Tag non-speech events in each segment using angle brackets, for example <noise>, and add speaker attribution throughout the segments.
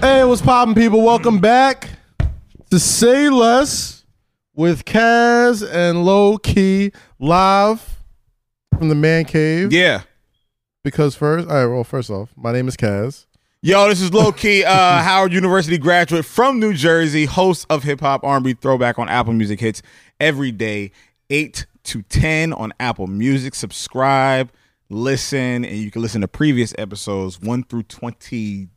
Speaker 1: Hey, what's poppin', people? Welcome back to Say Less with Kaz and Low Key live from the man cave.
Speaker 2: Yeah.
Speaker 1: Because first, all right, well, first off, my name is Kaz.
Speaker 2: Yo, this is low key
Speaker 1: <laughs>
Speaker 2: uh, Howard University graduate from New Jersey, host of Hip Hop R&B Throwback on Apple Music Hits every day, eight to ten on Apple Music. Subscribe, listen, and you can listen to previous episodes one through twenty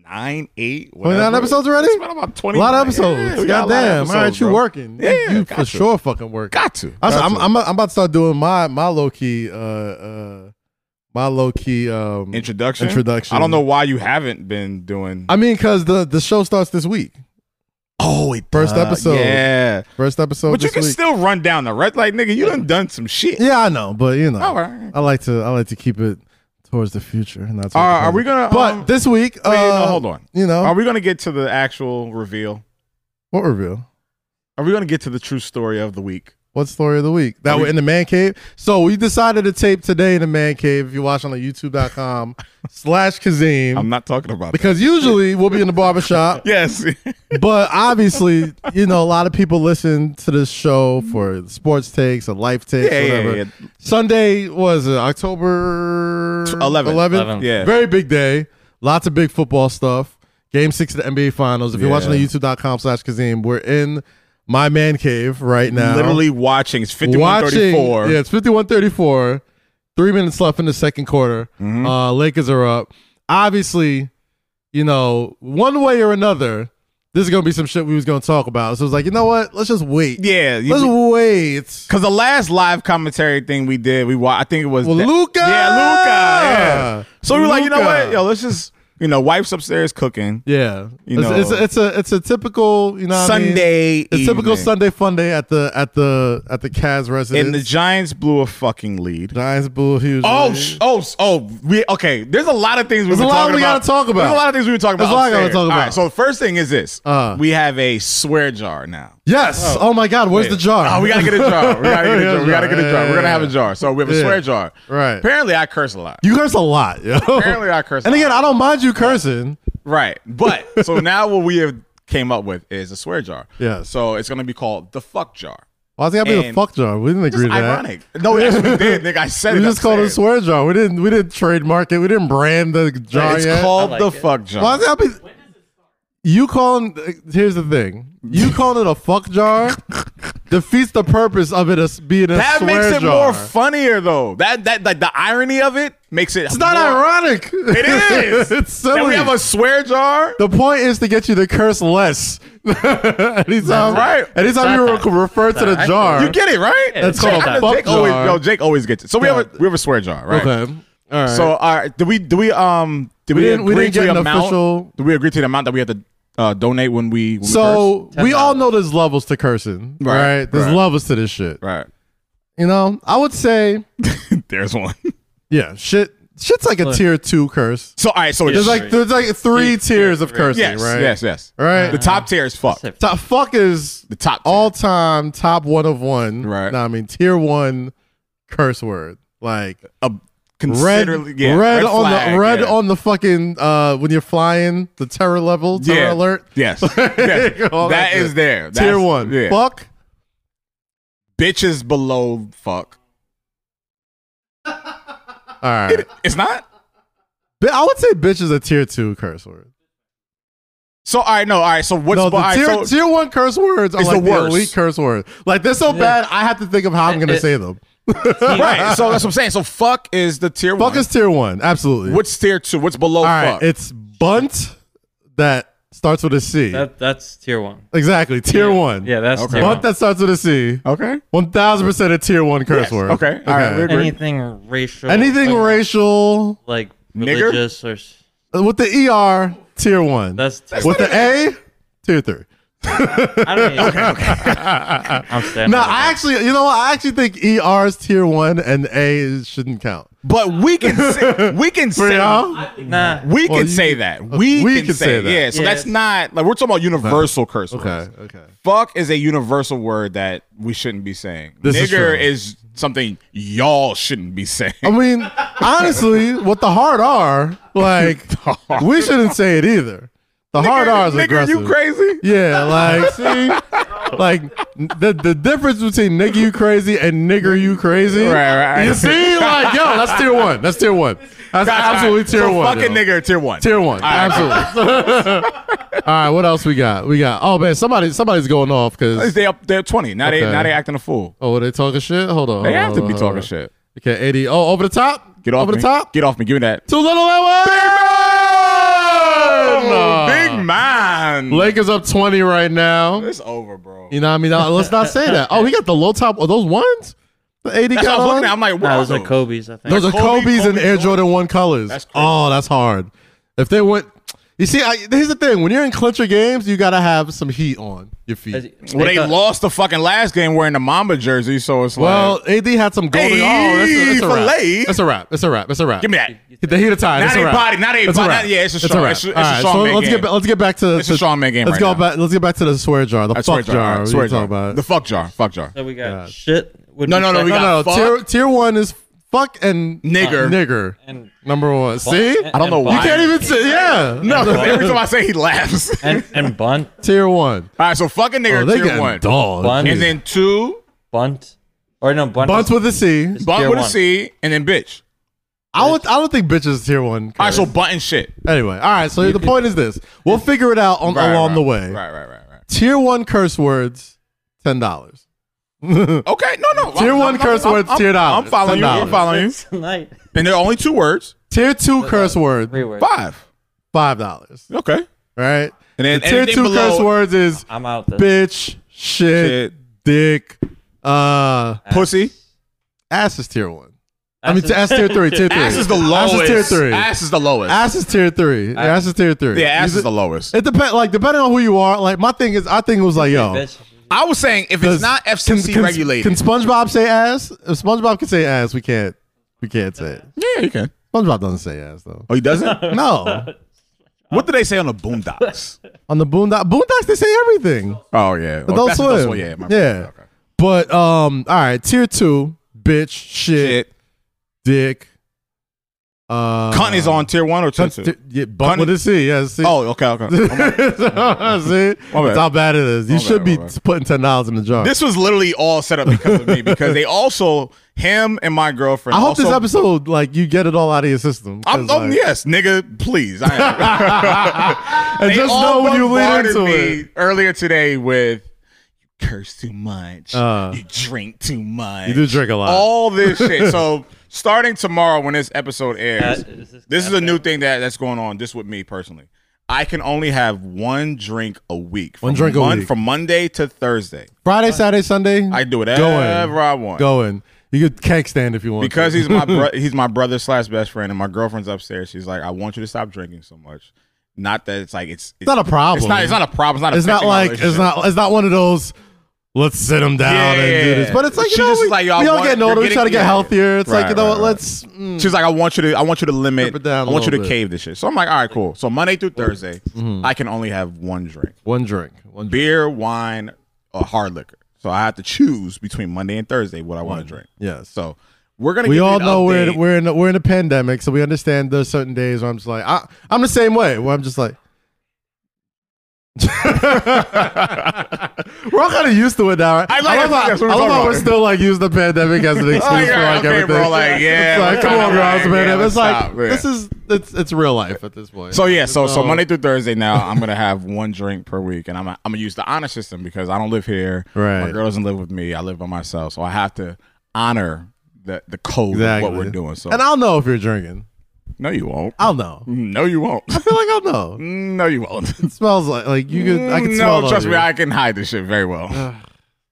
Speaker 2: nine, eight, whatever.
Speaker 1: 29 episodes already?
Speaker 2: It's been about
Speaker 1: A
Speaker 2: twenty.
Speaker 1: lot of episodes.
Speaker 2: we got a lot of
Speaker 1: Goddamn. All right,
Speaker 2: episodes,
Speaker 1: you
Speaker 2: bro.
Speaker 1: working. You-
Speaker 2: Yeah,
Speaker 1: you,
Speaker 2: got
Speaker 1: for
Speaker 2: to.
Speaker 1: sure fucking working.
Speaker 2: Got to.
Speaker 1: I
Speaker 2: Got
Speaker 1: am
Speaker 2: to.
Speaker 1: I'm, I'm about to start doing my my low key uh uh my low key um
Speaker 2: introduction.
Speaker 1: Introduction.
Speaker 2: I don't know why you haven't been doing.
Speaker 1: I mean cuz the the show starts this week.
Speaker 2: oh, it
Speaker 1: First
Speaker 2: does.
Speaker 1: episode.
Speaker 2: Yeah,
Speaker 1: First episode
Speaker 2: but you
Speaker 1: this
Speaker 2: can
Speaker 1: week.
Speaker 2: still run down the red. Like nigga, you done done some shit.
Speaker 1: yeah, I know, but you know.
Speaker 2: All right.
Speaker 1: I like to I like to keep it towards the future and that's
Speaker 2: Uh, are we gonna?
Speaker 1: But
Speaker 2: um,
Speaker 1: this week uh uh-huh.
Speaker 2: wait, no, hold on.
Speaker 1: You know,
Speaker 2: Are we gonna get to the actual reveal?
Speaker 1: what reveal?
Speaker 2: Are we gonna get to the true story of the week?
Speaker 1: What story of the week? That
Speaker 2: Are
Speaker 1: we,
Speaker 2: we-
Speaker 1: in the man cave. So we decided to tape today in the man cave. If you watch on like
Speaker 2: <laughs>
Speaker 1: youtube.com slash
Speaker 2: I'm
Speaker 1: Kazim.
Speaker 2: not talking about
Speaker 1: Because usually we'll be in the barbershop.
Speaker 2: that.
Speaker 1: <laughs>
Speaker 2: Yes.
Speaker 1: but obviously, you know, a lot of people listen to this show for sports takes or life takes,
Speaker 2: Yeah, yeah,
Speaker 1: whatever.
Speaker 2: yeah.
Speaker 1: Sunday was uh, October
Speaker 2: 11.
Speaker 1: 11th?
Speaker 2: Yeah.
Speaker 1: Very big day. Lots of big football stuff. Game six of the NBA Finals. If you're
Speaker 2: Yeah.
Speaker 1: watching on youtube.com slash Kazim, we're in my man cave right now.
Speaker 2: Literally watching. It's
Speaker 1: watching.
Speaker 2: 5134.
Speaker 1: Yeah, it's 51-34. Three minutes left in the second quarter.
Speaker 2: Mm-hmm.
Speaker 1: Uh, Lakers are up. Obviously, you know, one way or another, this is going to be some shit we was going to talk about. So it's like, you know what? Let's just wait.
Speaker 2: Yeah.
Speaker 1: Let's wait.
Speaker 2: Because the last live commentary thing we did, we wa- I think it was
Speaker 1: Well,
Speaker 2: that-
Speaker 1: Luca!
Speaker 2: Yeah, Luca. Yeah. So we were like, you know
Speaker 1: Luca.
Speaker 2: what? Yo, let's just, you know, wife's upstairs cooking.
Speaker 1: Yeah.
Speaker 2: You
Speaker 1: it's,
Speaker 2: know.
Speaker 1: it's, a, it's a it's a typical, you know, what I mean?
Speaker 2: Sunday.
Speaker 1: It's typical
Speaker 2: evening.
Speaker 1: Sunday fun day at the at the at the Cavs residence.
Speaker 2: And the Giants blew a fucking lead.
Speaker 1: Giants blew a huge.
Speaker 2: Oh,
Speaker 1: lead.
Speaker 2: sh- oh, s- oh, we okay. There's a lot of things we
Speaker 1: There's a
Speaker 2: were
Speaker 1: lot
Speaker 2: talking
Speaker 1: we gotta
Speaker 2: about.
Speaker 1: talk about.
Speaker 2: There's a lot of things we were talking
Speaker 1: There's a
Speaker 2: about.
Speaker 1: lot I gotta
Speaker 2: upstairs.
Speaker 1: talk
Speaker 2: All
Speaker 1: about.
Speaker 2: right, so the first thing is this:
Speaker 1: Uh.
Speaker 2: we have a swear jar now.
Speaker 1: yes. Oh, my God, where's the jar?
Speaker 2: Oh, we gotta get a jar. We gotta get
Speaker 1: <laughs>
Speaker 2: a
Speaker 1: Yeah,
Speaker 2: jar. We gotta get a
Speaker 1: yeah,
Speaker 2: jar. We're gonna
Speaker 1: yeah,
Speaker 2: have a
Speaker 1: yeah.
Speaker 2: jar. So we have a
Speaker 1: Yeah.
Speaker 2: swear jar.
Speaker 1: Right.
Speaker 2: Apparently, I curse a lot.
Speaker 1: You curse a lot, yo.
Speaker 2: Apparently, I curse.
Speaker 1: And
Speaker 2: a
Speaker 1: again,
Speaker 2: lot.
Speaker 1: I don't mind you cursing.
Speaker 2: right.
Speaker 1: <laughs>
Speaker 2: But so now what we have came up with is a swear jar.
Speaker 1: Yes.
Speaker 2: So it's gonna be called the fuck jar.
Speaker 1: Why does it gotta be the
Speaker 2: And-
Speaker 1: fuck jar? We didn't agree
Speaker 2: Just
Speaker 1: to that.
Speaker 2: ironic. No,
Speaker 1: <laughs>
Speaker 2: we actually did. Nigga, I said
Speaker 1: We
Speaker 2: it.
Speaker 1: just called it a
Speaker 2: upstairs.
Speaker 1: swear jar. We didn't. We didn't trademark it. We didn't brand the jar
Speaker 2: It's
Speaker 1: yet.
Speaker 2: called
Speaker 3: I like
Speaker 2: the
Speaker 3: it.
Speaker 2: fuck jar.
Speaker 1: Why does it gotta be? You calling? Here's the thing.
Speaker 2: <laughs>
Speaker 1: You calling it a fuck jar defeats the purpose of it as being a
Speaker 2: That
Speaker 1: swear
Speaker 2: makes it
Speaker 1: jar.
Speaker 2: more funnier though. That that like the irony of it makes it.
Speaker 1: it's not ironic. <laughs>
Speaker 2: It is.
Speaker 1: it's silly.
Speaker 2: Then we have a swear jar.
Speaker 1: The point is to get you to curse less. <laughs> anytime,
Speaker 2: Right.
Speaker 1: Anytime you re- refer to the
Speaker 3: Satire.
Speaker 1: jar,
Speaker 2: You get it right.
Speaker 1: That's
Speaker 2: Jake-
Speaker 1: called
Speaker 2: I
Speaker 1: a
Speaker 2: know
Speaker 1: fuck
Speaker 2: Jake always,
Speaker 1: jar.
Speaker 2: yo, Jake always gets it. So we have a, we have a swear jar, right?
Speaker 1: okay. All right.
Speaker 2: So all right, do we do we um did
Speaker 1: We
Speaker 2: we,
Speaker 1: didn't- we
Speaker 2: agree
Speaker 1: didn't
Speaker 2: to
Speaker 1: get
Speaker 2: the
Speaker 1: an
Speaker 2: amount?
Speaker 1: official-
Speaker 2: Did we agree to the amount that we have to uh, donate when we? When we
Speaker 1: So
Speaker 3: Ten
Speaker 1: we all
Speaker 3: dollars.
Speaker 1: know there's levels to cursing, right?
Speaker 2: Right,
Speaker 1: There's
Speaker 2: right.
Speaker 1: levels to this shit.
Speaker 2: curse?
Speaker 1: You know, I would say,
Speaker 2: right? There's one.
Speaker 1: yeah, shit, shit's like a
Speaker 3: Look.
Speaker 1: tier two curse.
Speaker 2: <laughs> So all right, so
Speaker 1: There's
Speaker 2: it's
Speaker 1: like there's like three tiers of cursing,
Speaker 2: yes,
Speaker 1: right?
Speaker 2: yes, yes.
Speaker 1: Right.
Speaker 2: The top tier is fuck.
Speaker 3: That's it.
Speaker 1: Top fuck is
Speaker 2: The top tier.
Speaker 1: all time top one of one.
Speaker 2: Right.
Speaker 1: Nah, I mean tier one curse word like
Speaker 2: a
Speaker 1: red,
Speaker 2: considerably yeah,
Speaker 1: red, on
Speaker 2: flag,
Speaker 1: the red
Speaker 2: yeah.
Speaker 1: on the fucking uh when you're flying the terror level terror
Speaker 2: yeah.
Speaker 1: alert. <laughs>
Speaker 2: Yes, yes. that,
Speaker 1: All
Speaker 2: that
Speaker 1: shit.
Speaker 2: is there. That's,
Speaker 1: tier one.
Speaker 2: Yeah.
Speaker 1: Fuck.
Speaker 2: bitches below fuck.
Speaker 1: All
Speaker 2: <laughs>
Speaker 1: right.
Speaker 2: It's not.
Speaker 1: Bi- I would say bitch is a tier two curse word.
Speaker 2: So all right, no, all right. So what's
Speaker 1: no,
Speaker 2: all
Speaker 1: the
Speaker 2: right,
Speaker 1: tier,
Speaker 2: so,
Speaker 1: tier one curse words are
Speaker 2: It's the
Speaker 1: like the,
Speaker 2: worst.
Speaker 1: elite curse word. Like they're so bad, I have to think of how I'm gonna
Speaker 3: It-
Speaker 1: say
Speaker 3: <laughs>
Speaker 1: them.
Speaker 2: <laughs> right? So that's what I'm saying. So fuck is the tier
Speaker 1: <laughs> Fuck
Speaker 2: one.
Speaker 1: is tier one, absolutely.
Speaker 2: what's tier two? What's below
Speaker 1: All right,
Speaker 2: fuck?
Speaker 1: it's bunt that starts with a C.
Speaker 3: That, that's tier one.
Speaker 1: exactly, tier
Speaker 3: Yeah.
Speaker 1: one.
Speaker 3: Yeah, that's
Speaker 2: Okay.
Speaker 3: tier
Speaker 1: bunt
Speaker 3: one.
Speaker 1: that starts with a C. <laughs>
Speaker 2: okay.
Speaker 1: One thousand percent a tier one curse
Speaker 2: Yes,
Speaker 1: word.
Speaker 2: okay, all right, we're-
Speaker 3: Anything racial.
Speaker 1: Anything
Speaker 3: like,
Speaker 1: racial
Speaker 3: Like
Speaker 2: Nigger?
Speaker 3: religious or. s-
Speaker 1: uh, with the ER, tier one.
Speaker 3: That's tier
Speaker 1: with the A, tier three. <laughs>
Speaker 3: I don't even. I'm standing.
Speaker 1: No, I
Speaker 3: with that.
Speaker 1: actually, you know, what? I actually think ER is tier one and A is- shouldn't count.
Speaker 2: But we can say, we can
Speaker 1: For
Speaker 2: say
Speaker 1: y'all?
Speaker 3: Nah.
Speaker 2: we
Speaker 1: Well,
Speaker 2: can
Speaker 1: you-
Speaker 2: say that
Speaker 1: okay,
Speaker 2: we,
Speaker 1: we
Speaker 2: can, say, that. Yeah, so
Speaker 3: Yeah.
Speaker 2: that's not like we're talking about universal curse words.
Speaker 1: Okay, okay.
Speaker 2: Fuck is a universal word that we shouldn't be saying.
Speaker 1: This is
Speaker 2: Nigger
Speaker 1: true.
Speaker 2: is, something y'all shouldn't be saying. <laughs>
Speaker 1: I mean,
Speaker 2: <laughs>
Speaker 1: honestly, with the hard R, like we shouldn't say it either. The hard R is
Speaker 2: nigga,
Speaker 1: aggressive.
Speaker 2: you crazy?
Speaker 1: Yeah, like
Speaker 2: <laughs>
Speaker 1: see, like n- the the difference between nigga you crazy and nigger you crazy.
Speaker 2: Right, right.
Speaker 1: You see, like yo, that's tier one. That's tier one. That's
Speaker 2: Gotcha.
Speaker 1: absolutely tier
Speaker 2: so
Speaker 1: one.
Speaker 2: Fucking
Speaker 1: yo.
Speaker 2: nigga, tier one.
Speaker 1: Tier one. absolutely.
Speaker 2: <laughs>
Speaker 1: All right, what else we got? We got oh man, somebody somebody's going off
Speaker 2: At least
Speaker 1: because
Speaker 2: They up, they're twenty. Now they
Speaker 1: Okay.
Speaker 2: now they acting a fool.
Speaker 1: oh they talking shit. Hold on,
Speaker 2: They
Speaker 1: hold
Speaker 2: have
Speaker 1: on,
Speaker 2: to
Speaker 1: hold
Speaker 2: be
Speaker 1: on,
Speaker 2: talking
Speaker 1: hold
Speaker 2: shit.
Speaker 1: on. Okay, eighty. Oh, over the top.
Speaker 2: Get off
Speaker 1: over
Speaker 2: me.
Speaker 1: the top.
Speaker 2: Get off me. Give me that.
Speaker 1: Too little that way.
Speaker 2: Oh, Big man.
Speaker 1: Lakers up twenty right now.
Speaker 2: It's over, bro.
Speaker 1: You know what I mean? Now, let's not say that. Oh, he got the low top. Are those ones? The eighty
Speaker 2: That's
Speaker 1: got
Speaker 2: what I was looking
Speaker 1: on?
Speaker 2: at. I'm like,
Speaker 3: No,
Speaker 2: wow.
Speaker 3: those are
Speaker 2: though.
Speaker 3: Kobe's, I think.
Speaker 1: Those are
Speaker 2: Kobe,
Speaker 1: Kobe's and
Speaker 2: Kobe
Speaker 1: Air
Speaker 2: Jordan.
Speaker 1: Jordan One colors.
Speaker 2: That's crazy.
Speaker 1: oh, that's hard. If they went, you see, I, here's the thing: when you're in clincher games, you gotta have some heat on your feet.
Speaker 2: Well, they
Speaker 3: thought-
Speaker 2: lost the fucking last game wearing the Mamba jersey, so it's
Speaker 1: Well,
Speaker 2: like,
Speaker 1: AD had some golden.
Speaker 2: Hey,
Speaker 1: oh, that's a, that's a
Speaker 2: filet.
Speaker 1: wrap. That's a wrap. That's a wrap. That's a wrap.
Speaker 2: give me that.
Speaker 1: The heat of time.
Speaker 2: Now
Speaker 1: That's
Speaker 2: they
Speaker 1: a wrap.
Speaker 2: body- now they
Speaker 1: That's a
Speaker 2: body-
Speaker 1: wrap.
Speaker 2: yeah, it's a
Speaker 1: That's
Speaker 2: strong-
Speaker 1: wrap.
Speaker 2: it's a- it's a
Speaker 1: All right,
Speaker 2: strong
Speaker 1: so
Speaker 2: man
Speaker 1: let's
Speaker 2: game.
Speaker 1: get back, let's get back to
Speaker 2: It's a
Speaker 1: to-
Speaker 2: strong man game
Speaker 1: Let's
Speaker 2: right
Speaker 1: go
Speaker 2: now.
Speaker 1: back. Let's get back to the swear jar. The
Speaker 2: I
Speaker 1: fuck
Speaker 2: swear
Speaker 1: jar.
Speaker 2: jar. I
Speaker 1: What
Speaker 2: swear
Speaker 1: you talking
Speaker 2: jar.
Speaker 1: about?
Speaker 2: The fuck jar. Fuck jar.
Speaker 3: So we got
Speaker 1: God.
Speaker 3: shit. would
Speaker 2: No,
Speaker 3: be
Speaker 2: no, no, we
Speaker 3: second.
Speaker 1: no, no.
Speaker 2: fuck.
Speaker 1: Tier tier one is fuck and Uh,
Speaker 2: Nigger.
Speaker 1: nigger.
Speaker 3: And-
Speaker 1: Number one. See,
Speaker 3: and-
Speaker 2: I don't know
Speaker 3: and
Speaker 2: why.
Speaker 1: you
Speaker 3: Bond.
Speaker 1: can't even say yeah. <laughs>
Speaker 2: No, 'cause every time I say he laughs. All
Speaker 3: And, and bunt,
Speaker 1: tier one.
Speaker 2: right, so fucking
Speaker 1: Oh,
Speaker 2: nigga
Speaker 1: they
Speaker 2: tier
Speaker 1: getting
Speaker 2: one.
Speaker 1: dogs.
Speaker 3: Buns.
Speaker 2: And then two,
Speaker 3: bunt, or no bunt.
Speaker 1: Bunts
Speaker 3: is-
Speaker 1: with a C.
Speaker 3: is
Speaker 2: bunt
Speaker 3: tier
Speaker 2: with a
Speaker 3: one.
Speaker 2: C, and then bitch.
Speaker 1: I don't. I don't think bitches is tier one.
Speaker 2: All right, so button shit.
Speaker 1: anyway, all right. So the point is this: we'll figure it out on,
Speaker 2: Right,
Speaker 1: along
Speaker 2: right,
Speaker 1: the way.
Speaker 2: Right, right, right, right.
Speaker 1: Tier one curse words, ten dollars. <laughs>
Speaker 2: Okay, no, no.
Speaker 1: Tier one curse words,
Speaker 2: I'm-
Speaker 1: tier dollars.
Speaker 2: I'm following you. I'm
Speaker 1: $10.
Speaker 2: following you.
Speaker 3: Tonight.
Speaker 2: And there are only two words.
Speaker 1: Tier two curse word,
Speaker 3: Three words.
Speaker 2: Five.
Speaker 1: five dollars.
Speaker 2: Okay.
Speaker 1: Right.
Speaker 2: And then
Speaker 1: The tier
Speaker 2: anything
Speaker 1: two
Speaker 2: below-
Speaker 1: curse words is
Speaker 3: I'm out. This.
Speaker 1: bitch, shit,
Speaker 2: Shit.
Speaker 1: dick, uh,
Speaker 2: Pussy.
Speaker 1: ass is tier one. I mean, ass tier
Speaker 3: <laughs>
Speaker 1: three. Tier three.
Speaker 2: Ass is the lowest.
Speaker 1: Ass is tier three.
Speaker 2: Ass is the lowest.
Speaker 1: Ass is tier three. Ass is tier three.
Speaker 2: yeah, ass
Speaker 1: You-
Speaker 2: is the lowest.
Speaker 1: It depend like depending on who you are. Like my thing is, I think it was like yo.
Speaker 3: Bitch.
Speaker 2: I was saying if
Speaker 1: does-
Speaker 2: it's not FCC
Speaker 1: can, can,
Speaker 2: regulated.
Speaker 1: Can SpongeBob say ass? If SpongeBob can say ass, we can't. We can't say it.
Speaker 2: yeah, you can.
Speaker 1: SpongeBob doesn't say ass though.
Speaker 2: Oh,
Speaker 1: <laughs>
Speaker 2: he doesn't?
Speaker 1: No,
Speaker 2: what do they say on the
Speaker 1: <laughs>
Speaker 2: boondocks?
Speaker 1: on the Boondocks, Boondocks they say everything.
Speaker 2: Oh, yeah.
Speaker 1: Adult
Speaker 2: that's
Speaker 1: Swim.
Speaker 2: Adult Swim, Yeah, my
Speaker 1: Yeah.
Speaker 2: Okay.
Speaker 1: But um, all right, tier two, bitch, shit,
Speaker 2: Shit.
Speaker 1: dick. Uh,
Speaker 2: Cunt is on tier one or tier
Speaker 1: Cunt,
Speaker 2: two?
Speaker 1: ti- yeah, but
Speaker 2: Cunt-
Speaker 1: with a C, yeah, see. <laughs>
Speaker 2: Oh, okay, okay.
Speaker 1: see, that's how bad it is. You
Speaker 2: My bad,
Speaker 1: should be
Speaker 2: my bad.
Speaker 1: putting ten dollars in the jar.
Speaker 2: this was literally all set up because of me because they also him and my girlfriend.
Speaker 1: I hope this
Speaker 2: also-
Speaker 1: episode, like, you get it all out of your system. 'cause,
Speaker 2: I'm, I'm-
Speaker 1: like,
Speaker 2: yes, nigga, please.
Speaker 1: <laughs>
Speaker 2: I am.
Speaker 1: and
Speaker 2: They
Speaker 1: just know
Speaker 2: all
Speaker 1: when you lead
Speaker 2: bombarded
Speaker 1: into
Speaker 2: me
Speaker 1: it.
Speaker 2: Earlier today with you curse too much,
Speaker 1: Uh.
Speaker 2: you drink too much,
Speaker 1: You do drink a lot. <laughs>
Speaker 2: all this shit. So starting tomorrow when this episode airs,
Speaker 3: That is-
Speaker 2: this, is a new thing that that's going on. This with me personally. I can only have one drink a week.
Speaker 1: One
Speaker 2: from
Speaker 1: drink a
Speaker 2: Mon-
Speaker 1: week.
Speaker 2: from Monday to Thursday.
Speaker 1: Friday, Saturday, Sunday.
Speaker 2: I can do whatever I want.
Speaker 1: Going. You could keg stand if you want.
Speaker 2: because
Speaker 1: to.
Speaker 2: he's my
Speaker 1: <laughs>
Speaker 2: bro- he's my brother slash best friend, and my girlfriend's upstairs. She's like, I want you to stop drinking so much. Not that it's like it's
Speaker 1: it's not a problem.
Speaker 2: It's not. It's not a problem. It's not.
Speaker 1: It's not
Speaker 2: affecting our
Speaker 1: like it's
Speaker 2: relationship.
Speaker 1: not. It's not one of those. Let's sit him down
Speaker 2: Yeah,
Speaker 1: and
Speaker 2: yeah,
Speaker 1: do this.
Speaker 2: yeah.
Speaker 1: But it's like you
Speaker 2: She
Speaker 1: know,
Speaker 2: just
Speaker 1: we,
Speaker 2: is like, y'all
Speaker 1: we all
Speaker 2: want-
Speaker 1: getting
Speaker 2: you're
Speaker 1: older. we
Speaker 2: getting-
Speaker 1: try to get
Speaker 2: yeah.
Speaker 1: healthier. It's like
Speaker 2: Right,
Speaker 1: you know
Speaker 2: right,
Speaker 1: what?
Speaker 2: right.
Speaker 1: Let's. mm,
Speaker 2: She's like, I want you to. I want you to limit.
Speaker 1: Strip it down a
Speaker 2: I want you to
Speaker 1: little bit. Mm-hmm.
Speaker 2: cave this shit. So I'm like, all right, cool. So Monday through Thursday, I can only have one drink:
Speaker 1: one drink. One drink.
Speaker 2: beer, wine, or hard liquor. So I have to choose between Monday and Thursday what I want to drink.
Speaker 1: Yes.
Speaker 2: So we're gonna.
Speaker 1: we
Speaker 2: give you
Speaker 1: all
Speaker 2: an
Speaker 1: know we're
Speaker 2: update.
Speaker 1: in, we're in we're in a pandemic, so we understand there's certain days where I'm just like I, I'm the same way where I'm just like <laughs> we're all kind of used to it now. Right?
Speaker 2: I like-
Speaker 1: love how,
Speaker 2: that's what we're
Speaker 1: I love
Speaker 2: talking
Speaker 1: how we're
Speaker 2: about.
Speaker 1: still like use the pandemic as an excuse
Speaker 2: <laughs> Oh,
Speaker 1: for
Speaker 2: yeah,
Speaker 1: like
Speaker 2: okay,
Speaker 1: everything.
Speaker 2: bro. Like, yeah.
Speaker 1: it's like
Speaker 2: we're
Speaker 1: come
Speaker 2: kinda
Speaker 1: on, bro, it's
Speaker 2: like, yeah,
Speaker 1: pandemic.
Speaker 2: let's
Speaker 1: it's like
Speaker 2: stop. Yeah.
Speaker 1: this is it's it's real life at this point.
Speaker 2: So yeah, so so
Speaker 1: No.
Speaker 2: Monday through Thursday now I'm gonna have one drink per week, and I'm I'm gonna use the honor system because I don't live here.
Speaker 1: Right.
Speaker 2: my girl doesn't live with me. I live by myself, so I have to honor the the code
Speaker 1: exactly
Speaker 2: of what we're doing. So
Speaker 1: and I'll know if you're drinking.
Speaker 2: no, you won't.
Speaker 1: I'll know.
Speaker 2: No,
Speaker 1: <laughs>
Speaker 2: you won't.
Speaker 1: I feel like I'll know.
Speaker 2: no, you
Speaker 1: <laughs>
Speaker 2: won't. Mm,
Speaker 1: It smells like like you could. I can
Speaker 2: no,
Speaker 1: smell. it on
Speaker 2: trust me,
Speaker 1: you.
Speaker 2: I can hide this shit very well.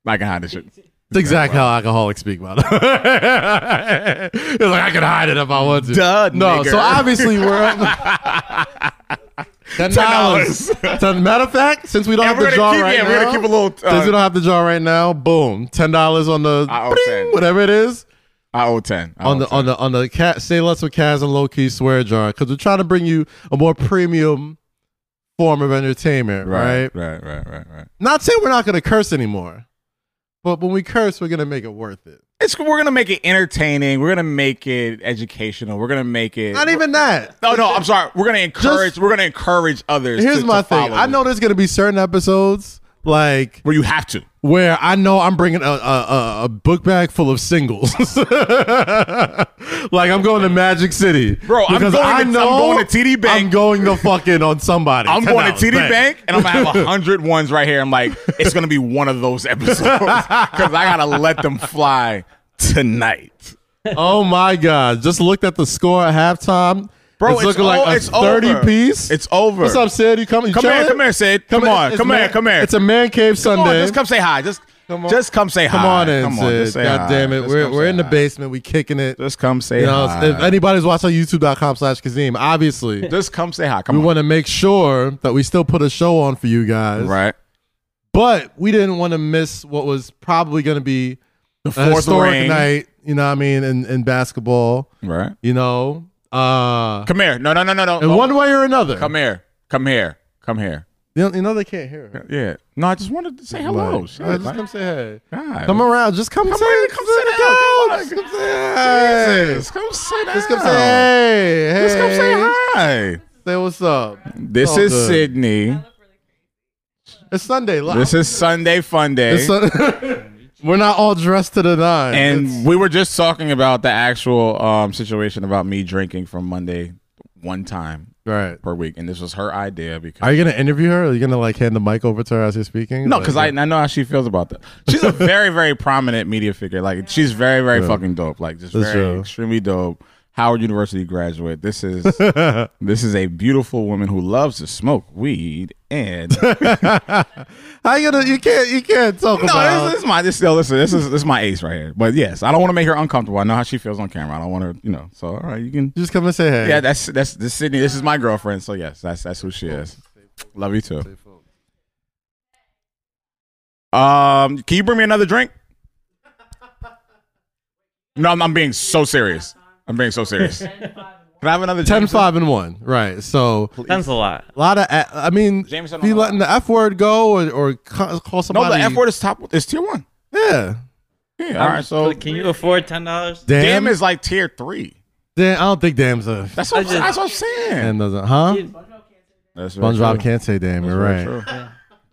Speaker 2: I can hide this
Speaker 1: <laughs>
Speaker 2: shit.
Speaker 1: It's exactly how alcoholics speak about it. <laughs> it's like I can hide it if I want to.
Speaker 2: Duh,
Speaker 1: no,
Speaker 2: nigger.
Speaker 1: so obviously we're up. Ten dollars. Matter of fact, since we don't
Speaker 2: <laughs> Yeah,
Speaker 1: have the
Speaker 2: we're gonna
Speaker 1: jar
Speaker 2: keep-
Speaker 1: right
Speaker 2: yeah,
Speaker 1: now,
Speaker 2: we're gonna keep a little,
Speaker 1: since we
Speaker 2: uh,
Speaker 1: don't have the jar right now, boom, ten dollars on the
Speaker 2: I owe
Speaker 1: bling,
Speaker 2: 10.
Speaker 1: whatever it is
Speaker 2: I owe ten. I
Speaker 1: on
Speaker 2: owe
Speaker 1: the
Speaker 2: 10.
Speaker 1: on the on the cat say less with Kaz and low key swear jar because we're trying to bring you a more premium form of entertainment, right?
Speaker 2: right, right, right, right, right.
Speaker 1: Not saying we're not gonna curse anymore, but when we curse, we're gonna make it worth it.
Speaker 2: It's, we're gonna make it entertaining. We're gonna make it educational. We're gonna make it.
Speaker 1: Not even that.
Speaker 2: No, no. I'm sorry. We're gonna encourage. we're gonna encourage others.
Speaker 1: Here's
Speaker 2: to-
Speaker 1: my
Speaker 2: to
Speaker 1: thing.
Speaker 2: follow
Speaker 1: I
Speaker 2: you.
Speaker 1: know there's gonna be certain episodes like
Speaker 2: where you have to.
Speaker 1: where I know I'm bringing a a, a, a book bag full of singles. <laughs> like I'm going to Magic City,
Speaker 2: Bro, I'm going to- I'm going to TD Bank.
Speaker 1: I'm going to fucking on somebody.
Speaker 2: I'm
Speaker 1: 10
Speaker 2: going to
Speaker 1: hours,
Speaker 2: TD
Speaker 1: bang.
Speaker 2: Bank and I'm
Speaker 1: <laughs>
Speaker 2: gonna have a hundred ones right here. I'm like, it's gonna be one of those episodes because I gotta let them fly tonight.
Speaker 1: Oh my god! Just looked at the score at halftime,
Speaker 2: Bro,
Speaker 1: It's,
Speaker 2: it's
Speaker 1: looking like
Speaker 2: o-
Speaker 1: a
Speaker 2: it's
Speaker 1: thirty
Speaker 2: over.
Speaker 1: piece.
Speaker 2: It's over.
Speaker 1: What's up, Sid? You coming? You
Speaker 2: Come here,
Speaker 1: chilling?
Speaker 2: come here, Sid. Come,
Speaker 1: in.
Speaker 2: on,
Speaker 1: It's
Speaker 2: come
Speaker 1: man-
Speaker 2: here, come here.
Speaker 1: It's a man cave
Speaker 2: come on,
Speaker 1: Sunday.
Speaker 2: just come say hi. Just
Speaker 1: Come on.
Speaker 2: just come say
Speaker 1: Come
Speaker 2: hi.
Speaker 1: on in, Sid.
Speaker 2: just say
Speaker 1: God
Speaker 2: hi.
Speaker 1: damn it,
Speaker 2: Just
Speaker 1: we're
Speaker 2: come
Speaker 1: we're
Speaker 2: say
Speaker 1: in the
Speaker 2: hi.
Speaker 1: basement. We kicking it.
Speaker 2: Just come say
Speaker 1: You know,
Speaker 2: hi.
Speaker 1: if anybody's watching youtube.com slash Kazim, obviously
Speaker 2: <laughs> just come say hi. Come
Speaker 1: we
Speaker 2: on.
Speaker 1: want to make sure that we still put a show on for you guys.
Speaker 2: right.
Speaker 1: But we didn't want to miss what was probably going to be a
Speaker 2: The fourth
Speaker 1: historic
Speaker 2: ring.
Speaker 1: night, you know what I mean, in, in basketball,
Speaker 2: Right.
Speaker 1: you know. Uh,
Speaker 2: Come here. No, no, no, no, no.
Speaker 1: in
Speaker 2: Oh,
Speaker 1: one way or another.
Speaker 2: Come here. Come here. Come here.
Speaker 1: You know, you know they can't hear. her.
Speaker 2: Yeah. No, I just wanted to say hello.
Speaker 1: Like,
Speaker 2: Shit,
Speaker 1: uh, just
Speaker 2: like,
Speaker 1: come say hey.
Speaker 2: God.
Speaker 1: Come around. Just come, say,
Speaker 2: in,
Speaker 1: come
Speaker 2: come
Speaker 1: say
Speaker 2: sit down, come on.
Speaker 1: Just come say hey.
Speaker 2: Jesus, come sit down.
Speaker 1: Just come say hey. Hey.
Speaker 2: Just come say hi.
Speaker 1: Say what's up.
Speaker 2: This
Speaker 1: all
Speaker 2: is
Speaker 1: good.
Speaker 2: Sydney.
Speaker 1: It's Sunday. Look,
Speaker 2: This is Sunday Fun Day.
Speaker 1: It's so- <laughs> we're not all dressed to the nine.
Speaker 2: And we were just talking about the actual um, situation about me drinking from Monday one time
Speaker 1: right.
Speaker 2: per week, and this was her idea because
Speaker 1: Are you gonna interview her? Are you gonna like hand the mic over to her as you're speaking?
Speaker 2: no, because I, I know how she feels about that. She's a very very prominent media figure. Like she's very very fucking dope. Like just
Speaker 1: That's
Speaker 2: very
Speaker 1: true.
Speaker 2: extremely dope. Howard University graduate. This
Speaker 1: <laughs>
Speaker 2: is this is a beautiful woman who loves to smoke weed and
Speaker 1: how you gonna you can't you can't talk
Speaker 2: No,
Speaker 1: about
Speaker 2: this, this is my this yo, listen, this is this is my ace right here. But yes, I don't want to make her uncomfortable. I know how she feels on camera. I don't want her, you know. So all right, you can.
Speaker 1: just come and say hey.
Speaker 2: Yeah, that's that's this Sydney. This is my girlfriend. So yes, that's that's who she is. Love you too. Um, can you bring me another drink? No, I'm, I'm being so serious. I'm being so serious. Can I have another drink?
Speaker 1: 10 5 and 1. Right. So
Speaker 3: That's a lot.
Speaker 1: a lot of a- I mean
Speaker 2: Jameson
Speaker 1: be
Speaker 2: on the
Speaker 1: letting the F word go or, or ca- call
Speaker 2: No,
Speaker 1: somebody
Speaker 2: the F word is top. It's tier one.
Speaker 1: Yeah.
Speaker 2: Yeah. All right.
Speaker 1: Oh.
Speaker 2: So
Speaker 3: can you afford ten dollars?
Speaker 2: damn
Speaker 1: Damn,
Speaker 2: is like tier three.
Speaker 1: damn I don't think damn's a
Speaker 2: That's what, I'm-
Speaker 3: I
Speaker 2: that's
Speaker 3: just-
Speaker 2: what I'm saying.
Speaker 1: damn doesn't huh?
Speaker 2: That's very
Speaker 1: SpongeBob
Speaker 2: true.
Speaker 1: can't say damn, you're
Speaker 2: That's
Speaker 1: right.
Speaker 2: very true.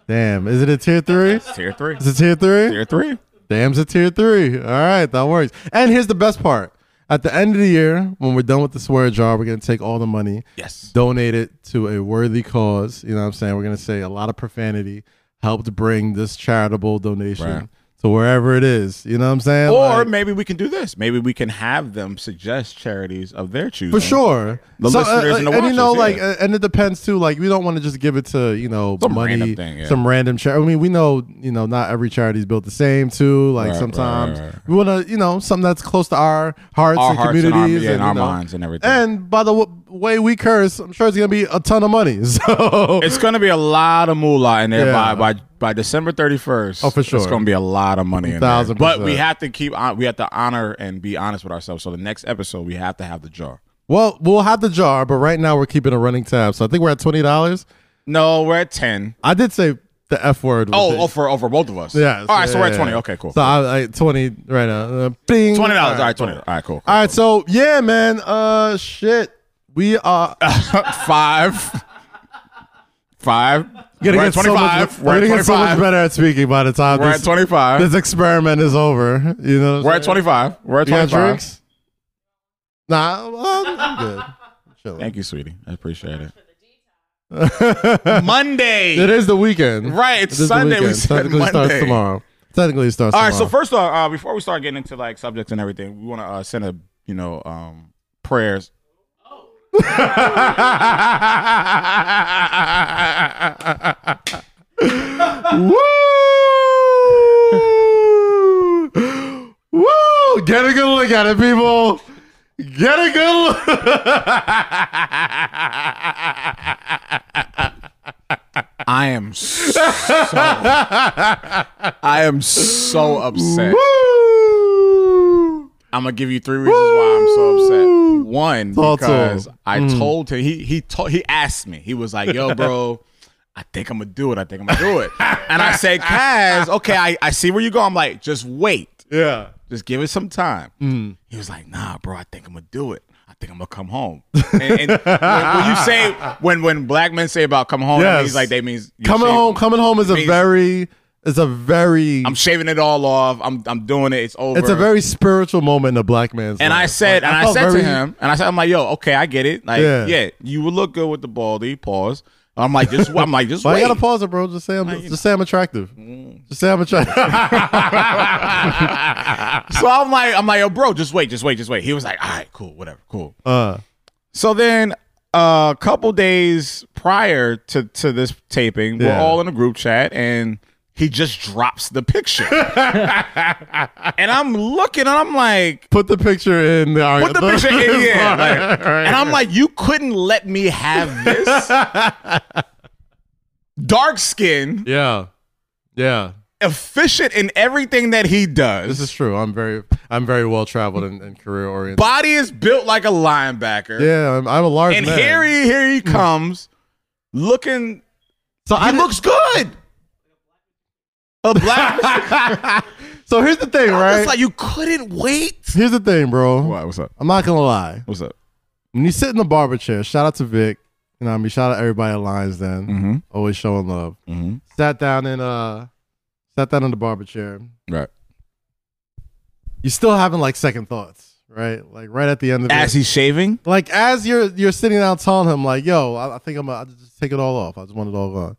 Speaker 1: Damn. Is it a tier three?
Speaker 2: Tier three.
Speaker 1: Is it tier three?
Speaker 2: Tier three.
Speaker 1: Damn's a tier three. All right, that works. And here's the best part. At the end of the year, when we're done with the swear jar, we're gonna take all the money,
Speaker 2: Yes.
Speaker 1: donate it to a worthy cause. You know what I'm saying? We're gonna say a lot of profanity helped bring this charitable donation
Speaker 2: Right.
Speaker 1: to wherever it is. You know what I'm saying?
Speaker 2: Or
Speaker 1: Like,
Speaker 2: maybe we can do this. Maybe we can have them suggest charities of their choosing.
Speaker 1: for sure.
Speaker 2: The listeners and the
Speaker 1: you know,
Speaker 2: watchers,
Speaker 1: like,
Speaker 2: yeah.
Speaker 1: uh, and it depends too. Like, we don't want to just give it to you know
Speaker 2: Some
Speaker 1: money,
Speaker 2: random thing, yeah.
Speaker 1: some random charity. I mean, we know you know not every charity is built the same too. Like
Speaker 2: Right, right,
Speaker 1: sometimes
Speaker 2: right, right.
Speaker 1: we want to you know something that's close to our hearts
Speaker 2: Our
Speaker 1: and
Speaker 2: hearts and our,
Speaker 1: communities
Speaker 2: yeah, and our
Speaker 1: you know.
Speaker 2: minds and everything.
Speaker 1: And by the w- way, we curse. I'm sure it's gonna be a ton of money. <laughs> So
Speaker 2: it's going to be a lot of moolah in there
Speaker 1: Yeah.
Speaker 2: by, by by December 31st.
Speaker 1: Oh, for sure.
Speaker 2: It's going to be a lot of money in there.
Speaker 1: Thousand
Speaker 2: But we
Speaker 1: percent.
Speaker 2: have to keep on, we have to honor and be honest with ourselves. So the next episode, we have to have the jar.
Speaker 1: well, we'll have the jar, but right now we're keeping a running tab. So I think we're at twenty dollars.
Speaker 2: No, we're at 10.
Speaker 1: I did say the f word. was
Speaker 2: Oh,
Speaker 1: it.
Speaker 2: oh for, oh, for both of us.
Speaker 1: Yeah.
Speaker 2: All right, so we're
Speaker 1: yeah,
Speaker 2: at 20.
Speaker 1: yeah.
Speaker 2: Okay, cool.
Speaker 1: So I, I twenty right now. Uh, bing.
Speaker 2: $20. All right, 20 All right, cool. cool.
Speaker 1: <laughs> All right, so yeah, man. Uh, shit. We are
Speaker 2: <laughs> five. Five.
Speaker 1: gonna
Speaker 2: We're
Speaker 1: get
Speaker 2: at
Speaker 1: so much,
Speaker 2: 25.
Speaker 1: we're
Speaker 2: we're at
Speaker 1: gonna get so
Speaker 2: 25.
Speaker 1: much better at speaking by the time
Speaker 2: we're at
Speaker 1: this,
Speaker 2: 25.
Speaker 1: this experiment is over. You know, what I'm
Speaker 2: We're at
Speaker 1: saying?
Speaker 2: 25. We're at
Speaker 1: You got
Speaker 2: 25.
Speaker 1: drinks? Nah, well, I'm, I'm good. I'm chilling.
Speaker 2: Thank you, sweetie. I appreciate it. <laughs> Monday.
Speaker 1: It is the weekend,
Speaker 2: Right, it's
Speaker 1: It is the
Speaker 2: Sunday. We
Speaker 1: weekend.
Speaker 2: said
Speaker 1: Technically starts
Speaker 2: Monday.
Speaker 1: tomorrow. Technically it starts.
Speaker 2: All right.
Speaker 1: tomorrow.
Speaker 2: So first off, uh, before we start getting into like subjects and everything, we want to uh, send a you know um, prayers.
Speaker 1: Woo! <gasps> Woo! Get a good look at it, people. Get a good
Speaker 2: <laughs> I am so I am so upset.
Speaker 1: look. Woo!
Speaker 2: I'm gonna give you three reasons why I'm so
Speaker 1: Woo!
Speaker 2: upset. One,
Speaker 1: Talk to
Speaker 2: because
Speaker 1: him. Mm.
Speaker 2: I told him he he told he asked me. He was like, "Yo, bro, I think I'm gonna do it. I think I'm gonna do it." and I said, "Kaz, okay, I, I see where you go." I'm like, "Just wait,
Speaker 1: <laughs> Yeah.
Speaker 2: Just give it some time.
Speaker 1: Mm.
Speaker 2: He was like, Nah, bro, I think I'm gonna do it. I think I'm gonna come home. And, and when, when you say when when black men say about come home, that
Speaker 1: Yes.
Speaker 2: means like that means you
Speaker 1: Coming
Speaker 2: shave-
Speaker 1: home, coming home is a
Speaker 2: means-
Speaker 1: very, is a very,
Speaker 2: I'm shaving it all off. I'm I'm doing it. It's over.
Speaker 1: it's a very spiritual moment in a black man's
Speaker 2: And
Speaker 1: life.
Speaker 2: I said,
Speaker 1: Like,
Speaker 2: and I,
Speaker 1: felt
Speaker 2: said
Speaker 1: very-
Speaker 2: to him, and I said, I'm like, yo, okay, I get it. Like, yeah,
Speaker 1: Yeah.
Speaker 2: you would look good with the baldy. Pause. I'm like, just, I'm like, just
Speaker 1: Why
Speaker 2: wait. Mm.
Speaker 1: you gotta pause it, bro? Just say I'm,
Speaker 2: you
Speaker 1: just say I'm attractive. Just say I'm
Speaker 2: <laughs>
Speaker 1: attractive.
Speaker 2: so I'm like, I'm like, yo, bro, just wait, just wait, just wait. He was like, all right, cool, whatever, cool.
Speaker 1: uh,
Speaker 2: So then, uh, a couple days prior to to this taping, we're
Speaker 1: Yeah.
Speaker 2: all in a group chat, and he just drops the picture,
Speaker 1: <laughs>
Speaker 2: and I'm looking, and I'm like.
Speaker 1: put the picture in the.
Speaker 2: Put the picture in
Speaker 1: <laughs>
Speaker 2: here. Like, and I'm like, you couldn't let me have this.
Speaker 1: <laughs>
Speaker 2: Dark skin,
Speaker 1: yeah, yeah.
Speaker 2: efficient in everything that he
Speaker 1: This
Speaker 2: does.
Speaker 1: is true. I'm very, I'm very well traveled and, and career oriented.
Speaker 2: Body is built like a linebacker.
Speaker 1: Yeah, I'm, I'm a large
Speaker 2: and
Speaker 1: man. Hmm.
Speaker 2: here he here he comes, looking.
Speaker 1: so
Speaker 2: He
Speaker 1: I look.
Speaker 2: looks good. A <laughs> black.
Speaker 1: <laughs> So here's the thing, right?
Speaker 2: It's like you couldn't wait.
Speaker 1: here's the thing, bro.
Speaker 2: What's up?
Speaker 1: I'm not gonna lie.
Speaker 2: What's up?
Speaker 1: When you sit in the barber chair, shout out to Vic. You know, what I mean, shout out everybody at Lions. Then
Speaker 2: Mhm.
Speaker 1: always showing love.
Speaker 2: Mm-hmm.
Speaker 1: Sat down in uh, sat down in the barber chair.
Speaker 2: Right.
Speaker 1: You're still having like second thoughts, right? Like right at the end of it.
Speaker 2: As he's shaving.
Speaker 1: like as you're you're sitting down telling him like yo i, I think i'm gonna I'll just take it all off i just want it all gone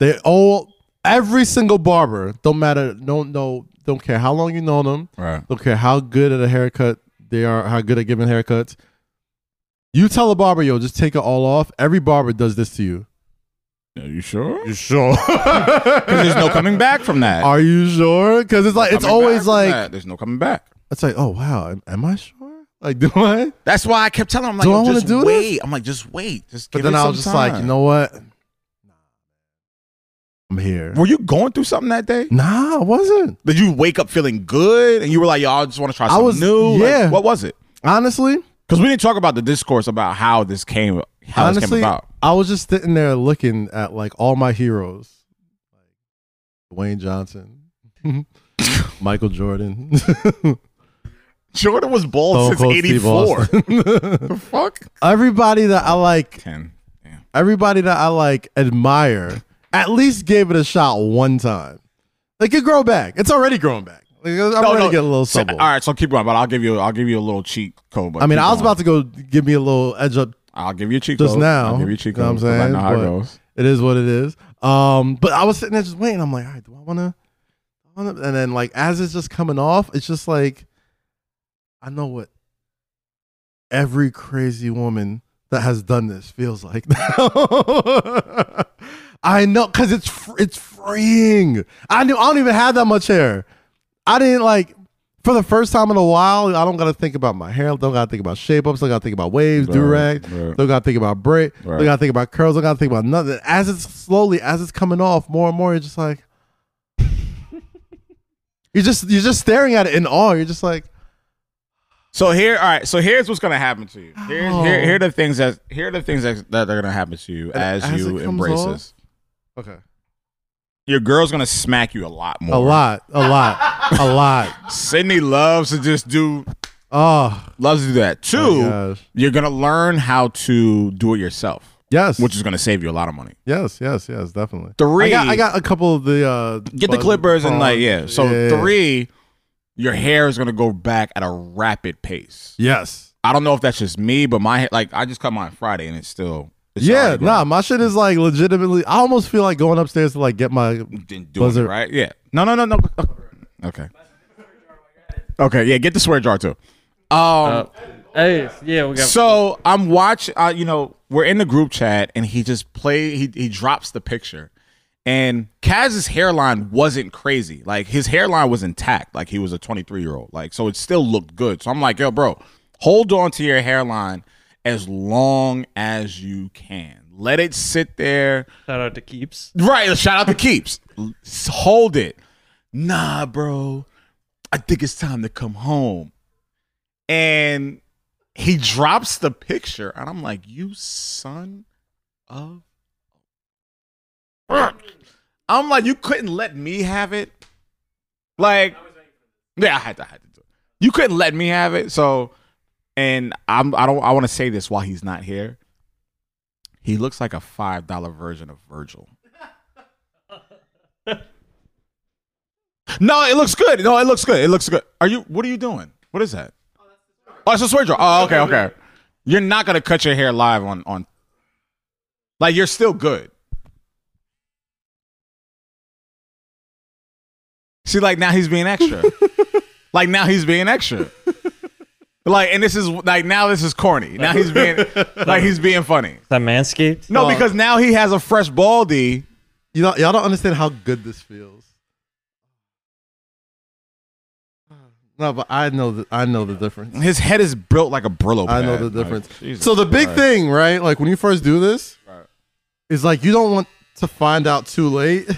Speaker 1: they all every single barber don't matter don't know don't care how long you know them
Speaker 2: Right.
Speaker 1: don't care how good at a haircut they are how good at giving haircuts you tell a barber yo just take it all off every barber does this to you
Speaker 2: Are you sure?
Speaker 1: you
Speaker 2: <laughs>
Speaker 1: sure
Speaker 2: Because there's no coming back from that.
Speaker 1: are you sure because it's like it's
Speaker 2: coming back
Speaker 1: always
Speaker 2: from
Speaker 1: like
Speaker 2: that. there's no coming back.
Speaker 1: it's like oh wow am, am i sure like <laughs> do i
Speaker 2: That's why I kept telling him, I'm like,
Speaker 1: Do I
Speaker 2: "Yo,
Speaker 1: wanna
Speaker 2: just
Speaker 1: do this?"
Speaker 2: wait. I'm like, just wait. Just
Speaker 1: but
Speaker 2: give
Speaker 1: then
Speaker 2: it
Speaker 1: i
Speaker 2: some
Speaker 1: was just
Speaker 2: time.
Speaker 1: like you know what i'm here
Speaker 2: were you going through something that day?
Speaker 1: Nah, I wasn't.
Speaker 2: Did you wake up feeling good and you were like, "Yo, I just want to try something
Speaker 1: was-
Speaker 2: new"? Like,
Speaker 1: yeah.
Speaker 2: what was it?
Speaker 1: Honestly,
Speaker 2: Because we didn't talk about the discourse about how this came, how this came
Speaker 1: honestly,
Speaker 2: about.
Speaker 1: I was just sitting there looking at like all my heroes, like Dwayne Johnson, <laughs> Michael Jordan, <laughs>
Speaker 2: Jordan was
Speaker 1: Stone
Speaker 2: bald
Speaker 1: Cold
Speaker 2: since
Speaker 1: Steve <laughs>
Speaker 2: '84.
Speaker 1: Austin.
Speaker 2: The fuck?
Speaker 1: everybody that I like,
Speaker 2: Ten.
Speaker 1: everybody that I like admire, at least gave it a shot one time. Like it grow back. It's already growing back. Like, I'm
Speaker 2: No,
Speaker 1: ready
Speaker 2: no.
Speaker 1: to get a little
Speaker 2: So-
Speaker 1: stubble.
Speaker 2: all right, so keep going, but I'll give you, I'll give you a little cheat code. But
Speaker 1: I mean,
Speaker 2: keep
Speaker 1: I was
Speaker 2: going.
Speaker 1: about to go give me a little edge up
Speaker 2: I'll give you a cheat
Speaker 1: just
Speaker 2: code.
Speaker 1: now.
Speaker 2: I'll give you a cheat
Speaker 1: You know
Speaker 2: code.
Speaker 1: what I'm
Speaker 2: 'cause I
Speaker 1: saying?
Speaker 2: know how it
Speaker 1: But
Speaker 2: goes.
Speaker 1: it is what it is. Um, but I was sitting there just waiting. I'm like, all right, do I wanna, I wanna and then like as it's just coming off, it's just like I know what every crazy woman that has done this feels like now. <laughs> I know because it's fr- it's freeing. I knew I don't even have that much hair. I didn't like for the first time in a while. I don't gotta think about my hair. Don't gotta think about shape ups. Don't gotta think about waves,
Speaker 2: Right,
Speaker 1: do rag.
Speaker 2: right.
Speaker 1: Don't gotta think about braid.
Speaker 2: Right.
Speaker 1: Don't gotta think about curls. Don't gotta think about nothing. As it's slowly, as it's coming off, more and more, you're just like <laughs> you're just you're just staring at it in awe. You're just like
Speaker 2: So here, all right. So here's what's gonna happen to you. Here's,
Speaker 1: Oh.
Speaker 2: Here, here are the things that here are the things that, that are gonna happen to you
Speaker 1: And
Speaker 2: as,
Speaker 1: as
Speaker 2: you
Speaker 1: it comes
Speaker 2: embrace
Speaker 1: off,
Speaker 2: this.
Speaker 1: okay,
Speaker 2: Your girl's gonna smack you a lot more.
Speaker 1: a lot, a lot, a
Speaker 2: <laughs>
Speaker 1: lot.
Speaker 2: Sydney loves to just do
Speaker 1: Oh,
Speaker 2: loves to do that. Two,
Speaker 1: Oh, gosh.
Speaker 2: you're gonna learn how to do it yourself,
Speaker 1: yes,
Speaker 2: which is gonna save you a lot of money.
Speaker 1: yes, yes, yes, definitely.
Speaker 2: Three,
Speaker 1: I got, I got a couple of the uh,
Speaker 2: get the
Speaker 1: buzz-
Speaker 2: clippers and like
Speaker 1: bronze.
Speaker 2: yeah. So
Speaker 1: Yeah.
Speaker 2: three, your hair is gonna go back at a rapid pace.
Speaker 1: Yes,
Speaker 2: I don't know if that's just me, but my hair, like I just cut mine Friday and it's still it's
Speaker 1: yeah,
Speaker 2: already grown.
Speaker 1: nah, my shit is like legitimately. I almost feel like going upstairs to like get my
Speaker 2: didn't do it
Speaker 1: Buzzer.
Speaker 2: right. Yeah. No, no, no, no. Okay. Okay. Yeah. Get the swear jar too. Um.
Speaker 3: Uh, Hey, yeah, we got.
Speaker 2: so I'm watching. Uh, you know, we're in the group chat, and he just play. He he drops the picture, and Kaz's hairline wasn't crazy. Like his hairline was intact. Like he was a 23 year old. Like so, it still looked good. So I'm like, yo, bro, hold on to your hairline as long as you can. Let it sit there.
Speaker 3: shout out to Keeps.
Speaker 2: Right. Shout out to Keeps. L- Hold it. Nah, bro. I think it's time to come home. And he drops the picture, and I'm like, you son of. I'm like, you couldn't let me have it. Like, yeah, I had to, I had to do it. you couldn't let me have it. So, and I'm I don't I want to say this while he's not here. He looks like a five dollar version of Virgil. no, it looks good. No, it looks good. It looks good. Are you? What are you doing? What is that? Oh, it's a swear jar. Oh, okay, okay. You're not gonna cut your hair live on on. Like you're still good. See, like now he's
Speaker 1: <laughs>
Speaker 2: being extra. like now he's being extra. Like, and this is like now this is corny. Now he's being like he's being funny.
Speaker 3: Is that Manscaped?
Speaker 2: No, because now he has a fresh baldy.
Speaker 1: You know, y'all don't understand how good this feels. No, but I know that I know the difference.
Speaker 2: His head is built like a Brillo.
Speaker 1: I
Speaker 2: Pad.
Speaker 1: know the
Speaker 2: Like,
Speaker 1: difference.
Speaker 2: Jesus
Speaker 1: so the big
Speaker 2: Christ.
Speaker 1: thing, right? Like when you first do this,
Speaker 2: Right.
Speaker 1: is like you don't want to find out too late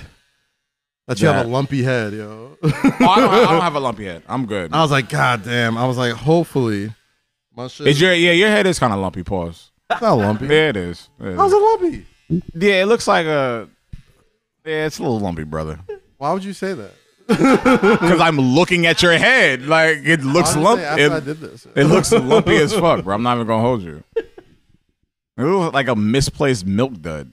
Speaker 1: that you have
Speaker 2: That-
Speaker 1: a lumpy head, yo. <laughs>
Speaker 2: Oh, I, don't, I don't have a lumpy head. I'm good.
Speaker 1: I was like, God damn. I was like, hopefully, my shit
Speaker 2: Is your yeah? Your head is kind of lumpy. Pause.
Speaker 1: it's not lumpy.
Speaker 2: Yeah, it is. It is.
Speaker 1: How's it lumpy?
Speaker 2: Yeah, it looks like a. Yeah, it's a little lumpy, brother.
Speaker 1: Why would you say that?
Speaker 2: Because I'm looking at your head, like it looks
Speaker 1: Honestly,
Speaker 2: lumpy.
Speaker 1: After
Speaker 2: It-
Speaker 1: I did this,
Speaker 2: It looks lumpy as fuck, bro. I'm not even gonna hold you. It looks like a misplaced milk dud.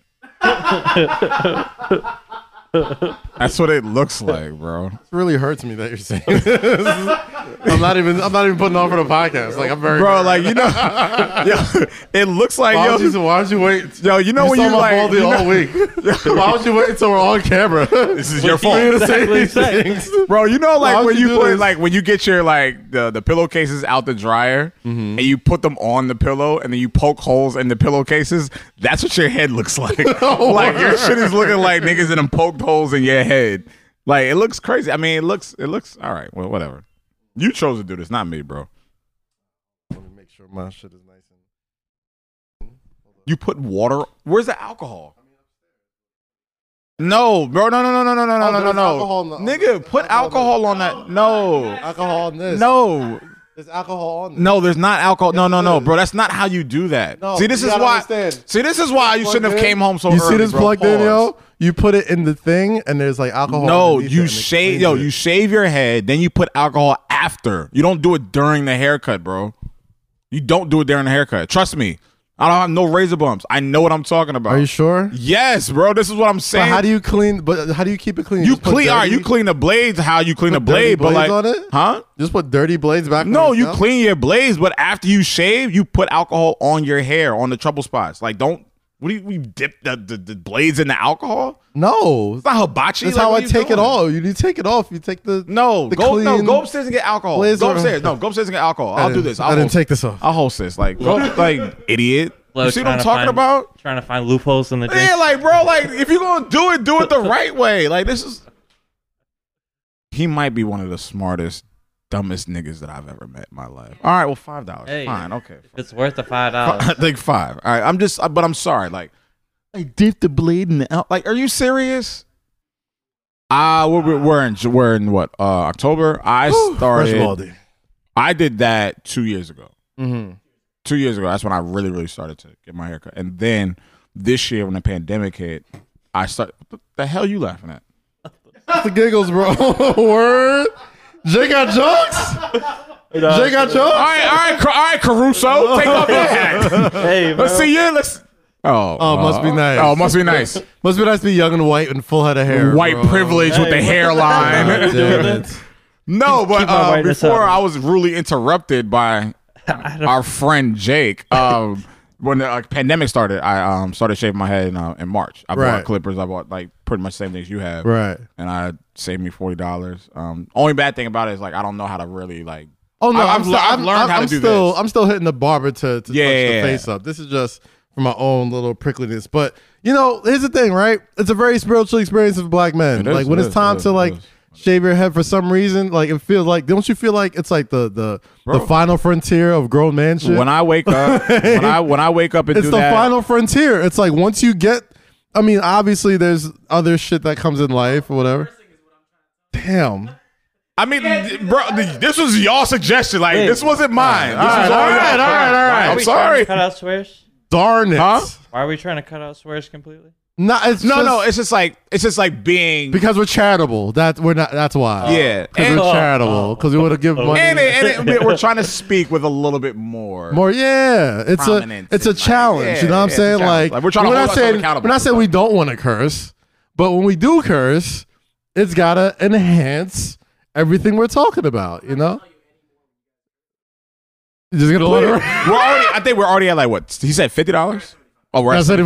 Speaker 2: That's what it looks like, bro.
Speaker 1: It really hurts me that you're saying. this. <laughs> I'm not even. I'm not even putting on for the podcast. Like I'm very.
Speaker 2: Bro, like you know, <laughs> yo, it looks like
Speaker 1: why,
Speaker 2: yo,
Speaker 1: would you, why would you wait?
Speaker 2: yo, you know
Speaker 1: You
Speaker 2: when
Speaker 1: saw
Speaker 2: you
Speaker 1: my
Speaker 2: like,
Speaker 1: baldy
Speaker 2: you know-
Speaker 1: all <laughs>
Speaker 2: <laughs>
Speaker 1: week. why would you wait until we're on <laughs> camera?
Speaker 2: this is your
Speaker 1: for you
Speaker 2: fault,
Speaker 1: to say
Speaker 3: Exactly
Speaker 1: these
Speaker 3: said.
Speaker 1: things? <laughs>
Speaker 2: bro. You know, like
Speaker 1: would
Speaker 2: when
Speaker 1: you
Speaker 2: you,
Speaker 1: do
Speaker 2: put
Speaker 1: this?
Speaker 2: like when you get your like the the pillowcases out the dryer
Speaker 1: Mm-hmm.
Speaker 2: and you put them on the pillow and then you poke holes in the pillowcases. That's what your head
Speaker 1: <laughs>
Speaker 2: looks <laughs> like.
Speaker 1: Oh
Speaker 2: like your shit is looking like niggas and them poked holes in your head. Like it looks crazy. I mean, it looks it looks all right. Well, whatever. You chose to do this, not me, bro.
Speaker 1: Let me make sure my shit is nice. And-
Speaker 2: You put water. Where's the alcohol? No, bro. No, no, no, no, no, no,
Speaker 1: Oh,
Speaker 2: no, no,
Speaker 1: there's
Speaker 2: no.
Speaker 1: alcohol in the-
Speaker 2: Nigga, put alcohol on that. No,
Speaker 1: alcohol on this.
Speaker 2: no.
Speaker 1: there's alcohol on this.
Speaker 2: No, there's not alcohol. No,
Speaker 1: Yes,
Speaker 2: no,
Speaker 1: it
Speaker 2: no,
Speaker 1: is.
Speaker 2: bro. That's not how you do that.
Speaker 1: No,
Speaker 2: see, this
Speaker 1: you
Speaker 2: is
Speaker 1: gotta
Speaker 2: why.
Speaker 1: understand.
Speaker 2: See, this is why you shouldn't have
Speaker 1: Plugged in.
Speaker 2: came home so
Speaker 1: you
Speaker 2: early.
Speaker 1: see this
Speaker 2: bro.
Speaker 1: plugged in,
Speaker 2: Pause.
Speaker 1: yo? You put it in the thing, and there's like alcohol.
Speaker 2: No,
Speaker 1: underneath it
Speaker 2: you
Speaker 1: and it
Speaker 2: shave.
Speaker 1: cleans
Speaker 2: Yo,
Speaker 1: it.
Speaker 2: you shave your head, then you put alcohol after. You don't do it during the haircut, bro. You don't do it during the haircut. Trust me. I don't have no razor bumps. I know what I'm talking about.
Speaker 1: Are you sure?
Speaker 2: Yes, bro. This is what I'm
Speaker 1: But
Speaker 2: saying.
Speaker 1: how do you clean? But how do you keep it clean?
Speaker 2: you
Speaker 1: Just put
Speaker 2: clean? All right,
Speaker 1: dirty-
Speaker 2: you clean the blades. How you clean the
Speaker 1: Put dirty
Speaker 2: blade? But like,
Speaker 1: blades on it?
Speaker 2: huh?
Speaker 1: Just put dirty blades back. on
Speaker 2: No, you
Speaker 1: yourself?
Speaker 2: clean your blades, but after you shave, you put alcohol on your hair on the trouble spots. Like, don't what do you, we dip the, the, the blades in the alcohol?
Speaker 1: No,
Speaker 2: It's not hibachi.
Speaker 1: that's
Speaker 2: Like,
Speaker 1: how
Speaker 2: what
Speaker 1: I
Speaker 2: are you
Speaker 1: take it
Speaker 2: doing?
Speaker 1: all. You need to take it off. You take the
Speaker 2: No,
Speaker 1: The
Speaker 2: go no,
Speaker 1: clean-
Speaker 2: go upstairs and get alcohol.
Speaker 1: Blades
Speaker 2: Go
Speaker 1: are-
Speaker 2: upstairs. No, go upstairs and get alcohol. I'll do
Speaker 1: didn't-
Speaker 2: this.
Speaker 1: I
Speaker 2: I'll
Speaker 1: didn't
Speaker 2: host-
Speaker 1: take this off.
Speaker 2: <laughs> I'll host this. Like, go, <laughs> like idiot.
Speaker 3: Low,
Speaker 2: you see what
Speaker 3: trying
Speaker 2: I'm
Speaker 3: to
Speaker 2: talking
Speaker 3: find-
Speaker 2: about?
Speaker 3: Trying to find loopholes in the drink.
Speaker 2: Yeah, like bro, like if you're gonna do it, do it the right way. Like this is. <laughs> He might be one of the smartest, dumbest niggas that I've ever met in my life. All right, well, five dollars.
Speaker 3: Hey.
Speaker 2: Fine, okay.
Speaker 3: If it's worth the five
Speaker 2: I
Speaker 3: dollars.
Speaker 2: think five. All right, I'm just, but I'm sorry. Like, I dipped the blade in the. out- Like, are you serious? Ah, we're, we're- we're in we're in what uh October. I
Speaker 1: Fresh
Speaker 2: started.
Speaker 1: Baldy.
Speaker 2: I did that two years ago.
Speaker 1: Mm-hmm.
Speaker 2: Two years ago, that's when I really really started to get my haircut. And then this year, when the pandemic hit, I started. What the hell you laughing at?
Speaker 1: The giggles, bro. <laughs> Word. Jay got jokes. Jay got
Speaker 2: All
Speaker 1: jokes.
Speaker 2: right, all right, Ca- all right, Caruso, take off your
Speaker 1: <laughs>
Speaker 2: hat.
Speaker 3: hey, bro.
Speaker 2: Let's see you. Let's. Oh,
Speaker 1: Oh, must be
Speaker 2: uh,
Speaker 1: nice.
Speaker 2: Oh, must be nice.
Speaker 1: Must be nice to be young and white and full head of <laughs> hair.
Speaker 2: White
Speaker 1: bro.
Speaker 2: privilege with the
Speaker 3: Hey.
Speaker 1: <laughs>
Speaker 2: hairline. <laughs>
Speaker 1: God damn it.
Speaker 2: No, but
Speaker 3: my
Speaker 2: uh,
Speaker 3: whiteness
Speaker 2: before
Speaker 3: up.
Speaker 2: I was really
Speaker 1: <laughs>
Speaker 2: interrupted by our friend Jake. Um, when the uh, pandemic started, I um, started shaving my head in, uh, in March. I
Speaker 1: Right.
Speaker 2: bought clippers. I bought like pretty much same things you have,
Speaker 1: Right.
Speaker 2: and I saved me forty dollars. Um, only bad thing about it is like I don't know how to really like.
Speaker 1: Oh no,
Speaker 2: I-
Speaker 1: I,
Speaker 2: I've
Speaker 1: am
Speaker 2: le- I've
Speaker 1: I'm,
Speaker 2: learned
Speaker 1: I'm,
Speaker 2: how to
Speaker 1: I'm
Speaker 2: do
Speaker 1: still,
Speaker 2: this.
Speaker 1: I'm still hitting the barber to, to
Speaker 2: Yeah,
Speaker 1: touch
Speaker 2: yeah,
Speaker 1: the
Speaker 2: yeah.
Speaker 1: face up. This is just for my own little prickliness. But you know, here's the thing, right? It's a very spiritual experience for black men.
Speaker 2: It is,
Speaker 1: like when
Speaker 2: it
Speaker 1: it's
Speaker 2: is,
Speaker 1: time
Speaker 2: it is,
Speaker 1: to
Speaker 2: it
Speaker 1: like
Speaker 2: is.
Speaker 1: shave your head for some reason, like it feels like don't you feel like it's like the the, the
Speaker 2: Bro.
Speaker 1: final frontier of grown man shit?
Speaker 2: When I
Speaker 1: <laughs>
Speaker 2: wake up, when I when I wake up and
Speaker 1: it's
Speaker 2: do
Speaker 1: the
Speaker 2: that,
Speaker 1: final frontier. It's like once you get, I mean, obviously there's other shit that comes in life or whatever. Damn.
Speaker 2: I mean, bro, th- this was y'all suggestion. Like this wasn't mine. This was all y'all.
Speaker 1: all right, all
Speaker 3: Why are
Speaker 2: I'm
Speaker 3: we trying to
Speaker 2: sorry.
Speaker 3: Cut out swears.
Speaker 1: Darn it.
Speaker 2: Huh?
Speaker 3: Why are we trying to cut out swears completely?
Speaker 1: Not it's
Speaker 2: No,
Speaker 1: just
Speaker 2: no, it's just like it's just like being
Speaker 1: because we're charitable. That we're not. That's why.
Speaker 2: yeah,
Speaker 1: Because
Speaker 2: and, Oh,
Speaker 1: we're charitable. Because we want to give money.
Speaker 2: and, it,
Speaker 1: <laughs>
Speaker 2: and it, we're trying to speak with a little bit more.
Speaker 1: More, yeah. It's a
Speaker 2: Prominence
Speaker 1: it's a
Speaker 2: and, like,
Speaker 1: challenge. you know
Speaker 2: yeah,
Speaker 1: what I'm
Speaker 2: it's a
Speaker 1: saying?
Speaker 2: challenge.
Speaker 1: Like,
Speaker 2: Like, we're trying to
Speaker 1: we're
Speaker 2: hold
Speaker 1: not
Speaker 2: ourselves
Speaker 1: saying
Speaker 2: accountable
Speaker 1: we're not
Speaker 2: for
Speaker 1: saying we don't want to curse, but when we do curse, it's gotta enhance everything we're talking about. You know. You're just gonna let her.
Speaker 2: we're already, I think we're already at like what he said, fifty dollars. Oh, we're
Speaker 1: That's $75?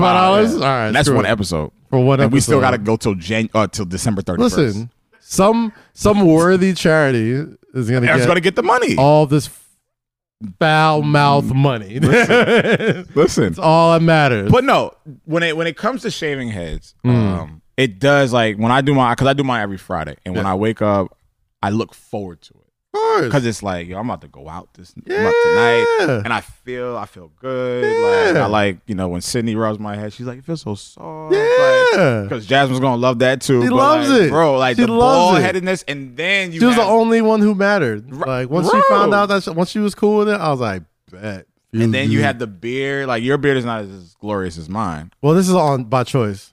Speaker 2: $75,
Speaker 1: All right,
Speaker 2: And that's
Speaker 1: screw
Speaker 2: one
Speaker 1: it.
Speaker 2: episode.
Speaker 1: For one
Speaker 2: and we still
Speaker 1: episode.
Speaker 2: got to go till Jan uh, till December thirty first.
Speaker 1: Listen, some some worthy charity is gonna
Speaker 2: Eric's
Speaker 1: get
Speaker 2: gonna get the money.
Speaker 1: all this foul mouth money. <laughs> That's
Speaker 2: Listen,
Speaker 1: all that matters.
Speaker 2: but no, when it when it comes to shaving heads,
Speaker 1: Mm.
Speaker 2: um, it does like when I do my because I do mine every Friday, and when I wake up, I look forward to it
Speaker 1: Of course.
Speaker 2: because it's like yo, I'm about to go out this I'm out tonight,
Speaker 1: <laughs> Yeah.
Speaker 2: and I feel I feel good. Like
Speaker 1: Yeah.
Speaker 2: I like you know when Sydney rubs my head, she's like it feels so soft. Like,
Speaker 1: yeah.
Speaker 2: because Jasmine's gonna love that too.
Speaker 1: She
Speaker 2: but,
Speaker 1: loves
Speaker 2: like,
Speaker 1: it.
Speaker 2: bro. Like
Speaker 1: She
Speaker 2: the ball
Speaker 1: loves it.
Speaker 2: headedness, and then you
Speaker 1: she was the
Speaker 2: have-
Speaker 1: only one who mattered. Like once she found
Speaker 2: bro.
Speaker 1: out that she, once she was cool with it, I was like, bet.
Speaker 2: and then
Speaker 1: Mm-hmm.
Speaker 2: you had the beard. Like your beard is not as glorious as mine.
Speaker 1: well, this is on by choice.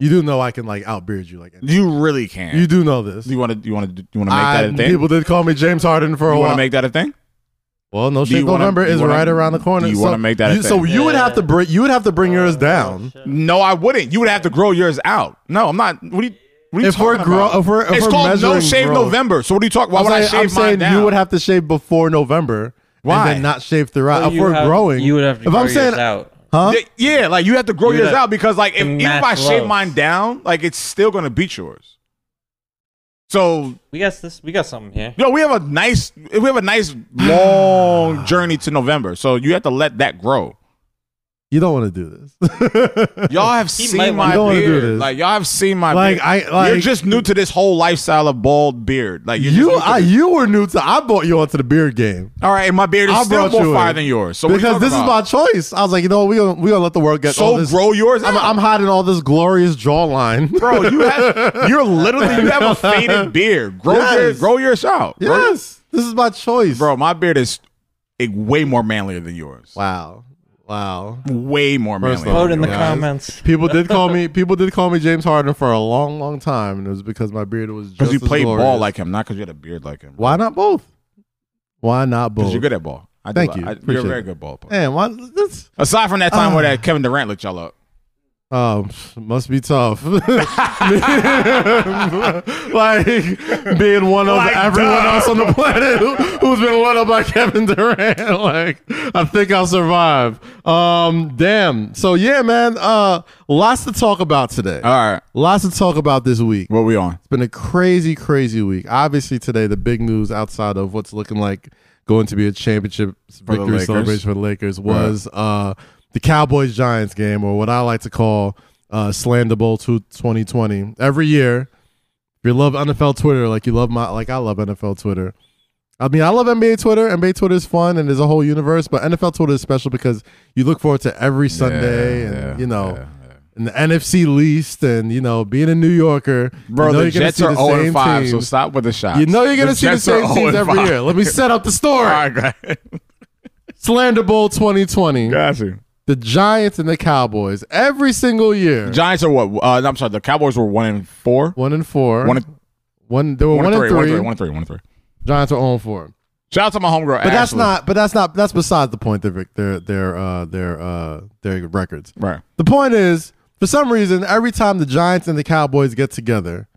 Speaker 1: You do know I can like outbeard you, like
Speaker 2: You really can.
Speaker 1: you do know this.
Speaker 2: Do you want to? You want to? You want to make
Speaker 1: I,
Speaker 2: that a thing?
Speaker 1: people did call me James Harden for a
Speaker 2: you want
Speaker 1: while.
Speaker 2: to make that a thing?
Speaker 1: Well, no
Speaker 2: Do you
Speaker 1: shit.
Speaker 2: wanna-
Speaker 1: November
Speaker 2: do you
Speaker 1: is
Speaker 2: wanna-
Speaker 1: right around the corner.
Speaker 2: do you
Speaker 1: so
Speaker 2: wanna make that a
Speaker 1: so
Speaker 2: thing? Oh,
Speaker 1: you would have to
Speaker 3: Yeah.
Speaker 1: bring you would have to bring
Speaker 3: Oh,
Speaker 1: yours down.
Speaker 2: No, I wouldn't. You would have to grow yours out. No, I'm not. What do you? What are you
Speaker 1: If we're
Speaker 2: talking
Speaker 1: grow-
Speaker 2: about?
Speaker 1: if we're- if
Speaker 2: it's
Speaker 1: we're
Speaker 2: called No
Speaker 1: measuring
Speaker 2: Shave
Speaker 1: growth.
Speaker 2: November. So what are you talking? Why
Speaker 1: I'm
Speaker 2: would I
Speaker 1: saying,
Speaker 2: shave
Speaker 1: I'm saying
Speaker 2: mine down?
Speaker 1: you would have to shave before November.
Speaker 2: Why?
Speaker 1: And then not shave throughout.
Speaker 3: So
Speaker 1: if
Speaker 3: you
Speaker 1: we're
Speaker 3: have-
Speaker 1: growing,
Speaker 3: you would have to
Speaker 1: if
Speaker 3: grow
Speaker 1: I'm saying,
Speaker 3: yours out.
Speaker 1: huh?
Speaker 2: Yeah, yeah, like you have to grow
Speaker 3: You
Speaker 2: yours
Speaker 3: have
Speaker 2: out because like if
Speaker 3: to
Speaker 2: even if I
Speaker 3: match
Speaker 2: shave
Speaker 3: lows.
Speaker 2: mine down, like it's still gonna beat yours. So
Speaker 3: We got this. We got something here.
Speaker 2: Yo, we have a nice we have a nice
Speaker 1: <sighs>
Speaker 2: long journey to November. So you have to let that grow.
Speaker 1: You don't want to do this. <laughs>
Speaker 2: Y'all have
Speaker 3: He might
Speaker 2: seen
Speaker 3: wanna-
Speaker 2: my
Speaker 3: You don't
Speaker 1: wanna do
Speaker 2: beard.
Speaker 1: this.
Speaker 2: Like y'all have seen my
Speaker 1: Like,
Speaker 2: beard.
Speaker 1: I- like-
Speaker 2: you're just new to this whole lifestyle of bald beard. Like you're just
Speaker 1: you,
Speaker 2: new to
Speaker 1: I,
Speaker 2: this.
Speaker 1: you were new to. I bought you onto the beard game
Speaker 2: all right, and my beard is
Speaker 1: I
Speaker 2: still
Speaker 1: brought
Speaker 2: more
Speaker 1: you
Speaker 2: fire
Speaker 1: in.
Speaker 2: than yours. So
Speaker 1: because this is my choice. I was like, you know, we gonna we gonna let the world get all
Speaker 2: so
Speaker 1: this.
Speaker 2: grow yours out.
Speaker 1: I'm, I'm hiding all this glorious jawline.
Speaker 2: Bro, you
Speaker 1: <laughs>
Speaker 2: have <laughs> you're literally you have a faded beard. Grow
Speaker 1: Yes.
Speaker 2: your, grow yours out. Grow your-
Speaker 1: yes, this is my choice,
Speaker 2: Bro, my beard is eh, way more manlier than yours.
Speaker 1: Wow, wow.
Speaker 2: Way more
Speaker 1: First off,
Speaker 2: manlier. than
Speaker 3: Vote in the
Speaker 2: yours.
Speaker 1: guys.
Speaker 3: comments.
Speaker 1: People did call me. People did call me James Harden for a long, long time, and it was because my beard was
Speaker 2: Because
Speaker 1: because
Speaker 2: you played ball like him, not because you had a beard like him.
Speaker 1: Why not both? Why not both?
Speaker 2: Because you're good at ball. I do
Speaker 1: Thank
Speaker 2: like-
Speaker 1: you.
Speaker 2: I- you're a
Speaker 1: Appreciate
Speaker 2: very
Speaker 1: it.
Speaker 2: good ball player.
Speaker 1: Man, why this?
Speaker 2: Aside from that time where
Speaker 1: Ah.
Speaker 2: that Kevin Durant looked y'all up.
Speaker 1: Um, must be tough. <laughs> like being one of
Speaker 2: Like,
Speaker 1: everyone
Speaker 2: duh.
Speaker 1: else on the planet who, who's been one up by Kevin Durant. <laughs> like, I think I'll survive. Um, damn. So yeah, man. Uh, lots to talk about today.
Speaker 2: All right.
Speaker 1: lots to talk about this week.
Speaker 2: What we on?
Speaker 1: It's been a crazy, crazy week. Obviously, today the big news outside of what's looking like going to be a championship
Speaker 2: the
Speaker 1: victory
Speaker 2: Lakers.
Speaker 1: celebration for the Lakers was uh, the Cowboys Giants game, or what I like to call uh, Slander Bowl 2 2020. Every year, if you love NFL Twitter, like you love my, like I love NFL Twitter. I mean, I love NBA Twitter. NBA Twitter is fun, and there's a whole universe. But NFL Twitter is special because you look forward to every Sunday, and
Speaker 2: yeah,
Speaker 1: you know
Speaker 2: yeah, yeah.
Speaker 1: and the NFC least, and you know, being a New Yorker,
Speaker 2: Bro,
Speaker 1: you know
Speaker 2: the
Speaker 1: you're gonna
Speaker 2: Jets
Speaker 1: see
Speaker 2: are
Speaker 1: the
Speaker 2: 0
Speaker 1: same
Speaker 2: 5, so
Speaker 1: teams.
Speaker 2: stop with the shots.
Speaker 1: you know, you're gonna
Speaker 2: The
Speaker 1: see the
Speaker 2: Jets are
Speaker 1: same
Speaker 2: 0
Speaker 1: teams
Speaker 2: and
Speaker 1: every
Speaker 2: 5.
Speaker 1: year. Let me set up the
Speaker 2: All <laughs>
Speaker 1: story.
Speaker 2: right,
Speaker 1: <laughs>
Speaker 2: guys.
Speaker 1: Slander Bowl 2020,
Speaker 2: Got you.
Speaker 1: the Giants and the Cowboys every single year,
Speaker 2: Giants are what? Uh, I'm sorry. The Cowboys were 1 and 4.
Speaker 1: one and four,
Speaker 2: One and-
Speaker 1: one, they were
Speaker 2: 1
Speaker 1: one,
Speaker 2: and
Speaker 1: and
Speaker 2: 3. 1 and 3.
Speaker 1: three.
Speaker 2: 1 and 3. 1 and 3.
Speaker 1: Giants are on four,
Speaker 2: Shout out to my homegirl.
Speaker 1: but that's not, but that's not, that's beside the point. Their their their uh, their uh, their records.
Speaker 2: Right.
Speaker 1: The point is, for some reason, every time the Giants and the Cowboys get together,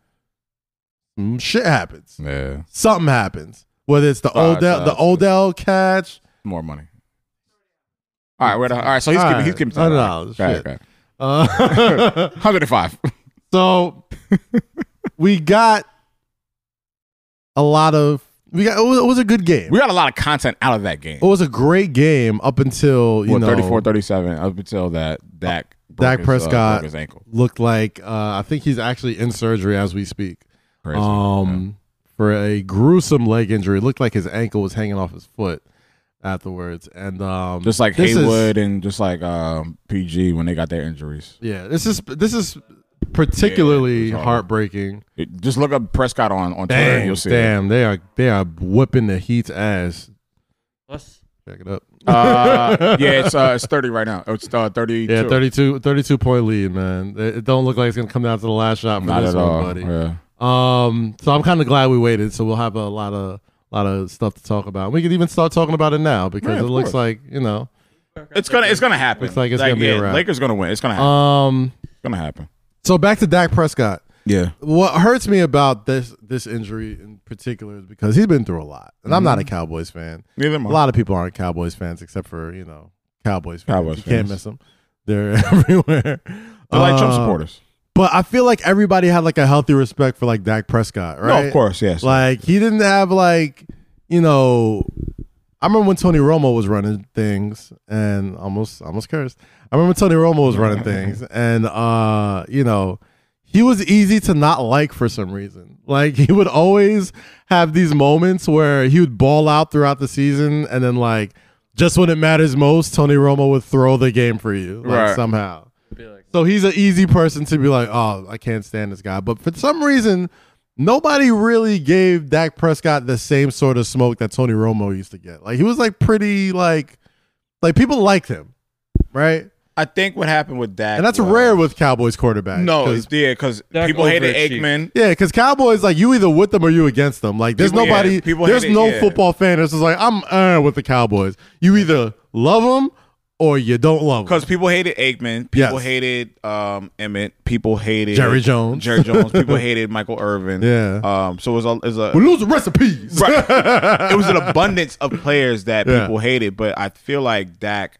Speaker 1: mm, shit happens.
Speaker 2: Yeah.
Speaker 1: something happens. Whether it's the
Speaker 2: Five
Speaker 1: Odell, the
Speaker 2: thousand.
Speaker 1: Odell catch,
Speaker 2: More money. All right. We're at, all right. So he's
Speaker 1: All
Speaker 2: keeping.
Speaker 1: right.
Speaker 2: He's keeping.
Speaker 1: I know,
Speaker 2: Right,
Speaker 1: shit.
Speaker 2: right.
Speaker 1: uh, <laughs>
Speaker 2: 105.
Speaker 1: so we got a lot of we got. It was, it was a good game.
Speaker 2: <laughs> We got a lot of content out of that game.
Speaker 1: It was a great game up until you
Speaker 2: Well,
Speaker 1: know
Speaker 2: 34 37 up until that Dak broke
Speaker 1: Dak
Speaker 2: his, uh,
Speaker 1: Prescott.
Speaker 2: broke his ankle.
Speaker 1: looked like uh, I think he's actually in surgery as we speak.
Speaker 2: Crazy.
Speaker 1: Um, for a gruesome leg injury, it looked like his ankle was hanging off his foot afterwards, and um,
Speaker 2: Yeah. Just like
Speaker 1: this is-
Speaker 2: Haywood and just like um, PG when they got their injuries.
Speaker 1: yeah, this is this is particularly
Speaker 2: Yeah, it's hard.
Speaker 1: heartbreaking.
Speaker 2: It- just look up Prescott on, on Twitter.
Speaker 1: Damn,
Speaker 2: You'll see. it.
Speaker 1: damn, they are they are whipping the Heat's ass.
Speaker 3: What's
Speaker 1: Back it up. <laughs>
Speaker 2: Uh, yeah, it's uh, it's thirty right now. It's uh, thirty.
Speaker 1: Yeah, 32, 32 point lead, man. It, it don't look like it's gonna come down to the last shot for
Speaker 2: Not
Speaker 1: this
Speaker 2: at
Speaker 1: one,
Speaker 2: all.
Speaker 1: buddy.
Speaker 2: Yeah.
Speaker 1: Um, so I'm kind of glad we waited. So we'll have a lot of lot of stuff to talk about. We could even start talking about it now because
Speaker 2: Yeah,
Speaker 1: it
Speaker 2: of
Speaker 1: looks
Speaker 2: course.
Speaker 1: like you know.
Speaker 2: It's gonna it's gonna happen.
Speaker 1: Looks like it's gonna be a wrap.
Speaker 2: Lakers gonna win. It's gonna happen.
Speaker 1: Um,
Speaker 2: it's gonna happen.
Speaker 1: so back to Dak Prescott.
Speaker 2: Yeah.
Speaker 1: What hurts me about this this injury in particular is because he's been through a lot, and I'm
Speaker 2: Mm-hmm.
Speaker 1: not a Cowboys fan.
Speaker 2: Neither am
Speaker 1: A
Speaker 2: I.
Speaker 1: lot of people aren't Cowboys fans, except for you know Cowboys fans.
Speaker 2: Cowboys
Speaker 1: you can't
Speaker 2: fans.
Speaker 1: miss them; they're <laughs> everywhere.
Speaker 2: They're like Trump
Speaker 1: Uh,
Speaker 2: supporters.
Speaker 1: But I feel like everybody had like a healthy respect for like Dak Prescott, right?
Speaker 2: No, of course, yes.
Speaker 1: Like he didn't have like you know. I remember when Tony Romo was running things and almost almost cursed. I remember Tony Romo was running
Speaker 2: <laughs>
Speaker 1: things and uh you know he was easy to not like for some reason. Like he would always have these moments where he would ball out throughout the season and then like just when it matters most, Tony Romo would throw the game for you like
Speaker 2: Right.
Speaker 1: somehow. So he's an easy person to be like, oh, I can't stand this guy. But for some reason, nobody really gave Dak Prescott the same sort of smoke that Tony Romo used to get. Like he was like pretty like like people liked him, right?
Speaker 2: I think what happened with Dak,
Speaker 1: And that's
Speaker 2: was-
Speaker 1: rare with Cowboys quarterbacks.
Speaker 2: No, it's,
Speaker 1: 'cause-
Speaker 2: yeah, because
Speaker 3: Dak
Speaker 2: people hated
Speaker 3: overachieved.
Speaker 2: Aikman.
Speaker 1: yeah, because Cowboys like you either with them or you against them. Like there's
Speaker 2: People- yeah,
Speaker 1: nobody,
Speaker 2: people
Speaker 1: there's
Speaker 2: hate it,
Speaker 1: no
Speaker 2: yeah.
Speaker 1: football fan that's just like I'm uh, with the Cowboys. You either love them or you don't love them.
Speaker 2: Because people hated Aikman, people
Speaker 1: Yes.
Speaker 2: hated um, Emmett, people hated
Speaker 1: Jerry Jones. <laughs>
Speaker 2: Jerry Jones, people hated Michael Irvin.
Speaker 1: Yeah.
Speaker 2: Um. So it was a, it was a
Speaker 1: we lose the recipes. <laughs>
Speaker 2: Right. it was an abundance of players that
Speaker 1: Yeah.
Speaker 2: people hated, but I feel like Dak.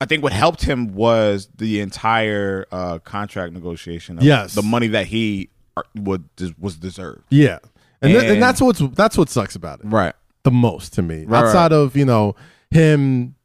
Speaker 2: I think what helped him was the entire uh, contract negotiation. Of
Speaker 1: Yes.
Speaker 2: the money that he uh, would was deserved.
Speaker 1: Yeah, and th- and
Speaker 2: And-
Speaker 1: that's what's that's what sucks about it
Speaker 2: Right.
Speaker 1: the most to me.
Speaker 2: Right,
Speaker 1: Outside of you know him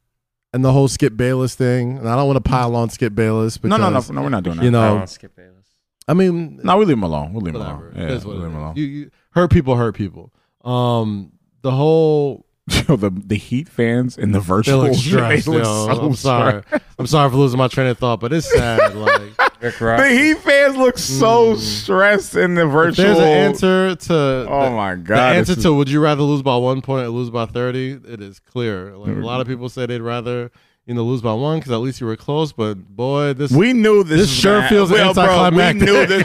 Speaker 1: and the whole Skip Bayless thing, and I don't want to pile on Skip Bayless because
Speaker 2: No, no, no, no. We're not doing that.
Speaker 1: you
Speaker 3: I
Speaker 1: know
Speaker 3: want to skip Bayless.
Speaker 1: I mean
Speaker 2: No, we leave him alone. We leave him
Speaker 1: whatever
Speaker 2: alone.
Speaker 1: It
Speaker 2: Yeah,
Speaker 1: is
Speaker 2: we
Speaker 1: what
Speaker 2: leave
Speaker 1: it
Speaker 2: him
Speaker 1: is.
Speaker 2: alone.
Speaker 1: You, you hurt people, hurt people. Um, the whole
Speaker 2: <laughs> Yo, the the Heat fans and the
Speaker 1: they
Speaker 2: virtual.
Speaker 1: look
Speaker 2: they
Speaker 1: stressed.
Speaker 2: look
Speaker 1: yo.
Speaker 2: so
Speaker 1: I'm sorry. I'm sorry for losing my train of thought, but it's
Speaker 2: <laughs>
Speaker 1: sad. Like
Speaker 3: Rick
Speaker 2: The
Speaker 3: Ross.
Speaker 2: Heat fans look so stressed in the
Speaker 1: Hmm. if
Speaker 2: virtual.
Speaker 1: there's an answer to
Speaker 2: Oh my
Speaker 1: The
Speaker 2: god!
Speaker 1: answer
Speaker 2: this is-
Speaker 1: to would you rather lose by one point or lose by 30? It is clear. Like, a lot of people say they'd rather, you know, lose by one because at least you were close. But boy, this
Speaker 2: we knew this.
Speaker 1: this
Speaker 2: was
Speaker 1: sure
Speaker 2: gonna
Speaker 1: feels
Speaker 2: happen. Well, bro,
Speaker 1: anticlimactic.
Speaker 2: We
Speaker 1: <laughs>
Speaker 2: knew this.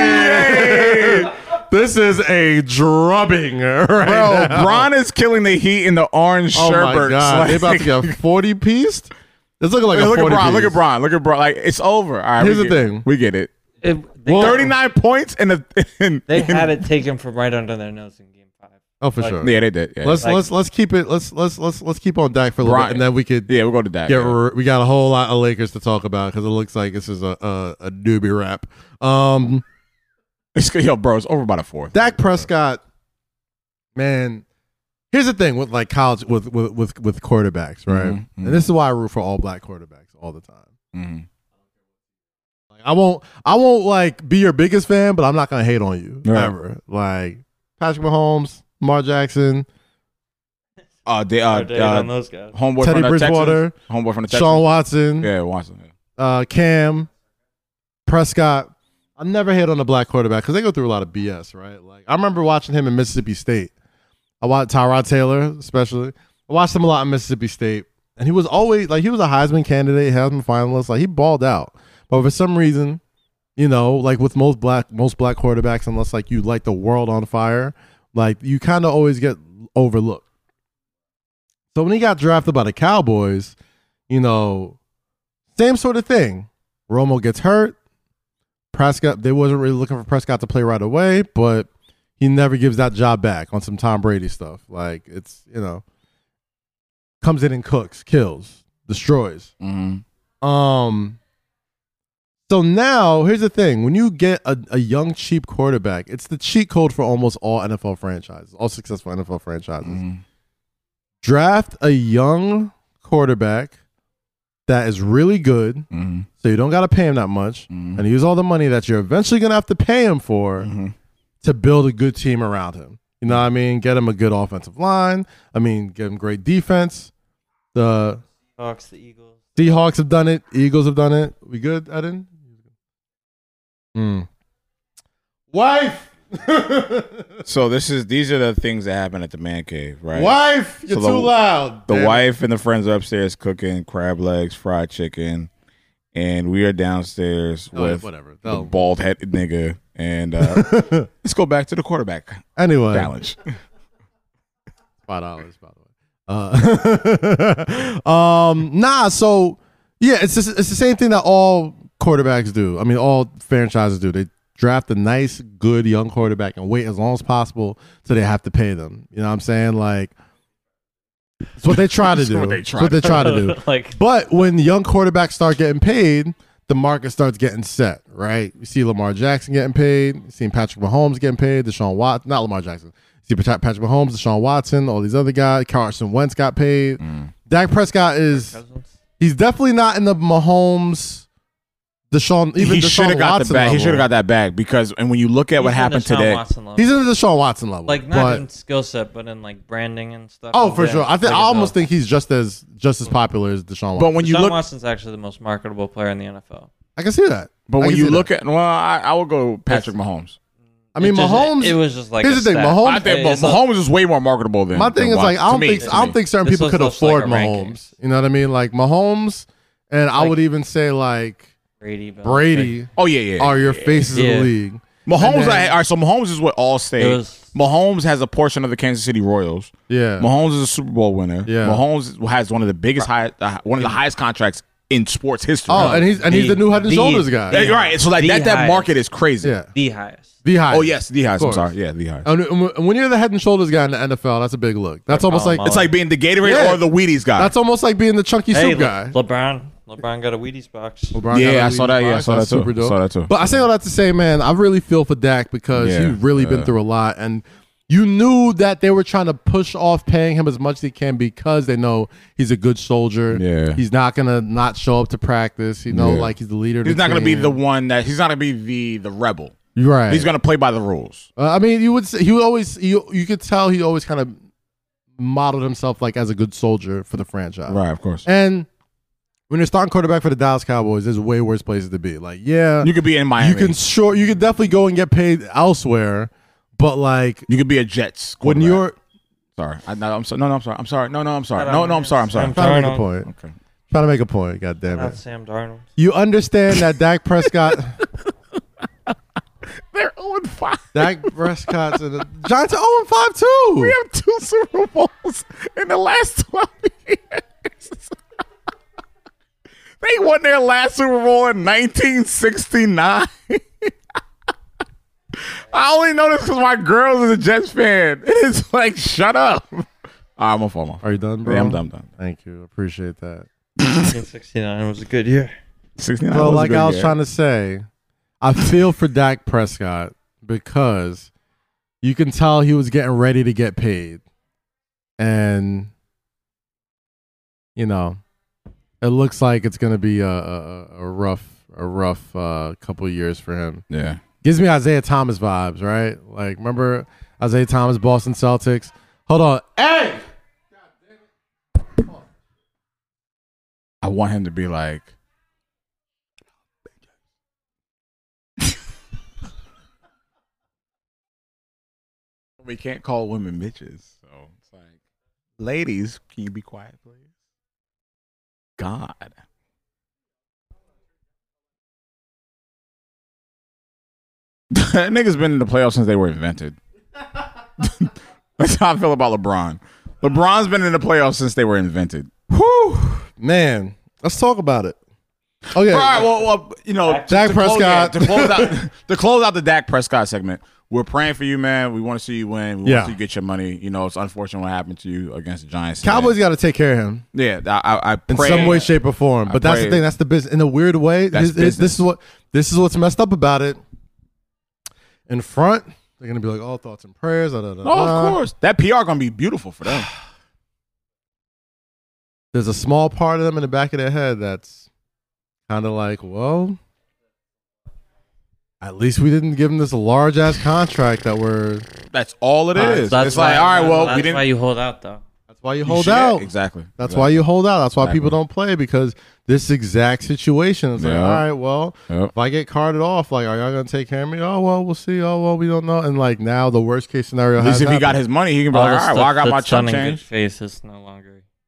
Speaker 2: Hey!
Speaker 1: this is a drubbing, right
Speaker 2: Bro,
Speaker 1: now.
Speaker 2: Bron is killing the Heat in the orange
Speaker 1: Oh my
Speaker 2: sherbert.
Speaker 1: god,
Speaker 2: Like-
Speaker 1: they about to get 40 pieced. It's looking like a
Speaker 2: look
Speaker 1: 40
Speaker 2: at Bron.
Speaker 1: piece.
Speaker 2: Look at Bron. Look at Bron. Like it's over. All right,
Speaker 1: Here's
Speaker 2: we
Speaker 1: the
Speaker 2: get it.
Speaker 1: thing.
Speaker 2: we get it.
Speaker 3: It- they,
Speaker 2: Thirty nine points and a. in-
Speaker 3: They
Speaker 2: in-
Speaker 3: had it taken from right under their nose in game five.
Speaker 1: Oh, for
Speaker 3: Like,
Speaker 1: sure.
Speaker 2: Yeah, they did. Yeah,
Speaker 1: Let's
Speaker 3: Like-
Speaker 1: let's let's keep it. Let's let's let's let's keep on Dak for a little bit,
Speaker 2: Bron-
Speaker 1: and then we could
Speaker 2: yeah, we're going to die.
Speaker 1: get r- we got a whole lot of Lakers to talk about because it looks like this is a a, a doobie wrap. Um,
Speaker 2: It's- yo, bro, it's over by the fourth.
Speaker 1: Dak Prescott, man. Here's the thing with like college with with with, with quarterbacks, right?
Speaker 2: Mhm, mhm.
Speaker 1: And this is why I root for all black quarterbacks all the time.
Speaker 2: Mhm.
Speaker 1: Like, I won't I won't like be your biggest fan, but I'm not gonna hate on you
Speaker 2: Right.
Speaker 1: ever. Like Patrick Mahomes, Lamar Jackson,
Speaker 2: Uh, they,
Speaker 3: Uh,
Speaker 2: uh,
Speaker 3: on
Speaker 2: uh,
Speaker 3: those guys.
Speaker 2: homeboy
Speaker 1: Teddy
Speaker 2: from the Texans.
Speaker 1: Bridgewater,
Speaker 2: Homeboy from the Texans.
Speaker 1: Sean Watson,
Speaker 2: Yeah, Watson. yeah.
Speaker 1: uh, Cam, Prescott. I never hit on a black quarterback because they go through a lot of BS, right? Like I remember watching him in Mississippi State. I watched Tyrod Taylor, especially. I watched him a lot in Mississippi State, and he was always like he was a Heisman candidate, Heisman finalist. Like he balled out, but for some reason, you know, like with most black most black quarterbacks, unless like you light the world on fire, like you kind of always get overlooked. So when he got drafted by the Cowboys, you know, same sort of thing. Romo gets hurt. Prescott, they wasn't really looking for Prescott to play right away, but he never gives that job back on some Tom Brady stuff. Like it's you know, comes in and cooks, kills, destroys.
Speaker 2: Mhm.
Speaker 1: Um. So now here's the thing: when you get a, a young cheap quarterback, it's the cheat code for almost all NFL franchises, all successful NFL franchises
Speaker 2: Mhm.
Speaker 1: draft a young quarterback that is really good,
Speaker 2: Mhm.
Speaker 1: so you don't got to pay him that much,
Speaker 2: Mhm.
Speaker 1: and use all the money that you're eventually going to have to pay him for
Speaker 2: Mhm.
Speaker 1: to build a good team around him. You know what I mean? Get him a good offensive line. I mean, get him great defense. The
Speaker 3: Hawks,
Speaker 1: <laughs>
Speaker 3: the Eagles.
Speaker 1: Seahawks have done it. Eagles have done it. We good, Eden? Mm. Hmm. Wife, <laughs>
Speaker 2: So this is these are the things that happen at the man cave, right?
Speaker 1: Wife, you're
Speaker 2: So the-
Speaker 1: too loud.
Speaker 2: The
Speaker 1: Damn it.
Speaker 2: wife and the friends are upstairs cooking crab legs, fried chicken, and we are downstairs
Speaker 1: Oh,
Speaker 2: with
Speaker 1: whatever.
Speaker 2: the
Speaker 1: Oh.
Speaker 2: bald headed nigga.
Speaker 1: <laughs>
Speaker 2: And uh, let's go back to the quarterback
Speaker 1: Anyway, <laughs>
Speaker 2: challenge.
Speaker 1: five dollars by the way. Uh, <laughs> um, nah. So yeah, it's just, it's the same thing that all quarterbacks do. I mean, all franchises do. They draft a nice, good young quarterback and wait as long as possible till they have to pay them. You know what I'm saying? Like, it's what they try to
Speaker 2: It's
Speaker 1: do.
Speaker 2: what they
Speaker 1: It's
Speaker 2: try
Speaker 1: what they try to
Speaker 2: <laughs>
Speaker 1: do.
Speaker 3: <laughs> like
Speaker 1: But when young quarterbacks start getting paid, the market starts getting set, right? You see Lamar Jackson getting paid, you see Patrick Mahomes getting paid, Deshaun Watson, not Lamar Jackson. You see Pat- Patrick Mahomes, Deshaun Watson, all these other guys, Carson Wentz got paid.
Speaker 2: Mm.
Speaker 1: Dak Prescott is
Speaker 3: cousins.
Speaker 1: he's definitely not in the Mahomes Deshaun even
Speaker 2: he should
Speaker 1: Deshaun
Speaker 2: have got the
Speaker 1: Watson
Speaker 2: bag. He
Speaker 1: level.
Speaker 2: should have got that bag because, and when you look at
Speaker 3: He's
Speaker 2: what
Speaker 3: in
Speaker 2: happened
Speaker 3: Deshaun
Speaker 2: today,
Speaker 3: Watson level.
Speaker 1: He's in the Deshaun Watson level.
Speaker 3: like not
Speaker 1: but-
Speaker 3: in skill set, but in like branding and stuff.
Speaker 1: Oh,
Speaker 3: like
Speaker 1: for
Speaker 3: that.
Speaker 1: sure. I think
Speaker 3: Like
Speaker 1: I
Speaker 3: his
Speaker 1: almost
Speaker 3: own-
Speaker 1: think he's just as just as popular as Deshaun Watson.
Speaker 2: but when you
Speaker 3: Deshaun
Speaker 2: look,
Speaker 3: Watson's actually the most marketable player in the NFL.
Speaker 1: I can see that. I
Speaker 2: but when
Speaker 1: can
Speaker 2: you
Speaker 1: see that.
Speaker 2: look at, well, I, I will go Patrick Mahomes.
Speaker 1: I mean
Speaker 3: It just-
Speaker 1: Mahomes
Speaker 3: It was just like
Speaker 1: here's
Speaker 3: a
Speaker 1: the thing,
Speaker 3: stat.
Speaker 1: Mahomes-
Speaker 2: I think
Speaker 3: It's not-
Speaker 2: Mahomes is way more marketable than
Speaker 1: My thing
Speaker 2: than
Speaker 1: is like
Speaker 2: Watson.
Speaker 1: I
Speaker 2: To
Speaker 1: don't
Speaker 2: me,
Speaker 1: think
Speaker 2: to
Speaker 1: I
Speaker 2: me.
Speaker 1: don't think certain
Speaker 3: This
Speaker 1: people
Speaker 3: was
Speaker 1: could
Speaker 3: looks
Speaker 1: afford
Speaker 3: like a ranking.
Speaker 1: Mahomes. You know what I mean? Like Mahomes, and I would even say like
Speaker 3: Brady. Bill.
Speaker 1: Brady
Speaker 2: Oh yeah, yeah.
Speaker 1: are your faces of
Speaker 3: Yeah.
Speaker 1: the league.
Speaker 2: Mahomes,
Speaker 1: And then-
Speaker 2: I, all right. So Mahomes is what all state.
Speaker 3: It was-
Speaker 2: Mahomes has a portion of the Kansas City Royals.
Speaker 1: Yeah,
Speaker 2: Mahomes is a Super Bowl winner.
Speaker 1: Yeah.
Speaker 2: Mahomes has one of the biggest, high, uh, one of the highest contracts in sports history.
Speaker 1: Oh, and he's and he's the new head and
Speaker 3: The-
Speaker 1: shoulders guy.
Speaker 2: Yeah, you're right. So like
Speaker 3: The
Speaker 2: that, that
Speaker 3: highest.
Speaker 2: market is crazy.
Speaker 1: Yeah,
Speaker 3: The highest.
Speaker 1: the highest.
Speaker 2: Oh yes, the highest. I'm
Speaker 1: course. Oh.
Speaker 2: sorry. Yeah, the highest.
Speaker 1: And when- and when you're the head and shoulders guy in the NFL, that's a big look. That's almost
Speaker 3: Paul
Speaker 1: like
Speaker 3: Mullen.
Speaker 2: It's like being the Gatorade
Speaker 1: Yeah.
Speaker 2: or the Wheaties guy.
Speaker 1: that's almost like being the chunky
Speaker 3: Hey,
Speaker 1: soup guy. Oh,
Speaker 3: Le- LeBron. LeBron got a Wheaties box.
Speaker 1: LeBron
Speaker 2: Yeah,
Speaker 1: got a
Speaker 2: I
Speaker 1: lead
Speaker 2: saw that.
Speaker 1: block.
Speaker 2: Yeah, I saw
Speaker 1: That's
Speaker 2: that too.
Speaker 1: super dope.
Speaker 2: Saw that too.
Speaker 1: But I say all that to say, man, I really feel for Dak because
Speaker 2: Yeah,
Speaker 1: he's really been
Speaker 2: yeah.
Speaker 1: through a lot, and you knew that they were trying to push off paying him as much as he can because they know he's a good soldier.
Speaker 2: Yeah.
Speaker 1: he's not gonna not show up to practice. You know,
Speaker 2: Yeah.
Speaker 1: like he's the leader. of
Speaker 2: he's
Speaker 1: the
Speaker 2: not going to be
Speaker 1: team.
Speaker 2: the one that he's not going to be the the rebel.
Speaker 1: right.
Speaker 2: He's going to play by the rules.
Speaker 1: Uh, I mean, you would say, he would always you you could tell he always kind of modeled himself like as a good soldier for the franchise.
Speaker 2: of course.
Speaker 1: and. When you're starting quarterback for the Dallas Cowboys, there's way worse places to be. Like, yeah,
Speaker 2: You could be in
Speaker 1: you
Speaker 2: Miami.
Speaker 1: can sure you can definitely go and get paid elsewhere, but like
Speaker 2: You could be a Jets.
Speaker 1: when you're
Speaker 2: quarterback. sorry, I, no, I'm sorry. No, no, I'm sorry. I'm sorry. No, no, I'm sorry. No, no, I'm sorry. I'm sorry.
Speaker 3: I'm
Speaker 1: trying to make a
Speaker 3: Darnold.
Speaker 1: point,
Speaker 2: Okay.
Speaker 1: trying to make a point, god damn
Speaker 3: Not
Speaker 1: it,
Speaker 3: Sam Darnold.
Speaker 1: you understand that Dak Prescott, <laughs>
Speaker 2: They're 0 5.
Speaker 1: Dak Prescott's in the Giants are 0 5 too.
Speaker 2: We have <laughs> two Super Bowls in the last 12 <laughs> years. they won their last Super Bowl in 1969. <laughs> I only know this because my girl is a Jets fan. <laughs> It is like, shut up. All right, I'm a phone off.
Speaker 1: Are you done, bro?
Speaker 2: Yeah, I'm done, I'm done.
Speaker 1: Thank you, appreciate that.
Speaker 3: 1969 was a good
Speaker 1: <laughs>
Speaker 3: year.
Speaker 2: 69
Speaker 1: So,
Speaker 2: was a
Speaker 1: like
Speaker 2: good
Speaker 1: I was
Speaker 2: year.
Speaker 1: trying to say, I feel for Dak Prescott because you can tell he was getting ready to get paid. And, you know, it looks like it's going to be a, a, a- a rough, a rough uh, couple of years for him.
Speaker 2: Yeah.
Speaker 1: Gives me Isaiah Thomas vibes, right? Like, remember Isaiah Thomas, Boston Celtics? Hold on. Hey!
Speaker 2: I want him to be like, <laughs> we can't call women bitches, so it's like, ladies, can you be quiet, please? God, <laughs> niggas been in the playoffs since they were invented. That's how I feel about LeBron. LeBron's been in the playoffs since they were invented.
Speaker 1: Whew. Man, let's talk about it. Okay.
Speaker 2: All right, well, well you know, to-
Speaker 1: Dak
Speaker 2: to close-
Speaker 1: Prescott.
Speaker 2: yeah, to, close out, to close out the Dak Prescott segment, we're praying for you, man. We want to see you win. We
Speaker 1: Yeah.
Speaker 2: want to see you get your money. You know, it's unfortunate what happened to you against the Giants. today.
Speaker 1: Cowboys got to take care of him.
Speaker 2: Yeah, I, I, I
Speaker 1: in
Speaker 2: pray-
Speaker 1: some way, shape, or form.
Speaker 2: I
Speaker 1: But that's the
Speaker 2: pray-
Speaker 1: thing. That's the business. In a weird way, his-
Speaker 2: That's
Speaker 1: his- this
Speaker 2: business.
Speaker 1: is what this is what's messed up about it. In front, they're gonna be like all thoughts and prayers. Da, da, da,
Speaker 2: Oh,
Speaker 1: da.
Speaker 2: of course. That PR gonna be beautiful for them.
Speaker 1: There's a small part of them in the back of their head that's kind of like, well, at least we didn't give them this large ass contract that we're.
Speaker 2: That's all it is.
Speaker 3: That's
Speaker 2: it's like, all right, well,
Speaker 3: that's
Speaker 2: we
Speaker 3: why
Speaker 2: didn't.
Speaker 3: you hold out though.
Speaker 1: That's That's why you hold
Speaker 2: should-
Speaker 1: out.
Speaker 2: Exactly.
Speaker 1: That's why you hold out. That's why
Speaker 2: Exactly.
Speaker 1: people don't play because this exact situation. It's like,
Speaker 2: Yeah.
Speaker 1: all right, well,
Speaker 2: Yep.
Speaker 1: if I get carted off, like, are y'all gonna take care of me? Oh well, we'll see. Oh well, we don't know. And like now, the worst case scenario.
Speaker 2: At least
Speaker 1: has
Speaker 2: if he got
Speaker 1: happened.
Speaker 2: his money, he can be
Speaker 3: All
Speaker 2: like, all
Speaker 3: the
Speaker 2: right, well, I
Speaker 3: stuff
Speaker 2: got my
Speaker 3: that's
Speaker 2: chunk
Speaker 3: done in good
Speaker 2: change.
Speaker 3: Faith, it's no longer.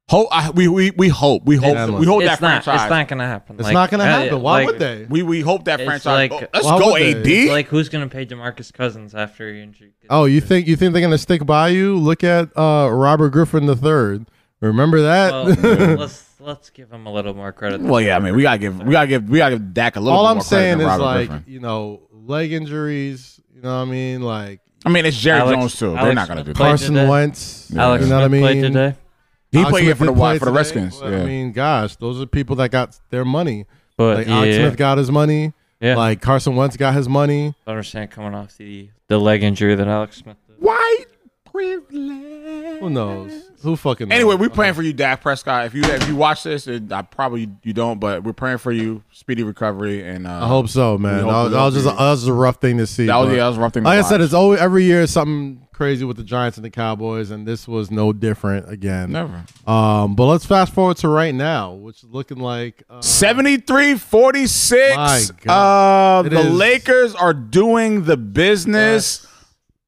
Speaker 2: Hope I, we, we we hope we hope
Speaker 1: It's-
Speaker 2: we hope that
Speaker 3: it's not.
Speaker 2: franchise.
Speaker 3: It's not gonna happen.
Speaker 1: It's
Speaker 3: Like,
Speaker 1: not gonna
Speaker 3: uh,
Speaker 1: happen. Why
Speaker 3: like-
Speaker 1: would they?
Speaker 2: we we hope that
Speaker 3: It's
Speaker 2: franchise.
Speaker 3: like-
Speaker 2: let's
Speaker 1: Why
Speaker 2: go,
Speaker 1: would they?
Speaker 2: AD.
Speaker 1: It's
Speaker 3: Like, who's gonna pay Demarcus Cousins after he injured?
Speaker 1: Oh, you think you think they're gonna stick by you? Look at uh, Robert Griffin III. Remember that? <laughs>
Speaker 3: Well, let's let's give him a little more credit.
Speaker 2: well, yeah. I mean, we gotta give we gotta give we gotta give Dak a little.
Speaker 1: All
Speaker 2: bit
Speaker 1: I'm
Speaker 2: more credit
Speaker 1: saying
Speaker 2: than
Speaker 1: is
Speaker 2: Robert
Speaker 1: like
Speaker 2: Griffin.
Speaker 1: you know leg injuries. You know what I mean? Like
Speaker 2: I mean, it's Jerry
Speaker 3: Alex-
Speaker 2: Jones too. They're
Speaker 3: Alex
Speaker 2: not gonna do that.
Speaker 3: Smith played
Speaker 1: Carson
Speaker 3: today.
Speaker 1: Wentz.
Speaker 3: Alex
Speaker 1: you know
Speaker 3: Smith
Speaker 1: what I mean?
Speaker 3: played today,
Speaker 2: He
Speaker 1: Alex
Speaker 2: played
Speaker 1: Smith
Speaker 2: it for the
Speaker 1: did play
Speaker 2: for the
Speaker 1: today,
Speaker 2: Redskins.
Speaker 1: but, I
Speaker 2: Yeah.
Speaker 1: mean, gosh, those are people that got their money.
Speaker 3: but
Speaker 1: Like
Speaker 3: yeah,
Speaker 1: Alex Smith got his money.
Speaker 3: yeah.
Speaker 1: Like Carson Wentz got his money.
Speaker 3: I understand coming off the the leg injury that Alex Smith did.
Speaker 2: White privilege.
Speaker 1: Who knows? Who fucking knows?
Speaker 2: Anyway, we're praying for you, Dak Prescott. If you if you watch this, it, I probably you don't, but we're praying for you, speedy recovery, and uh,
Speaker 1: I hope so, man.
Speaker 2: We
Speaker 1: That was,
Speaker 2: hope
Speaker 1: that was
Speaker 2: we
Speaker 1: just
Speaker 2: hope
Speaker 1: that was a rough thing to see.
Speaker 2: that was
Speaker 1: but-
Speaker 2: yeah, that was a rough thing. to
Speaker 1: like I said,
Speaker 2: watch.
Speaker 1: it's always every year is something crazy with the Giants and the Cowboys, and this was no different again.
Speaker 2: never
Speaker 1: Um, but let's fast forward to right now, which is looking like uh,
Speaker 2: 73-46.
Speaker 1: My God.
Speaker 2: Uh,
Speaker 1: It
Speaker 2: the
Speaker 1: is-
Speaker 2: Lakers are doing the business.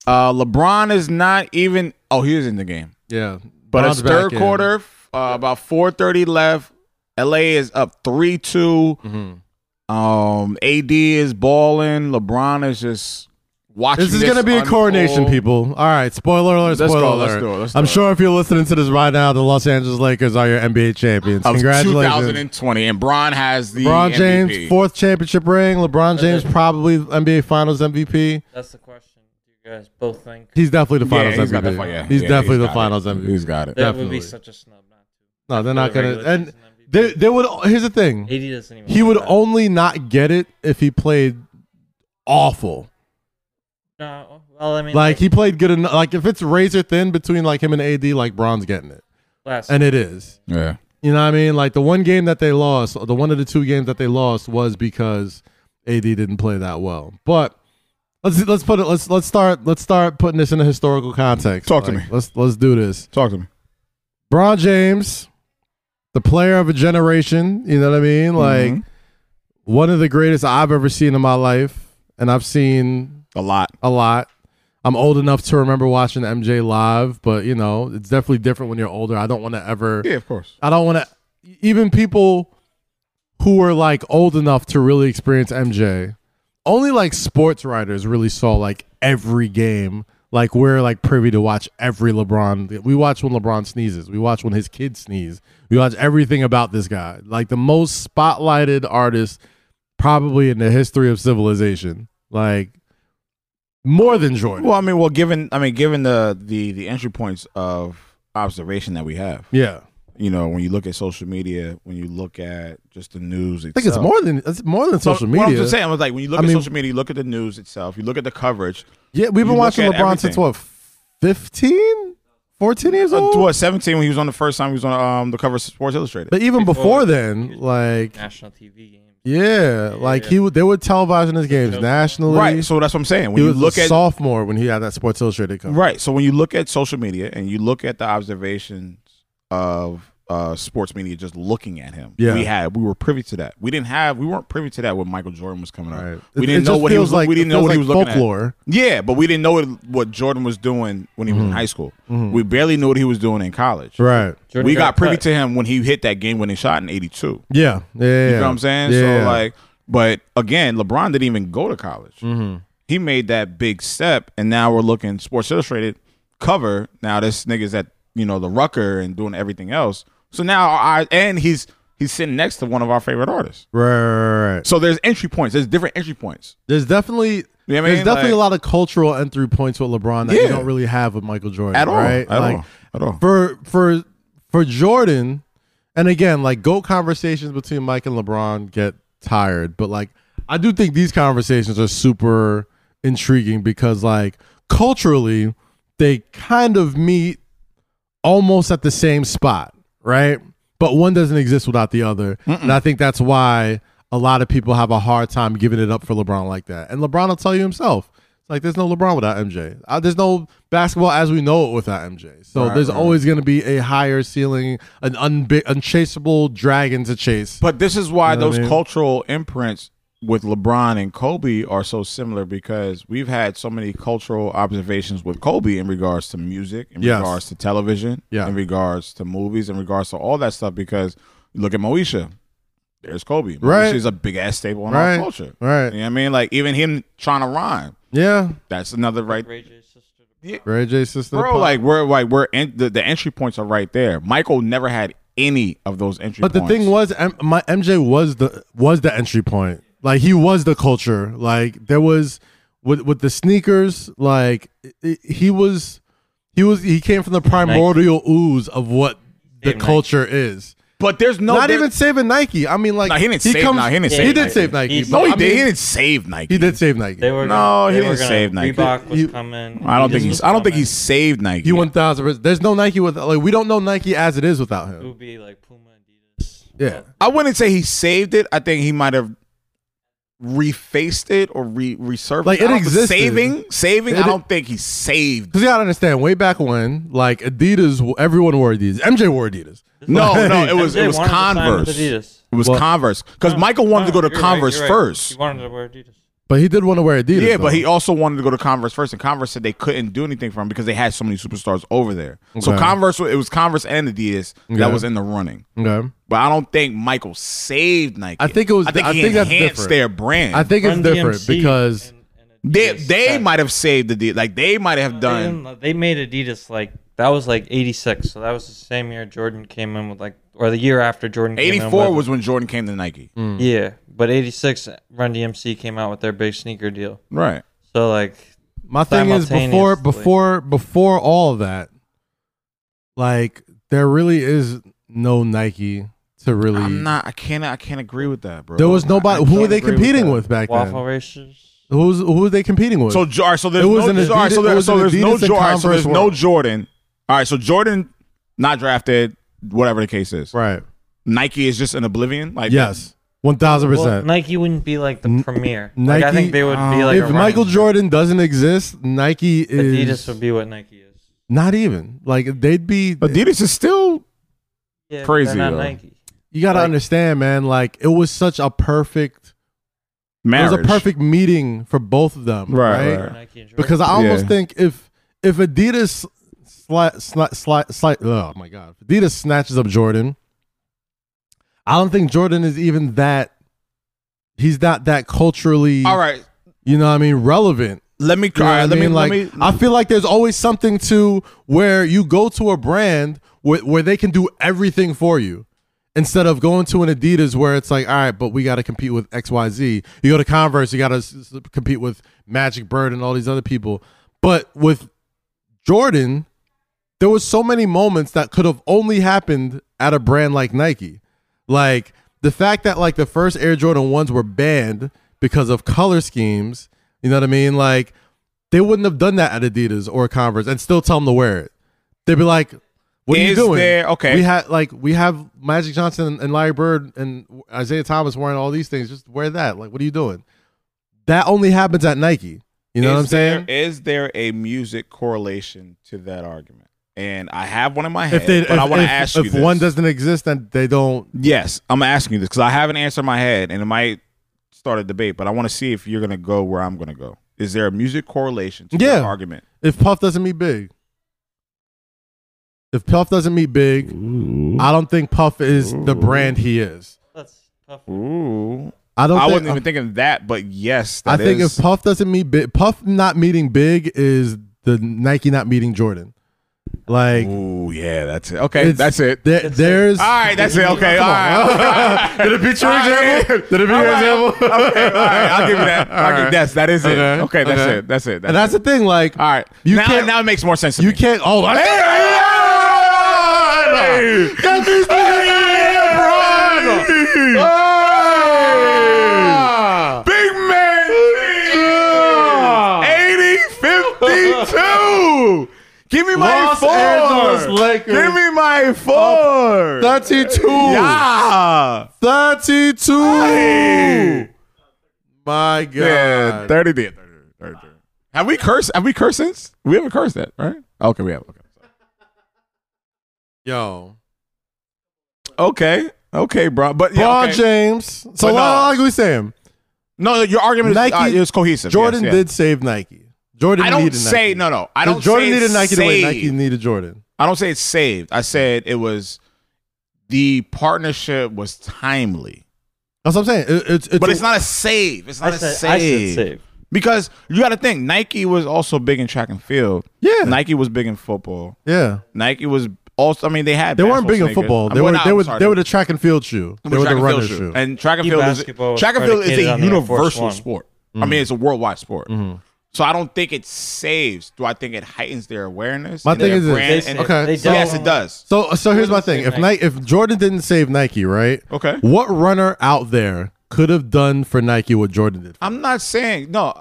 Speaker 2: Uh, LeBron is not even. Oh, he is in the game,
Speaker 1: yeah,
Speaker 2: but
Speaker 1: Bron's
Speaker 2: it's third
Speaker 1: back in.
Speaker 2: quarter. f- Uh, about four thirty left. LA is up three two.
Speaker 1: Mhm.
Speaker 2: Um, AD is balling. LeBron is just watching.
Speaker 1: This is going to be a
Speaker 2: unfold.
Speaker 1: coronation, people. All right, spoiler alert,
Speaker 2: Let's
Speaker 1: spoiler
Speaker 2: go.
Speaker 1: alert.
Speaker 2: Let's do it. Let's do
Speaker 1: I'm
Speaker 2: it.
Speaker 1: sure if you're listening to this right now, the Los Angeles Lakers are your NBA champions.
Speaker 2: Of
Speaker 1: Congratulations.
Speaker 2: 2020, and Bron has the
Speaker 1: LeBron James,
Speaker 2: MVP.
Speaker 1: fourth championship ring. LeBron James, probably NBA Finals MVP.
Speaker 3: That's the question. Do you guys both think
Speaker 1: He's definitely the Finals
Speaker 2: yeah, he's
Speaker 1: MVP.
Speaker 2: got the fi- yeah,
Speaker 1: he's
Speaker 2: yeah,
Speaker 1: definitely the
Speaker 2: got it.
Speaker 1: Finals MVP.
Speaker 2: He's got it.
Speaker 3: that would
Speaker 1: definitely.
Speaker 3: be such a snub? Not
Speaker 1: no,
Speaker 3: to.
Speaker 1: they're not
Speaker 3: For the
Speaker 1: going to.
Speaker 3: regular
Speaker 1: And
Speaker 3: season MVP.
Speaker 1: they, they would. Here's the thing.
Speaker 3: AD doesn't even.
Speaker 1: He
Speaker 3: want
Speaker 1: would
Speaker 3: that.
Speaker 1: only not get it if he played awful.
Speaker 3: No, well, I mean,
Speaker 1: Like he played good enough. Like if it's razor thin between like him and AD, like Bron's getting it,
Speaker 3: last
Speaker 1: and it is.
Speaker 2: Yeah.
Speaker 1: You know what I mean? Like the one game that they lost, the one of the two games that they lost was because AD didn't play that well. But let's let's put it let's let's start let's start putting this in a historical context.
Speaker 2: Talk to me.
Speaker 1: Let's let's do this.
Speaker 2: Talk to me.
Speaker 1: Bron James, the player of a generation, you know what I mean? Like
Speaker 2: Mhm.
Speaker 1: one of the greatest I've ever seen in my life, and I've seen
Speaker 2: A lot.
Speaker 1: a lot. I'm old enough to remember watching MJ live, but you know, it's definitely different when you're older. I don't want to ever
Speaker 2: Yeah, of course.
Speaker 1: I don't want to even people who were like old enough to really experience MJ. Only like sports writers really saw like every game. Like we're like privy to watch every LeBron. We watch when LeBron sneezes. We watch when his kids sneeze. We watch everything about this guy. Like the most spotlighted artist probably in the history of civilization. Like more than Jordan.
Speaker 2: Well, I mean, well, given I mean, given the the the entry points of observation that we have,
Speaker 1: yeah.
Speaker 2: you know, when you look at social media, when you look at just the news,
Speaker 1: I think it's more than it's more than social media.
Speaker 2: What I'm just saying, I was like, when you look
Speaker 1: I
Speaker 2: at
Speaker 1: mean-
Speaker 2: social media, you look at the news itself, you look at the coverage.
Speaker 1: Yeah, we've
Speaker 2: You
Speaker 1: been
Speaker 2: look
Speaker 1: watching
Speaker 2: at
Speaker 1: LeBron since
Speaker 2: everything.
Speaker 1: what, 15? 14 years
Speaker 2: Uh,
Speaker 1: old?
Speaker 2: what 17 when he was on the first time he was on um the cover of Sports Illustrated.
Speaker 1: But even before
Speaker 3: Before-
Speaker 1: then, like,
Speaker 3: national TV games.
Speaker 1: yeah, like he would they were televising his games
Speaker 3: Yeah.
Speaker 1: nationally.
Speaker 2: right. So that's what I'm saying. When
Speaker 1: he
Speaker 2: you
Speaker 1: was
Speaker 2: look
Speaker 1: a
Speaker 2: at
Speaker 1: sophomore when he had that Sports Illustrated cover.
Speaker 2: Right. So when you look at social media and you look at the observations of uh, sports media, just looking at him,
Speaker 1: Yeah.
Speaker 2: we had we were privy to that. We didn't have we weren't privy to that when Michael Jordan was coming
Speaker 1: Right.
Speaker 2: up. We
Speaker 1: It-
Speaker 2: didn't
Speaker 1: it
Speaker 2: know
Speaker 1: just
Speaker 2: what he
Speaker 1: feels
Speaker 2: was like, we didn't know
Speaker 1: feels
Speaker 2: what he
Speaker 1: like
Speaker 2: was looking
Speaker 1: folklore.
Speaker 2: at. Yeah, but we didn't know what, what Jordan was doing when he was in
Speaker 1: Mm-hmm.
Speaker 2: high school. We barely knew what he was doing in college.
Speaker 1: Right.
Speaker 3: Jordan
Speaker 2: We got privy
Speaker 3: cut.
Speaker 2: to him when he hit that game winning shot in '82.
Speaker 1: Yeah. Yeah. yeah.
Speaker 2: You know what I'm saying?
Speaker 1: Yeah.
Speaker 2: So like, but again, LeBron didn't even go to college.
Speaker 1: Mm-hmm.
Speaker 2: He made that big step, and now we're looking Sports Illustrated cover. Now this nigga's at you know the Rucker and doing everything else. So now I and he's he's sitting next to one of our favorite artists.
Speaker 1: Right, right, right, right.
Speaker 2: So there's entry points. There's different entry points.
Speaker 1: There's definitely
Speaker 2: You know what I mean?
Speaker 1: there's definitely
Speaker 2: Like-
Speaker 1: a lot of cultural entry points with LeBron that you
Speaker 2: Yeah.
Speaker 1: don't really have with Michael Jordan.
Speaker 2: At all.
Speaker 1: right?
Speaker 2: At
Speaker 1: Like,
Speaker 2: all. At all.
Speaker 1: for for for Jordan, and again, like go conversations between Mike and LeBron get tired, but like I do think these conversations are super intriguing because like culturally they kind of meet almost at the same spot, right? But one doesn't exist without the other. And I think that's why a lot of people have a hard time giving it up for LeBron like that. And LeBron will tell you himself. It's like there's no LeBron without MJ. Uh, there's no basketball as we know it without MJ. So
Speaker 2: Right,
Speaker 1: there's
Speaker 2: right.
Speaker 1: always going to be a higher ceiling, an unbi- unchaseable dragon to chase.
Speaker 2: But this is why
Speaker 1: You know what
Speaker 2: those
Speaker 1: I mean?
Speaker 2: cultural imprints with LeBron and Kobe are so similar because we've had so many cultural observations with Kobe in regards to music, in
Speaker 1: Yes.
Speaker 2: regards to television,
Speaker 1: Yeah.
Speaker 2: in regards to movies, in regards to all that stuff. Because look at Moesha, there's Kobe.
Speaker 1: Right.
Speaker 2: Moesha is a big ass staple in
Speaker 1: Right.
Speaker 2: our culture. You know
Speaker 1: right?
Speaker 2: what I mean? Like even him trying to rhyme,
Speaker 1: Yeah,
Speaker 2: that's another right.
Speaker 3: Ray J's sister.
Speaker 1: Ray J sister.
Speaker 2: Bro, like we're like we're in, the, the entry points are right there. Michael never had any of those entry
Speaker 1: but
Speaker 2: points.
Speaker 1: the thing was, M- my MJ was the was the entry point. Like he was the culture. Like there was with with the sneakers. Like it- it- he was, he was he came from the primordial ooze of what the
Speaker 3: Nike.
Speaker 1: culture is.
Speaker 2: but there's no
Speaker 1: Not
Speaker 2: there-
Speaker 1: even saving Nike. I mean, like
Speaker 2: Nah, he didn't save- nah, he didn't
Speaker 1: he
Speaker 2: save
Speaker 1: did
Speaker 2: Nike.
Speaker 1: save Nike.
Speaker 3: He's-
Speaker 1: but
Speaker 2: No, he
Speaker 1: I
Speaker 2: did.
Speaker 1: mean,
Speaker 2: he didn't save Nike.
Speaker 1: He did save Nike.
Speaker 3: They were
Speaker 2: No, he
Speaker 3: they
Speaker 2: didn't
Speaker 3: were gonna-
Speaker 2: save Nike.
Speaker 3: Reebok was
Speaker 1: You-
Speaker 3: coming.
Speaker 2: I don't
Speaker 3: Adidas
Speaker 2: think he's.
Speaker 3: was
Speaker 2: I don't think
Speaker 3: coming.
Speaker 2: he saved Nike.
Speaker 1: He one thousand percent. There's no Nike with like we don't know Nike as it is without
Speaker 3: It
Speaker 1: him.
Speaker 3: would be like Puma, Adidas.
Speaker 1: Yeah.
Speaker 2: I wouldn't say he saved it. I think he might have refaced it or re resurfaced.
Speaker 1: Like, it
Speaker 2: I don't-
Speaker 1: existed.
Speaker 2: Saving, saving.
Speaker 1: It-
Speaker 2: I don't think he
Speaker 1: <laughs>
Speaker 2: saved.
Speaker 1: Cause you gotta understand, way back when, like Adidas, everyone wore Adidas. MJ wore Adidas.
Speaker 2: No, no. It
Speaker 3: MJ
Speaker 2: was it was
Speaker 3: wanted to sign with
Speaker 2: Converse. It
Speaker 3: Adidas.
Speaker 2: was
Speaker 1: Well-
Speaker 2: Converse because Michael wanted to go to
Speaker 3: You're right,
Speaker 2: Converse
Speaker 3: you're right.
Speaker 2: first.
Speaker 3: He wanted to wear Adidas.
Speaker 1: But he did want to wear Adidas.
Speaker 2: Yeah, but
Speaker 1: though.
Speaker 2: he also wanted to go to Converse first, and Converse said they couldn't do anything for him because they had so many superstars over there. So
Speaker 1: Okay.
Speaker 2: Converse, it was Converse and Adidas
Speaker 1: Okay.
Speaker 2: that was in the running.
Speaker 1: Okay.
Speaker 2: But I don't think Michael saved Nike.
Speaker 1: I think it was-
Speaker 2: I think
Speaker 1: I
Speaker 2: he
Speaker 1: think that's
Speaker 2: enhanced
Speaker 1: different.
Speaker 2: their brand.
Speaker 1: I think it's
Speaker 3: Run
Speaker 1: different
Speaker 3: DMC
Speaker 1: because
Speaker 3: and- and
Speaker 2: they
Speaker 3: Adidas
Speaker 2: they
Speaker 3: back-
Speaker 2: might have saved the deal. Like they might have
Speaker 3: they
Speaker 2: done.
Speaker 3: didn't- They made Adidas like that was like '86, so that was the same year Jordan came in with like, or the year after Jordan. came in
Speaker 2: Eighty four
Speaker 3: with- Mm.
Speaker 2: was when Jordan came to Nike.
Speaker 3: yeah, but '86 Run DMC came out with their big sneaker deal.
Speaker 2: Right.
Speaker 3: So like,
Speaker 1: my thing is before
Speaker 3: Simultaneously.
Speaker 1: before before all of that, like there really is no Nike to really.
Speaker 2: I'm not. I can't. I can't agree with that, bro.
Speaker 1: there was
Speaker 2: I- I
Speaker 1: nobody. Uh, Who were
Speaker 2: can't
Speaker 1: they
Speaker 2: agree
Speaker 1: competing
Speaker 2: that.
Speaker 1: with, back
Speaker 3: waffle
Speaker 1: then?
Speaker 3: races.
Speaker 1: Who's who were they competing with?
Speaker 2: So Jar. So there's
Speaker 1: It was
Speaker 2: no.
Speaker 1: an
Speaker 2: Adidas, all right, so,
Speaker 1: Adidas-
Speaker 2: there,
Speaker 1: it was
Speaker 2: so
Speaker 1: an
Speaker 2: there's
Speaker 1: Adidas
Speaker 2: no
Speaker 1: and
Speaker 2: Jordan. So
Speaker 1: Converse
Speaker 2: there's no
Speaker 1: world.
Speaker 2: Jordan. All right. So Jordan, not drafted. Whatever the case is,
Speaker 1: right.
Speaker 2: Nike is just in oblivion. Like
Speaker 1: Yes. One thousand
Speaker 3: Well,
Speaker 1: percent.
Speaker 3: Nike wouldn't be like the
Speaker 1: N-
Speaker 3: premier. Like, I
Speaker 1: Nike- um,
Speaker 3: think they would be like
Speaker 1: if
Speaker 3: a
Speaker 1: Michael
Speaker 3: running-
Speaker 1: Jordan doesn't exist, Nike is
Speaker 3: Adidas would be what Nike is.
Speaker 1: not even like they'd be.
Speaker 2: Adidas is still.
Speaker 3: Yeah, but
Speaker 2: Crazy,
Speaker 3: They're not
Speaker 2: though.
Speaker 3: Nike.
Speaker 1: you gotta
Speaker 2: like-
Speaker 1: understand, man. Like it was such a perfect.
Speaker 2: Marriage.
Speaker 1: It was a perfect meeting for both of them,
Speaker 2: Right,
Speaker 1: right?
Speaker 2: right.
Speaker 3: They're Nike and Jordan.
Speaker 1: Because I
Speaker 2: Yeah.
Speaker 1: almost think if if Adidas sli- sli- sli- sli- oh my god, if Adidas snatches up Jordan, I don't think Jordan is even that. He's not that culturally,
Speaker 2: All right.
Speaker 1: you know what I mean, relevant.
Speaker 2: Let me.
Speaker 1: You
Speaker 2: all
Speaker 1: know
Speaker 2: right,
Speaker 1: what I
Speaker 2: let me.
Speaker 1: mean?
Speaker 2: Let
Speaker 1: Like,
Speaker 2: me.
Speaker 1: I feel like there's always something to where you go to a brand where, where they can do everything for you instead of going to an Adidas where it's like, all right, but we got to compete with XYZ. You go to Converse, you got to compete with Magic Bird and all these other people. But with Jordan, there was so many moments that could have only happened at a brand like Nike. Like the fact that like the first Air Jordan 1s were banned because of color schemes, you know what I mean? Like they wouldn't have done that at Adidas or Converse and still tell them to wear it. They'd be like, "What are you
Speaker 2: Is
Speaker 1: doing?"
Speaker 2: there- okay.
Speaker 1: we had like we have Magic Johnson and Larry Bird and Isaiah Thomas wearing all these things. Just wear that. Like, what are you doing? That only happens at Nike. You know what I'm
Speaker 2: Is there-
Speaker 1: saying?
Speaker 2: Is there a music correlation to that argument? And I have one in my head,
Speaker 1: If they,
Speaker 2: but I
Speaker 1: if-
Speaker 2: want to
Speaker 1: if-
Speaker 2: ask you
Speaker 1: if
Speaker 2: this.
Speaker 1: one doesn't exist, then they don't.
Speaker 2: yes, I'm asking you this because I have an answer in my head, and it might start a debate. But I want to see if you're going to go where I'm going to go. Is there a music correlation to
Speaker 1: Yeah.
Speaker 2: that argument?
Speaker 1: If Puff doesn't meet Big, if Puff doesn't meet Big, I don't think Puff is the brand he is.
Speaker 3: That's tough.
Speaker 2: Ooh,
Speaker 1: I don't.
Speaker 2: I
Speaker 1: think,
Speaker 2: wasn't even thinking that, but yes,
Speaker 1: I
Speaker 2: that
Speaker 1: think
Speaker 2: is-
Speaker 1: if Puff doesn't meet Big, Puff not meeting Big is the Nike not meeting Jordan. Like
Speaker 2: Ooh, yeah, that's it. Okay,
Speaker 1: it's-
Speaker 2: that's <laughs> it.
Speaker 1: there-
Speaker 3: That's it.
Speaker 1: there's
Speaker 2: All right, that's it. Okay, all
Speaker 1: Come
Speaker 2: right.
Speaker 1: <laughs> Did it beat your
Speaker 2: All right.
Speaker 1: example? Did it beat your
Speaker 2: All right.
Speaker 1: example?
Speaker 2: Okay, all right, I'll give you that.
Speaker 1: All
Speaker 2: I'll give-
Speaker 1: right.
Speaker 2: That's that is it.
Speaker 1: Okay,
Speaker 2: Okay, that's
Speaker 1: okay.
Speaker 2: it. That's it.
Speaker 1: and that's
Speaker 2: it.
Speaker 1: the thing. Like
Speaker 2: All right.
Speaker 1: you
Speaker 2: now,
Speaker 1: can't.
Speaker 2: now it makes more sense to
Speaker 1: you
Speaker 2: me.
Speaker 1: can't. Oh, like,
Speaker 2: Hey!
Speaker 1: <laughs> Got these niggas in here, bro. Ah.
Speaker 2: Big man! Eighty fifty-two. Give me my
Speaker 1: Los
Speaker 2: four.
Speaker 1: Angeles Lakers.
Speaker 2: Give me my four.
Speaker 1: 32.
Speaker 2: yeah.
Speaker 1: 32.
Speaker 2: Hey.
Speaker 1: My God.
Speaker 2: Yeah, 30 did. 30, 30, 30. Have we cursed? Have we cursed since? We haven't cursed that, right? Okay, we have. Okay.
Speaker 1: Yo.
Speaker 2: Okay. Okay, bro. But yeah,
Speaker 1: Braun
Speaker 2: okay.
Speaker 1: James. So
Speaker 2: But no.
Speaker 1: like we saying,
Speaker 2: no, no, your argument is
Speaker 1: Nike-
Speaker 2: uh, it was cohesive.
Speaker 1: Jordan
Speaker 2: Yes, yeah.
Speaker 1: did save Nike. Jordan
Speaker 2: I don't
Speaker 1: needed
Speaker 2: say
Speaker 1: Nike.
Speaker 2: no, no. I
Speaker 1: But
Speaker 2: don't.
Speaker 1: Jordan
Speaker 2: say
Speaker 1: needed
Speaker 2: it's
Speaker 1: Nike the way
Speaker 2: saved.
Speaker 1: Nike needed Jordan.
Speaker 2: I don't say it's saved. I said it was the partnership was timely,
Speaker 1: That's what I'm saying. It- it's, it's
Speaker 2: but it's not a save. It's
Speaker 3: I
Speaker 2: not a
Speaker 3: said,
Speaker 2: save.
Speaker 3: I said save.
Speaker 2: because you got to think Nike was also big in track and field.
Speaker 1: Yeah.
Speaker 2: Nike was big in football.
Speaker 1: Yeah.
Speaker 2: Nike was also. I mean, they had
Speaker 1: They weren't
Speaker 2: basketball
Speaker 1: big in
Speaker 2: sneakers. Uh,
Speaker 1: football. They
Speaker 2: Well,
Speaker 1: were
Speaker 2: no,
Speaker 1: they
Speaker 2: I'm
Speaker 1: were
Speaker 2: sorry.
Speaker 1: they were the track and field shoe. They
Speaker 2: Well,
Speaker 1: were
Speaker 2: track
Speaker 1: the
Speaker 2: and field
Speaker 1: runner
Speaker 2: shoe.
Speaker 1: shoe.
Speaker 2: And track and
Speaker 3: E-
Speaker 2: field
Speaker 3: basketball
Speaker 2: is track and field is
Speaker 3: predicated
Speaker 2: a
Speaker 3: on the Air Force
Speaker 2: universal
Speaker 3: One.
Speaker 2: sport.
Speaker 1: Mm-hmm.
Speaker 2: I mean, it's a worldwide sport. So I don't think it saves. Do I think it heightens their awareness?
Speaker 1: My
Speaker 2: and
Speaker 1: thing
Speaker 2: their
Speaker 1: is this.
Speaker 2: brand
Speaker 3: They
Speaker 2: and-
Speaker 3: save.
Speaker 1: okay,
Speaker 3: They
Speaker 1: so-
Speaker 2: yes, it
Speaker 3: definitely-
Speaker 2: does.
Speaker 1: So so here's my thing.
Speaker 3: Jordan
Speaker 1: If
Speaker 3: saved
Speaker 1: Nike, if Jordan didn't save Nike, right?
Speaker 2: Okay.
Speaker 1: What runner out there could have done for Nike what Jordan did?
Speaker 2: I'm not saying no.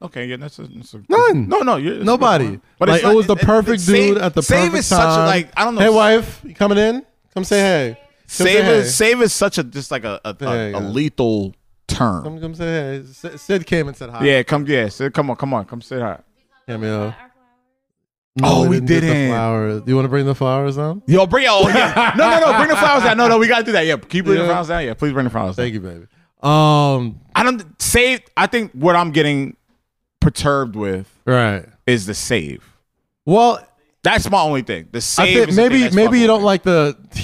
Speaker 2: Okay, yeah, that's, a, that's a,
Speaker 1: None.
Speaker 2: No, no, you're, it's a good
Speaker 1: Nobody.
Speaker 2: point.
Speaker 1: like
Speaker 2: it's not-
Speaker 1: it was the perfect
Speaker 2: save-
Speaker 1: dude at the
Speaker 2: save
Speaker 1: perfect
Speaker 2: is
Speaker 1: time.
Speaker 2: such a, like I don't know.
Speaker 1: Hey wife, you coming in? Come say hey. Come say
Speaker 2: save
Speaker 1: hey.
Speaker 2: is save is such a just like a a, a,
Speaker 1: Yeah, yeah.
Speaker 2: a lethal term.
Speaker 1: Come, come say hey. S- Sid came and said hi.
Speaker 2: Yeah, come yeah, sit, come on, come on, come sit high.
Speaker 1: Cameo.
Speaker 2: Oh, we
Speaker 1: get
Speaker 2: didn't.
Speaker 1: The flowers. Do you want to bring the flowers on?
Speaker 2: Yo, bring yo,
Speaker 1: <laughs>
Speaker 2: yeah. no, no, no, bring the flowers down. No, no, we gotta do that. Yeah, keep bringing
Speaker 1: Yeah.
Speaker 2: the flowers down. Yeah, please bring the flowers down.
Speaker 1: Thank you, baby. Um,
Speaker 2: I don't save. I think what I'm getting perturbed with
Speaker 1: right.
Speaker 2: is the save.
Speaker 1: Well,
Speaker 2: That's my only thing. The
Speaker 1: I
Speaker 2: save.
Speaker 1: think
Speaker 2: is the thing
Speaker 1: maybe
Speaker 2: that's
Speaker 1: maybe you
Speaker 2: fucking
Speaker 1: don't
Speaker 2: with me.
Speaker 1: like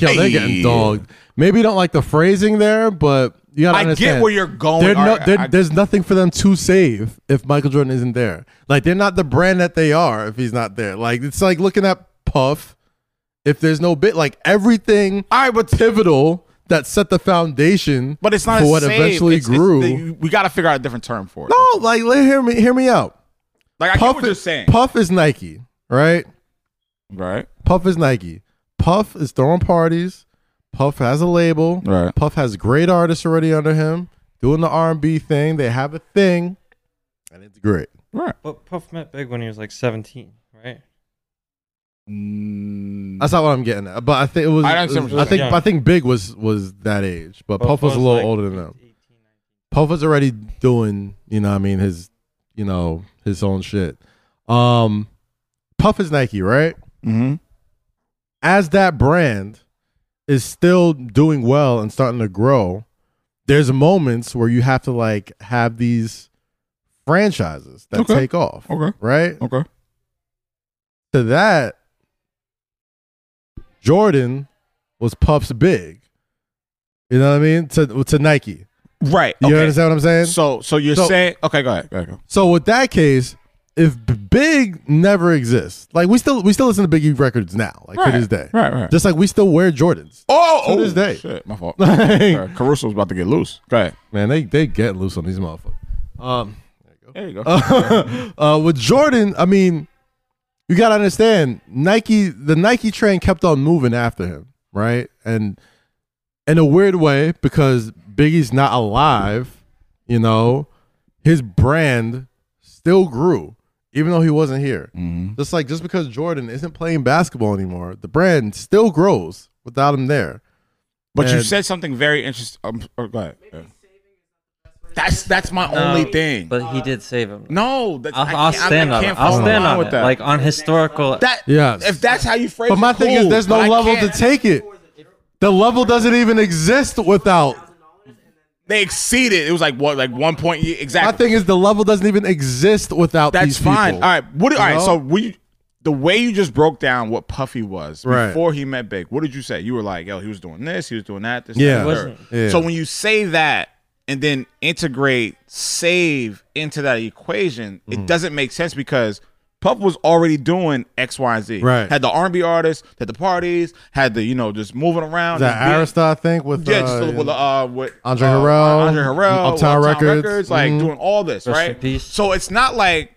Speaker 1: the yo, they're getting
Speaker 2: Hey.
Speaker 1: dogged. Maybe you don't like the phrasing there, but you gotta
Speaker 2: I
Speaker 1: understand.
Speaker 2: get where you're going.
Speaker 1: They're no,
Speaker 2: All right,
Speaker 1: they're-
Speaker 2: I-
Speaker 1: there's nothing for them to save if Michael Jordan isn't there. Like they're not the brand that they are if he's not there. Like it's like looking at Puff. If there's no bit, like everything
Speaker 2: all right, but
Speaker 1: pivotal that set the foundation,
Speaker 2: But it's not
Speaker 1: for
Speaker 2: a
Speaker 1: what
Speaker 2: save.
Speaker 1: eventually
Speaker 2: It's- it's-
Speaker 1: grew.
Speaker 2: the- we got to figure out a different term for it.
Speaker 1: no, like let- hear me, hear me out.
Speaker 2: like I get
Speaker 1: Puff
Speaker 2: what you're
Speaker 1: is
Speaker 2: saying,
Speaker 1: Puff is Nike, right?
Speaker 2: right?
Speaker 1: Puff is Nike. Puff is throwing parties. Puff has a label.
Speaker 2: Right.
Speaker 1: Puff has great artists already under him doing the R and B thing. They have a thing, and it's great.
Speaker 2: Right.
Speaker 3: But Puff met Big when he was like 17, right?
Speaker 1: That's not what I'm getting at. But I think it was.
Speaker 2: I
Speaker 1: I,
Speaker 2: don't see what you're
Speaker 1: think
Speaker 3: saying.
Speaker 1: I think Big was was that age, but Puff, was a little
Speaker 3: like,
Speaker 1: older than them.
Speaker 3: 18, 19.
Speaker 1: Puff was already doing, you know, what I mean his, you know, his own shit. Um, Puff is Nike, right?
Speaker 2: Mm-hmm.
Speaker 1: as that brand is still doing well and starting to grow, there's moments where you have to like have these franchises that
Speaker 2: Okay.
Speaker 1: take off,
Speaker 2: Okay.
Speaker 1: right?
Speaker 2: Okay.
Speaker 1: To that, Jordan was Puff's big. You know what I mean? To to Nike.
Speaker 2: Right.
Speaker 1: You understand what I'm saying?
Speaker 2: So, so you're
Speaker 1: So-
Speaker 2: saying? Okay, go ahead. Go ahead, go.
Speaker 1: So with that case, if B- Big never exists, like we still we still listen to Biggie records now, like
Speaker 2: Right.
Speaker 1: to this day,
Speaker 2: Right. Right.
Speaker 1: just like we still wear Jordans.
Speaker 2: oh,
Speaker 1: to
Speaker 2: oh,
Speaker 1: this day.
Speaker 2: Shit,
Speaker 1: <laughs>
Speaker 2: my fault.
Speaker 1: Like,
Speaker 2: Sorry, <laughs> Caruso's about to get loose. Go ahead.
Speaker 1: Man, they they get loose on these motherfuckers. <laughs> Um,
Speaker 2: There you go.
Speaker 1: uh, with Jordan, I mean, you gotta understand Nike. The Nike train kept on moving after him, right? And in a weird way, because Biggie's not alive, you know, his brand still grew, even though he wasn't here.
Speaker 2: Mm-hmm.
Speaker 1: Just like just because Jordan isn't playing basketball anymore, the brand still grows without him there.
Speaker 2: But you
Speaker 1: And-
Speaker 2: said something very interesting. Um, oh, go ahead. Yeah. That's that's my only thing.
Speaker 3: Um, But he did save him.
Speaker 2: no, that's,
Speaker 3: I'll,
Speaker 2: I
Speaker 3: I'll
Speaker 2: can't- I- I
Speaker 3: stand on it.
Speaker 2: can't
Speaker 3: I'll
Speaker 2: follow
Speaker 3: stand
Speaker 2: along
Speaker 3: on
Speaker 2: with
Speaker 3: it.
Speaker 2: that.
Speaker 3: Like on historical.
Speaker 2: that.
Speaker 1: Yes.
Speaker 2: If that's how you phrase.
Speaker 1: But my
Speaker 2: it,
Speaker 1: thing is,
Speaker 2: cool,
Speaker 1: there's no
Speaker 2: but I
Speaker 1: level to
Speaker 2: can't-
Speaker 1: take it. The level doesn't even exist without.
Speaker 2: They exceeded. It was like what, like one point yeah,
Speaker 1: My
Speaker 2: exactly.
Speaker 1: thing is, the level doesn't even exist without
Speaker 2: That's
Speaker 1: these
Speaker 2: fine.
Speaker 1: people.
Speaker 2: All right. What? All right.
Speaker 1: know?
Speaker 2: So we, the way you just broke down what Puffy was
Speaker 1: Right.
Speaker 2: before he met Big. What did you say? You were like, yo, he was doing this, he was doing that. This,
Speaker 1: Yeah.
Speaker 2: that, and the third.
Speaker 3: Wasn't.
Speaker 1: Yeah.
Speaker 2: So when you say that and then integrate save into that equation,
Speaker 1: Mm.
Speaker 2: it doesn't make sense because. Puff was already doing X, Y, and Z.
Speaker 1: Right.
Speaker 2: Had the R&B artists, had the parties, had the you know just moving around. just
Speaker 1: that
Speaker 2: being-
Speaker 1: Aristotle thing with
Speaker 2: yeah,
Speaker 1: uh,
Speaker 2: just with, uh, with
Speaker 1: Andre
Speaker 2: uh,
Speaker 1: Harrell,
Speaker 2: Andre Harrell,
Speaker 1: Uptown
Speaker 2: Uptown,
Speaker 1: Records.
Speaker 2: Records, like
Speaker 1: Mhm.
Speaker 2: doing all this,
Speaker 3: Rest in
Speaker 2: right?
Speaker 3: peace.
Speaker 2: So it's not like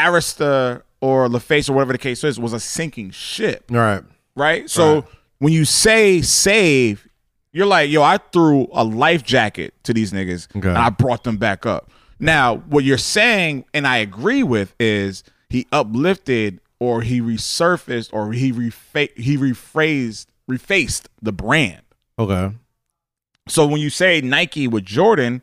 Speaker 2: Arista or LaFace or whatever the case is was a sinking ship,
Speaker 1: all right.
Speaker 2: right? So
Speaker 1: Right.
Speaker 2: when you say save, you're like, yo, I threw a life jacket to these niggas
Speaker 1: Okay.
Speaker 2: and I brought them back up. Now, what you're saying, and I agree with, is he uplifted or he resurfaced or he refa- he rephrased refaced the brand.
Speaker 1: Okay.
Speaker 2: So when you say Nike with Jordan,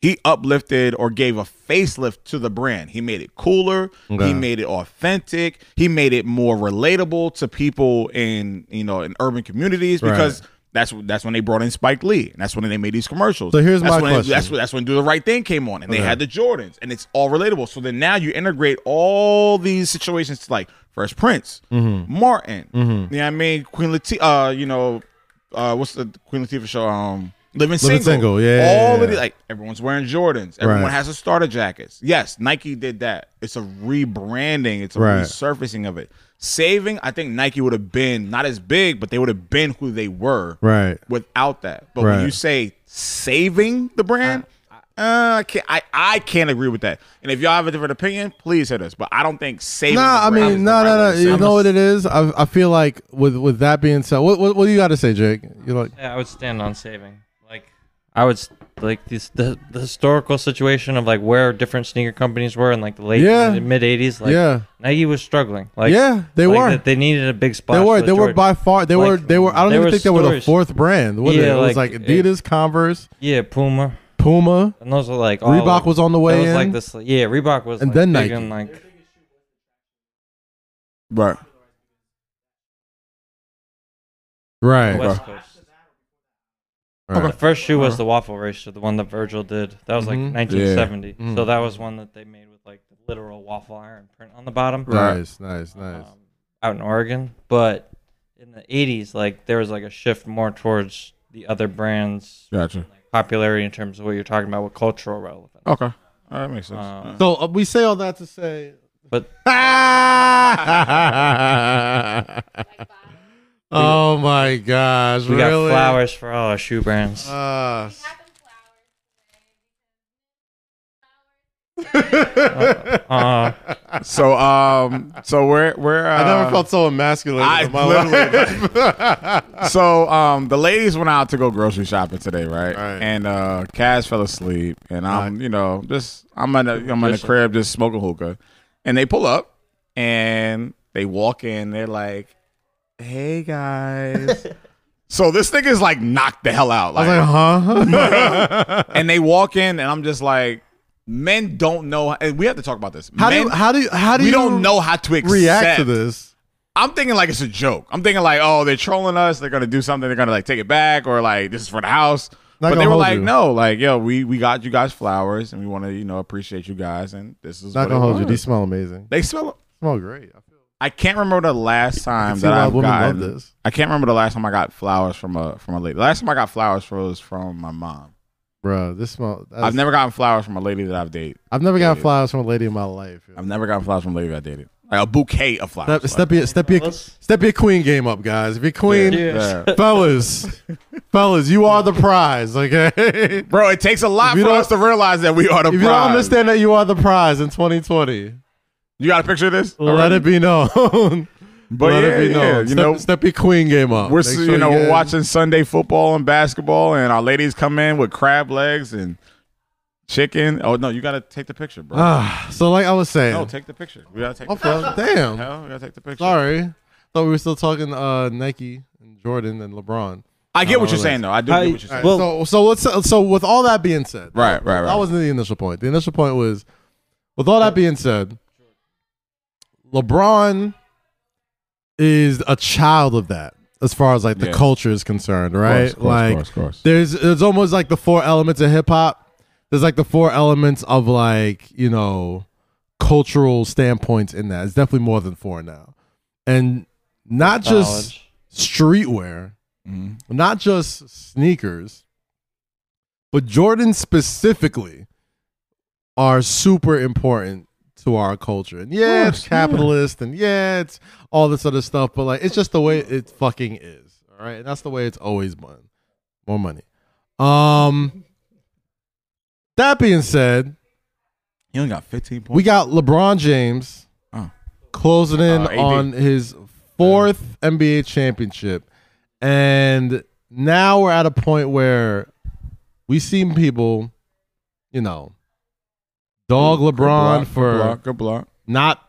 Speaker 2: He uplifted or gave a facelift to the brand. He made it cooler.
Speaker 1: Okay.
Speaker 2: He made it authentic. He made it more relatable to people in you know in urban communities because that's that's when they brought in Spike Lee. And that's when they made these commercials.
Speaker 1: So here's
Speaker 2: That's
Speaker 1: my
Speaker 2: when they-
Speaker 1: question.
Speaker 2: that's that's when Do the Right Thing came on, and they had the Jordans, and it's all relatable. So then now you integrate all these situations like Fresh Prince,
Speaker 1: Mm-hmm.
Speaker 2: Martin, you know what I mean, Queen Latifah, uh, you know, uh, what's the Queen Latifah show? Um, Living Single,
Speaker 1: Single, yeah,
Speaker 2: All
Speaker 1: yeah,
Speaker 2: of
Speaker 1: yeah.
Speaker 2: the like everyone's wearing Jordans, everyone
Speaker 1: Right.
Speaker 2: has a starter jackets. Yes, Nike did that. It's a rebranding. It's a
Speaker 1: Right.
Speaker 2: resurfacing of it. Saving, I think Nike would have been not as big, but they would have been who they were
Speaker 1: Right.
Speaker 2: without that. But
Speaker 1: Right.
Speaker 2: when you say saving the brand, uh, I can't. I, I can't agree with that. And if y'all have a different opinion, please hit us. But I don't think saving.
Speaker 1: Nah, I
Speaker 2: the brand
Speaker 1: mean,
Speaker 2: is
Speaker 1: no,
Speaker 2: the right
Speaker 1: no,
Speaker 2: way
Speaker 1: no.
Speaker 2: to say
Speaker 1: You
Speaker 2: it.
Speaker 1: know what it is? I, I feel like with with that being said, what what, what do you got to say, Jake? You're like,
Speaker 3: Yeah, I would stand on saving. Like I would s- like this the, the historical situation of like where different sneaker companies were in like the late
Speaker 1: Yeah.
Speaker 3: mid eighties. Like
Speaker 1: Yeah.
Speaker 3: Nike was struggling. Like
Speaker 1: yeah, they
Speaker 3: like,
Speaker 1: were.
Speaker 3: that They needed a big splash.
Speaker 1: they were.
Speaker 3: with
Speaker 1: They were
Speaker 3: Jordan.
Speaker 1: by far. They were.
Speaker 3: Like,
Speaker 1: They were. I don't
Speaker 3: there
Speaker 1: even
Speaker 3: were
Speaker 1: think they were the
Speaker 3: stories.
Speaker 1: fourth brand. were they?
Speaker 3: Yeah,
Speaker 1: it was like
Speaker 3: like,
Speaker 1: Adidas, Converse,
Speaker 3: yeah Puma
Speaker 1: Puma,
Speaker 3: and those are like all
Speaker 1: Reebok was on the
Speaker 3: that
Speaker 1: way
Speaker 3: was
Speaker 1: in.
Speaker 3: like this. like, Yeah, Reebok was
Speaker 1: And
Speaker 3: like,
Speaker 1: then
Speaker 3: big
Speaker 1: Nike.
Speaker 3: and like
Speaker 2: Right.
Speaker 1: right.
Speaker 3: West Coast.
Speaker 1: right.
Speaker 3: The first shoe
Speaker 1: Uh-huh.
Speaker 3: was the Waffle Racer, the one that Virgil did. That was like
Speaker 1: Mhm.
Speaker 3: 1970.
Speaker 1: Mhm.
Speaker 3: So that was one that they made with like the literal waffle iron print on the bottom.
Speaker 1: Nice, nice, nice.
Speaker 3: um, out in Oregon. But in the 80s, like there was like a shift more towards the other brands'
Speaker 2: Gotcha.
Speaker 3: popularity in terms of what you're talking about with cultural relevance.
Speaker 2: Okay. All right, that makes
Speaker 1: <laughs>
Speaker 2: sense.
Speaker 3: Um,
Speaker 1: so uh, we say all that to say.
Speaker 3: But
Speaker 1: oh my gosh!
Speaker 3: we
Speaker 1: really?
Speaker 3: got flowers for all our shoe brands.
Speaker 1: Uh,
Speaker 2: <laughs>
Speaker 3: Uh,
Speaker 2: <laughs> so, um, so we're we're. Uh,
Speaker 1: I never felt so emasculated
Speaker 2: I
Speaker 1: in my
Speaker 2: <laughs> literally-
Speaker 1: life. <laughs>
Speaker 2: so um the ladies went out to go grocery shopping today, right?
Speaker 1: Right.
Speaker 2: And uh Cass fell asleep and I'm you know, just I'm in a, I'm in the
Speaker 3: Listen.
Speaker 2: crib just smoking hookah. And they pull up and they walk in, they're like, Hey guys. so this thing is like knocked the hell out.
Speaker 1: I was
Speaker 2: <laughs>
Speaker 1: like, <laughs> huh?
Speaker 2: and they walk in and I'm just like, men don't know and we have to talk about this.
Speaker 1: how do
Speaker 2: men,
Speaker 1: you, how do you, how do
Speaker 2: we
Speaker 1: you
Speaker 2: don't know how to accept
Speaker 1: react to this?
Speaker 2: I'm thinking like it's a joke. I'm thinking like, oh, they're trolling us. They're gonna do something. They're gonna like take it back or like this is for the house.
Speaker 1: Not
Speaker 2: but
Speaker 1: gonna
Speaker 2: they were
Speaker 1: hold
Speaker 2: like,
Speaker 1: you.
Speaker 2: no, like yo, we we got you guys flowers and we want to you know appreciate you guys and this is
Speaker 1: Not
Speaker 2: what it
Speaker 1: gonna hold you.
Speaker 2: was.
Speaker 1: These smell amazing.
Speaker 2: They smell.
Speaker 1: Smell great. I feel
Speaker 2: I can't remember the last time
Speaker 1: see
Speaker 2: that
Speaker 1: why
Speaker 2: I've
Speaker 1: women love
Speaker 2: gotten.
Speaker 1: this.
Speaker 2: I can't remember the last time I got flowers from a from a lady. The last time I got flowers was from my mom.
Speaker 1: Bro, this smell. that's-
Speaker 2: I've never gotten flowers from a lady that I've dated.
Speaker 1: I've never gotten flowers from a lady in my life. yo.
Speaker 2: I've never gotten flowers from a lady that I dated. Like a bouquet of flowers.
Speaker 1: Step,
Speaker 2: like-
Speaker 1: step your step your
Speaker 3: Fellas?
Speaker 1: step your queen game up, guys. If you're queen,
Speaker 2: Yeah.
Speaker 1: <laughs> fellas, fellas, you are the prize. Okay, if
Speaker 2: Bro, it takes a lot
Speaker 1: If you
Speaker 2: for
Speaker 1: don't-
Speaker 2: us to realize that we are the
Speaker 1: you
Speaker 2: prize.
Speaker 1: don't understand that you are the prize in 2020,
Speaker 2: you got a picture of this?
Speaker 1: let it be known. <laughs>
Speaker 2: But
Speaker 1: let
Speaker 2: yeah,
Speaker 1: it be known.
Speaker 2: yeah,
Speaker 1: <laughs>
Speaker 2: you
Speaker 1: step,
Speaker 2: know-
Speaker 1: step your queen game up.
Speaker 2: We're
Speaker 1: Make
Speaker 2: s
Speaker 1: sure
Speaker 2: you know
Speaker 1: get-
Speaker 2: we're watching Sunday football and basketball, and our ladies come in with crab legs and chicken. Oh no, you gotta take the picture, bro.
Speaker 1: Ah, <sighs> so like I was saying,
Speaker 2: no, take the picture. We gotta take.
Speaker 1: Oh,
Speaker 2: the picture.
Speaker 1: fuck. damn.
Speaker 2: Hell, we gotta take the picture.
Speaker 1: Sorry. Thought we were still talking uh, Nike and Jordan and LeBron.
Speaker 2: I get
Speaker 3: No,
Speaker 2: what you're
Speaker 3: relax.
Speaker 2: saying though. I do
Speaker 3: I-
Speaker 2: get what you're saying.
Speaker 3: Well-
Speaker 1: so so let's so with all that being said,
Speaker 2: Right, right, right.
Speaker 1: that wasn't the initial point. The initial point was with all that being said, LeBron is a child of that as far as like the
Speaker 2: Yeah.
Speaker 1: culture is concerned, right?
Speaker 2: Of course, of course,
Speaker 1: like
Speaker 2: of course, of course.
Speaker 1: there's there's almost like the four elements of hip hop. There's like the four elements of like, you know, cultural standpoints in that. It's definitely more than four now. And not just
Speaker 3: knowledge.
Speaker 1: streetwear,
Speaker 2: Mm-hmm.
Speaker 1: not just sneakers, but Jordan specifically are super important to our culture. And yeah,
Speaker 2: course,
Speaker 1: it's capitalist and yeah, it's all this other stuff, but like it's just the way it fucking is. All right. And that's the way it's always been. More money. Um that being said,
Speaker 2: You only got 15 points.
Speaker 1: we got LeBron James
Speaker 2: Oh.
Speaker 1: closing in
Speaker 2: Uh, AD.
Speaker 1: on his fourth NBA championship. And now we're at a point where we see people, you know, dog LeBron
Speaker 2: good block,
Speaker 1: for
Speaker 2: good block, good block.
Speaker 1: not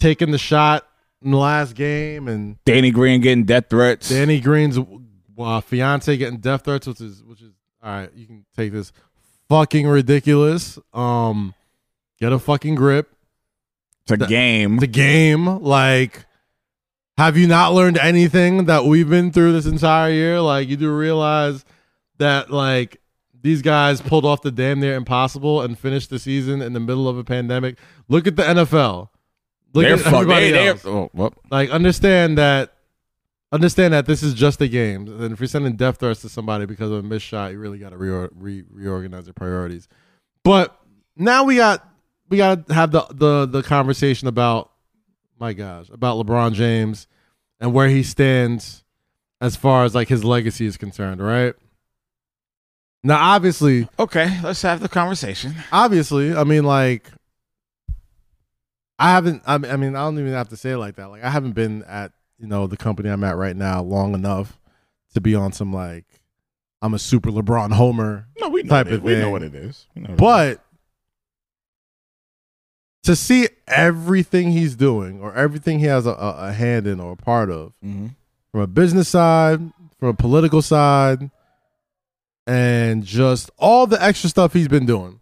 Speaker 1: taking the shot in the last game and
Speaker 2: Danny Green getting death threats.
Speaker 1: Danny Green's uh, fiance getting death threats, which is which is all right. You can take this fucking ridiculous. Um, get a fucking grip.
Speaker 2: It's a game.
Speaker 1: The game, like, have you not learned anything that we've been through this entire year? Like, you do realize that, like, these guys pulled off the damn near impossible and finished the season in the middle of a pandemic. Look at the NFL. Look
Speaker 2: they're
Speaker 1: at
Speaker 2: fuck-
Speaker 1: everybody
Speaker 2: they-
Speaker 1: else.
Speaker 2: they're- oh, well,
Speaker 1: Like, understand that. Understand that this is just a game, and if you're sending death threats to somebody because of a missed shot, you really got to reor- re- reorganize your priorities. But now we got we got to have the, the the conversation about my gosh about LeBron James and where he stands as far as like his legacy is concerned, right? Now, obviously,
Speaker 2: Okay, let's have the conversation.
Speaker 1: obviously i mean like i haven't I mean, I mean i don't even have to say it like that like i haven't been at you know the company i'm at right now long enough to be on some like i'm a super lebron homer
Speaker 2: No, we know
Speaker 1: Type
Speaker 2: it.
Speaker 1: of
Speaker 2: we know
Speaker 1: thing.
Speaker 2: what it is. We know what it
Speaker 1: but to see everything he's doing or everything he has a, a, a hand in or a part of
Speaker 2: is. Mhm.
Speaker 1: from a business side, from a political side, and just all the extra stuff he's been doing.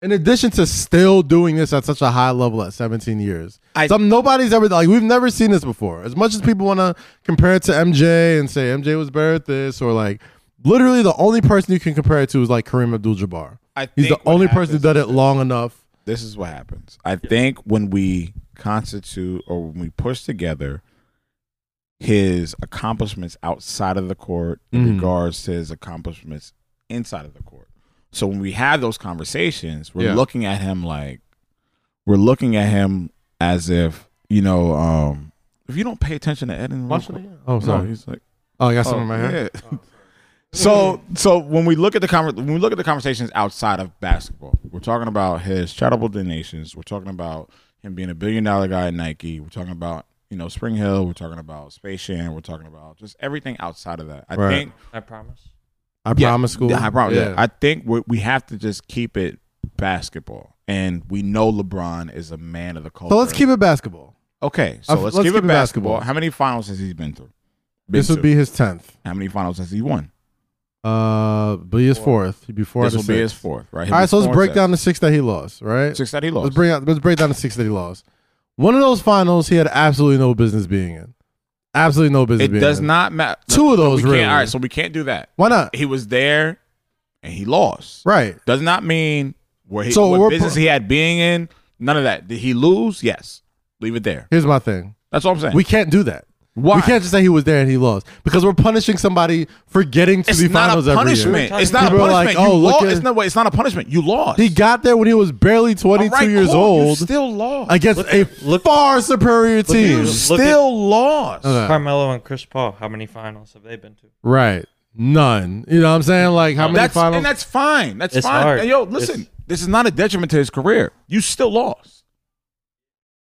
Speaker 1: In addition to still doing this at such a high level at 17 years,
Speaker 2: I-
Speaker 1: some nobody's ever like we've never seen this before. As much as people want to compare it to MJ and say MJ was better at this, or like literally the only person you can compare it to is like Kareem Abdul-Jabbar.
Speaker 2: I
Speaker 1: He's
Speaker 2: think
Speaker 1: the
Speaker 2: what
Speaker 1: only person who
Speaker 2: happens-
Speaker 1: did it long enough.
Speaker 2: This is what happens. I think when we constitute or when we push together his accomplishments outside of the court in
Speaker 1: Mhm.
Speaker 2: regards to his accomplishments inside of the court. So when we have those conversations, we're
Speaker 1: Yeah.
Speaker 2: looking at him like we're looking at him as if, you know, um if you don't pay attention to Ed and
Speaker 1: Oh,
Speaker 2: no,
Speaker 1: sorry.
Speaker 2: he's like
Speaker 1: oh, I got something in my hair.
Speaker 2: yeah. <laughs> so so when we look at the conver- when we look at the conversations outside of basketball, we're talking about his charitable donations. We're talking about him being a billion dollar guy at Nike. We're talking about you know Spring Hill. We're talking about Space Jam. We're talking about just everything outside of that. I
Speaker 1: Right.
Speaker 2: think
Speaker 3: I promise.
Speaker 1: I
Speaker 2: yeah,
Speaker 1: promise school.
Speaker 2: yeah, I promise.
Speaker 1: Yeah.
Speaker 2: Yeah. I think we we have to just keep it basketball, and we know LeBron is a man of the culture.
Speaker 1: so let's keep it basketball.
Speaker 2: okay. So
Speaker 1: I've-
Speaker 2: let's, keep, it basketball.
Speaker 1: basketball.
Speaker 2: How many finals has he been through? Been
Speaker 1: This would
Speaker 2: to.
Speaker 1: be his 10th.
Speaker 2: How many finals has he won?
Speaker 1: Uh, be his fourth. He'd be four.
Speaker 2: This
Speaker 1: out
Speaker 2: will
Speaker 1: of
Speaker 2: be
Speaker 1: six.
Speaker 2: his fourth, right?
Speaker 1: All right, so let's break
Speaker 2: down.
Speaker 1: down the six that he lost. Right,
Speaker 2: Six that he
Speaker 1: let's
Speaker 2: lost.
Speaker 1: bring out. Let's break down the six that he lost. One of those finals, he had absolutely no business being in. Absolutely no business.
Speaker 2: it
Speaker 1: being
Speaker 2: does
Speaker 1: in.
Speaker 2: not matter.
Speaker 1: Two of those,
Speaker 2: we can't-
Speaker 1: really.
Speaker 2: All right, so we can't do that.
Speaker 1: Why not?
Speaker 2: He was there, and he lost.
Speaker 1: Right.
Speaker 2: Does not mean where he,
Speaker 1: So
Speaker 2: what
Speaker 1: we're-
Speaker 2: business he had being in. None of that. Did he lose? Yes. Leave it there.
Speaker 1: Here's my thing.
Speaker 2: That's all I'm saying.
Speaker 1: We can't do that.
Speaker 2: Why?
Speaker 1: We can't just say he was there and he lost because we're punishing somebody for getting to
Speaker 2: it's
Speaker 1: the
Speaker 2: not
Speaker 1: finals
Speaker 2: a
Speaker 1: every
Speaker 2: punishment.
Speaker 1: year.
Speaker 2: It's not a
Speaker 1: People are
Speaker 2: punishment.
Speaker 1: like,
Speaker 2: you
Speaker 1: oh, look
Speaker 2: lost.
Speaker 1: at-
Speaker 2: It's not. wait, It's not a punishment. You lost.
Speaker 1: He got there when he was barely 22
Speaker 2: All right,
Speaker 1: years
Speaker 2: cool, You
Speaker 1: old
Speaker 2: still lost.
Speaker 1: against a
Speaker 3: look-
Speaker 1: far superior team.
Speaker 2: you
Speaker 3: Look at-
Speaker 2: still lost.
Speaker 1: Okay.
Speaker 3: Carmelo and Chris Paul, how many finals have they been to?
Speaker 1: Right. None. You know what I'm saying? Like how many
Speaker 2: that's
Speaker 1: finals?
Speaker 2: and that's fine. That's
Speaker 3: It's
Speaker 2: fine.
Speaker 3: hard.
Speaker 2: And yo, listen,
Speaker 3: It's-
Speaker 2: this is not a detriment to his career. You still lost.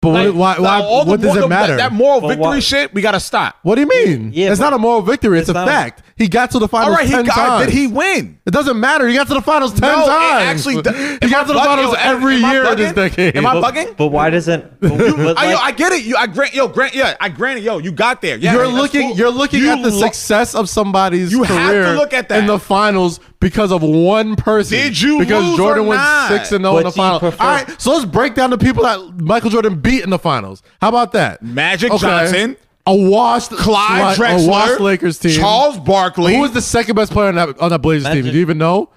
Speaker 1: but what,
Speaker 2: Like,
Speaker 1: why, why,
Speaker 2: now, all the
Speaker 1: what does
Speaker 2: moral-
Speaker 1: it matter?
Speaker 2: That, that moral
Speaker 3: But
Speaker 2: victory
Speaker 3: why-
Speaker 2: shit, we gotta stop.
Speaker 1: what do you mean?
Speaker 3: Yeah,
Speaker 1: it's
Speaker 3: but-
Speaker 1: not a moral victory. It's,
Speaker 3: It's
Speaker 1: a
Speaker 3: not a-
Speaker 1: fact. he got to the
Speaker 2: All
Speaker 1: finals
Speaker 2: right, he
Speaker 1: ten
Speaker 2: got.
Speaker 1: times.
Speaker 2: Did he win?
Speaker 1: it doesn't matter. He got to the finals ten times.
Speaker 2: no, It actually, d-
Speaker 1: he
Speaker 2: am
Speaker 1: got
Speaker 2: I
Speaker 1: to the
Speaker 2: bugging?
Speaker 1: finals
Speaker 2: Yo, am-
Speaker 1: every
Speaker 2: am I
Speaker 1: year in this
Speaker 2: bugging?
Speaker 1: decade.
Speaker 2: Am I
Speaker 1: But
Speaker 2: bugging?
Speaker 3: But
Speaker 2: <laughs>
Speaker 3: why doesn't? But, but
Speaker 2: I, yo,
Speaker 3: like-
Speaker 2: I get it. You, I grant. Yo, grant. Yeah, I grant. it. Yo, you got there. Yeah,
Speaker 1: you're
Speaker 2: that's
Speaker 1: looking.
Speaker 2: cool.
Speaker 1: You're looking
Speaker 2: You
Speaker 1: at the
Speaker 2: lo-
Speaker 1: success of somebody's
Speaker 2: You have to
Speaker 1: career
Speaker 2: look at that.
Speaker 1: in the finals because of one person.
Speaker 2: Did you
Speaker 1: Because
Speaker 2: lose
Speaker 1: Jordan
Speaker 2: or
Speaker 1: went
Speaker 2: not?
Speaker 1: six and zero in
Speaker 3: But
Speaker 1: the
Speaker 3: he
Speaker 1: finals.
Speaker 3: prefer-
Speaker 1: All right, so let's break down the people that Michael Jordan beat in the finals. How about that?
Speaker 2: Magic
Speaker 1: Okay.
Speaker 2: Johnson,
Speaker 1: a washed
Speaker 2: Clyde
Speaker 1: slut- a washed
Speaker 2: Drexler,
Speaker 1: Lakers team.
Speaker 2: Charles Barkley.
Speaker 1: Who was the second best player on that on that Blazers team?
Speaker 3: Magic.
Speaker 1: Do you even know?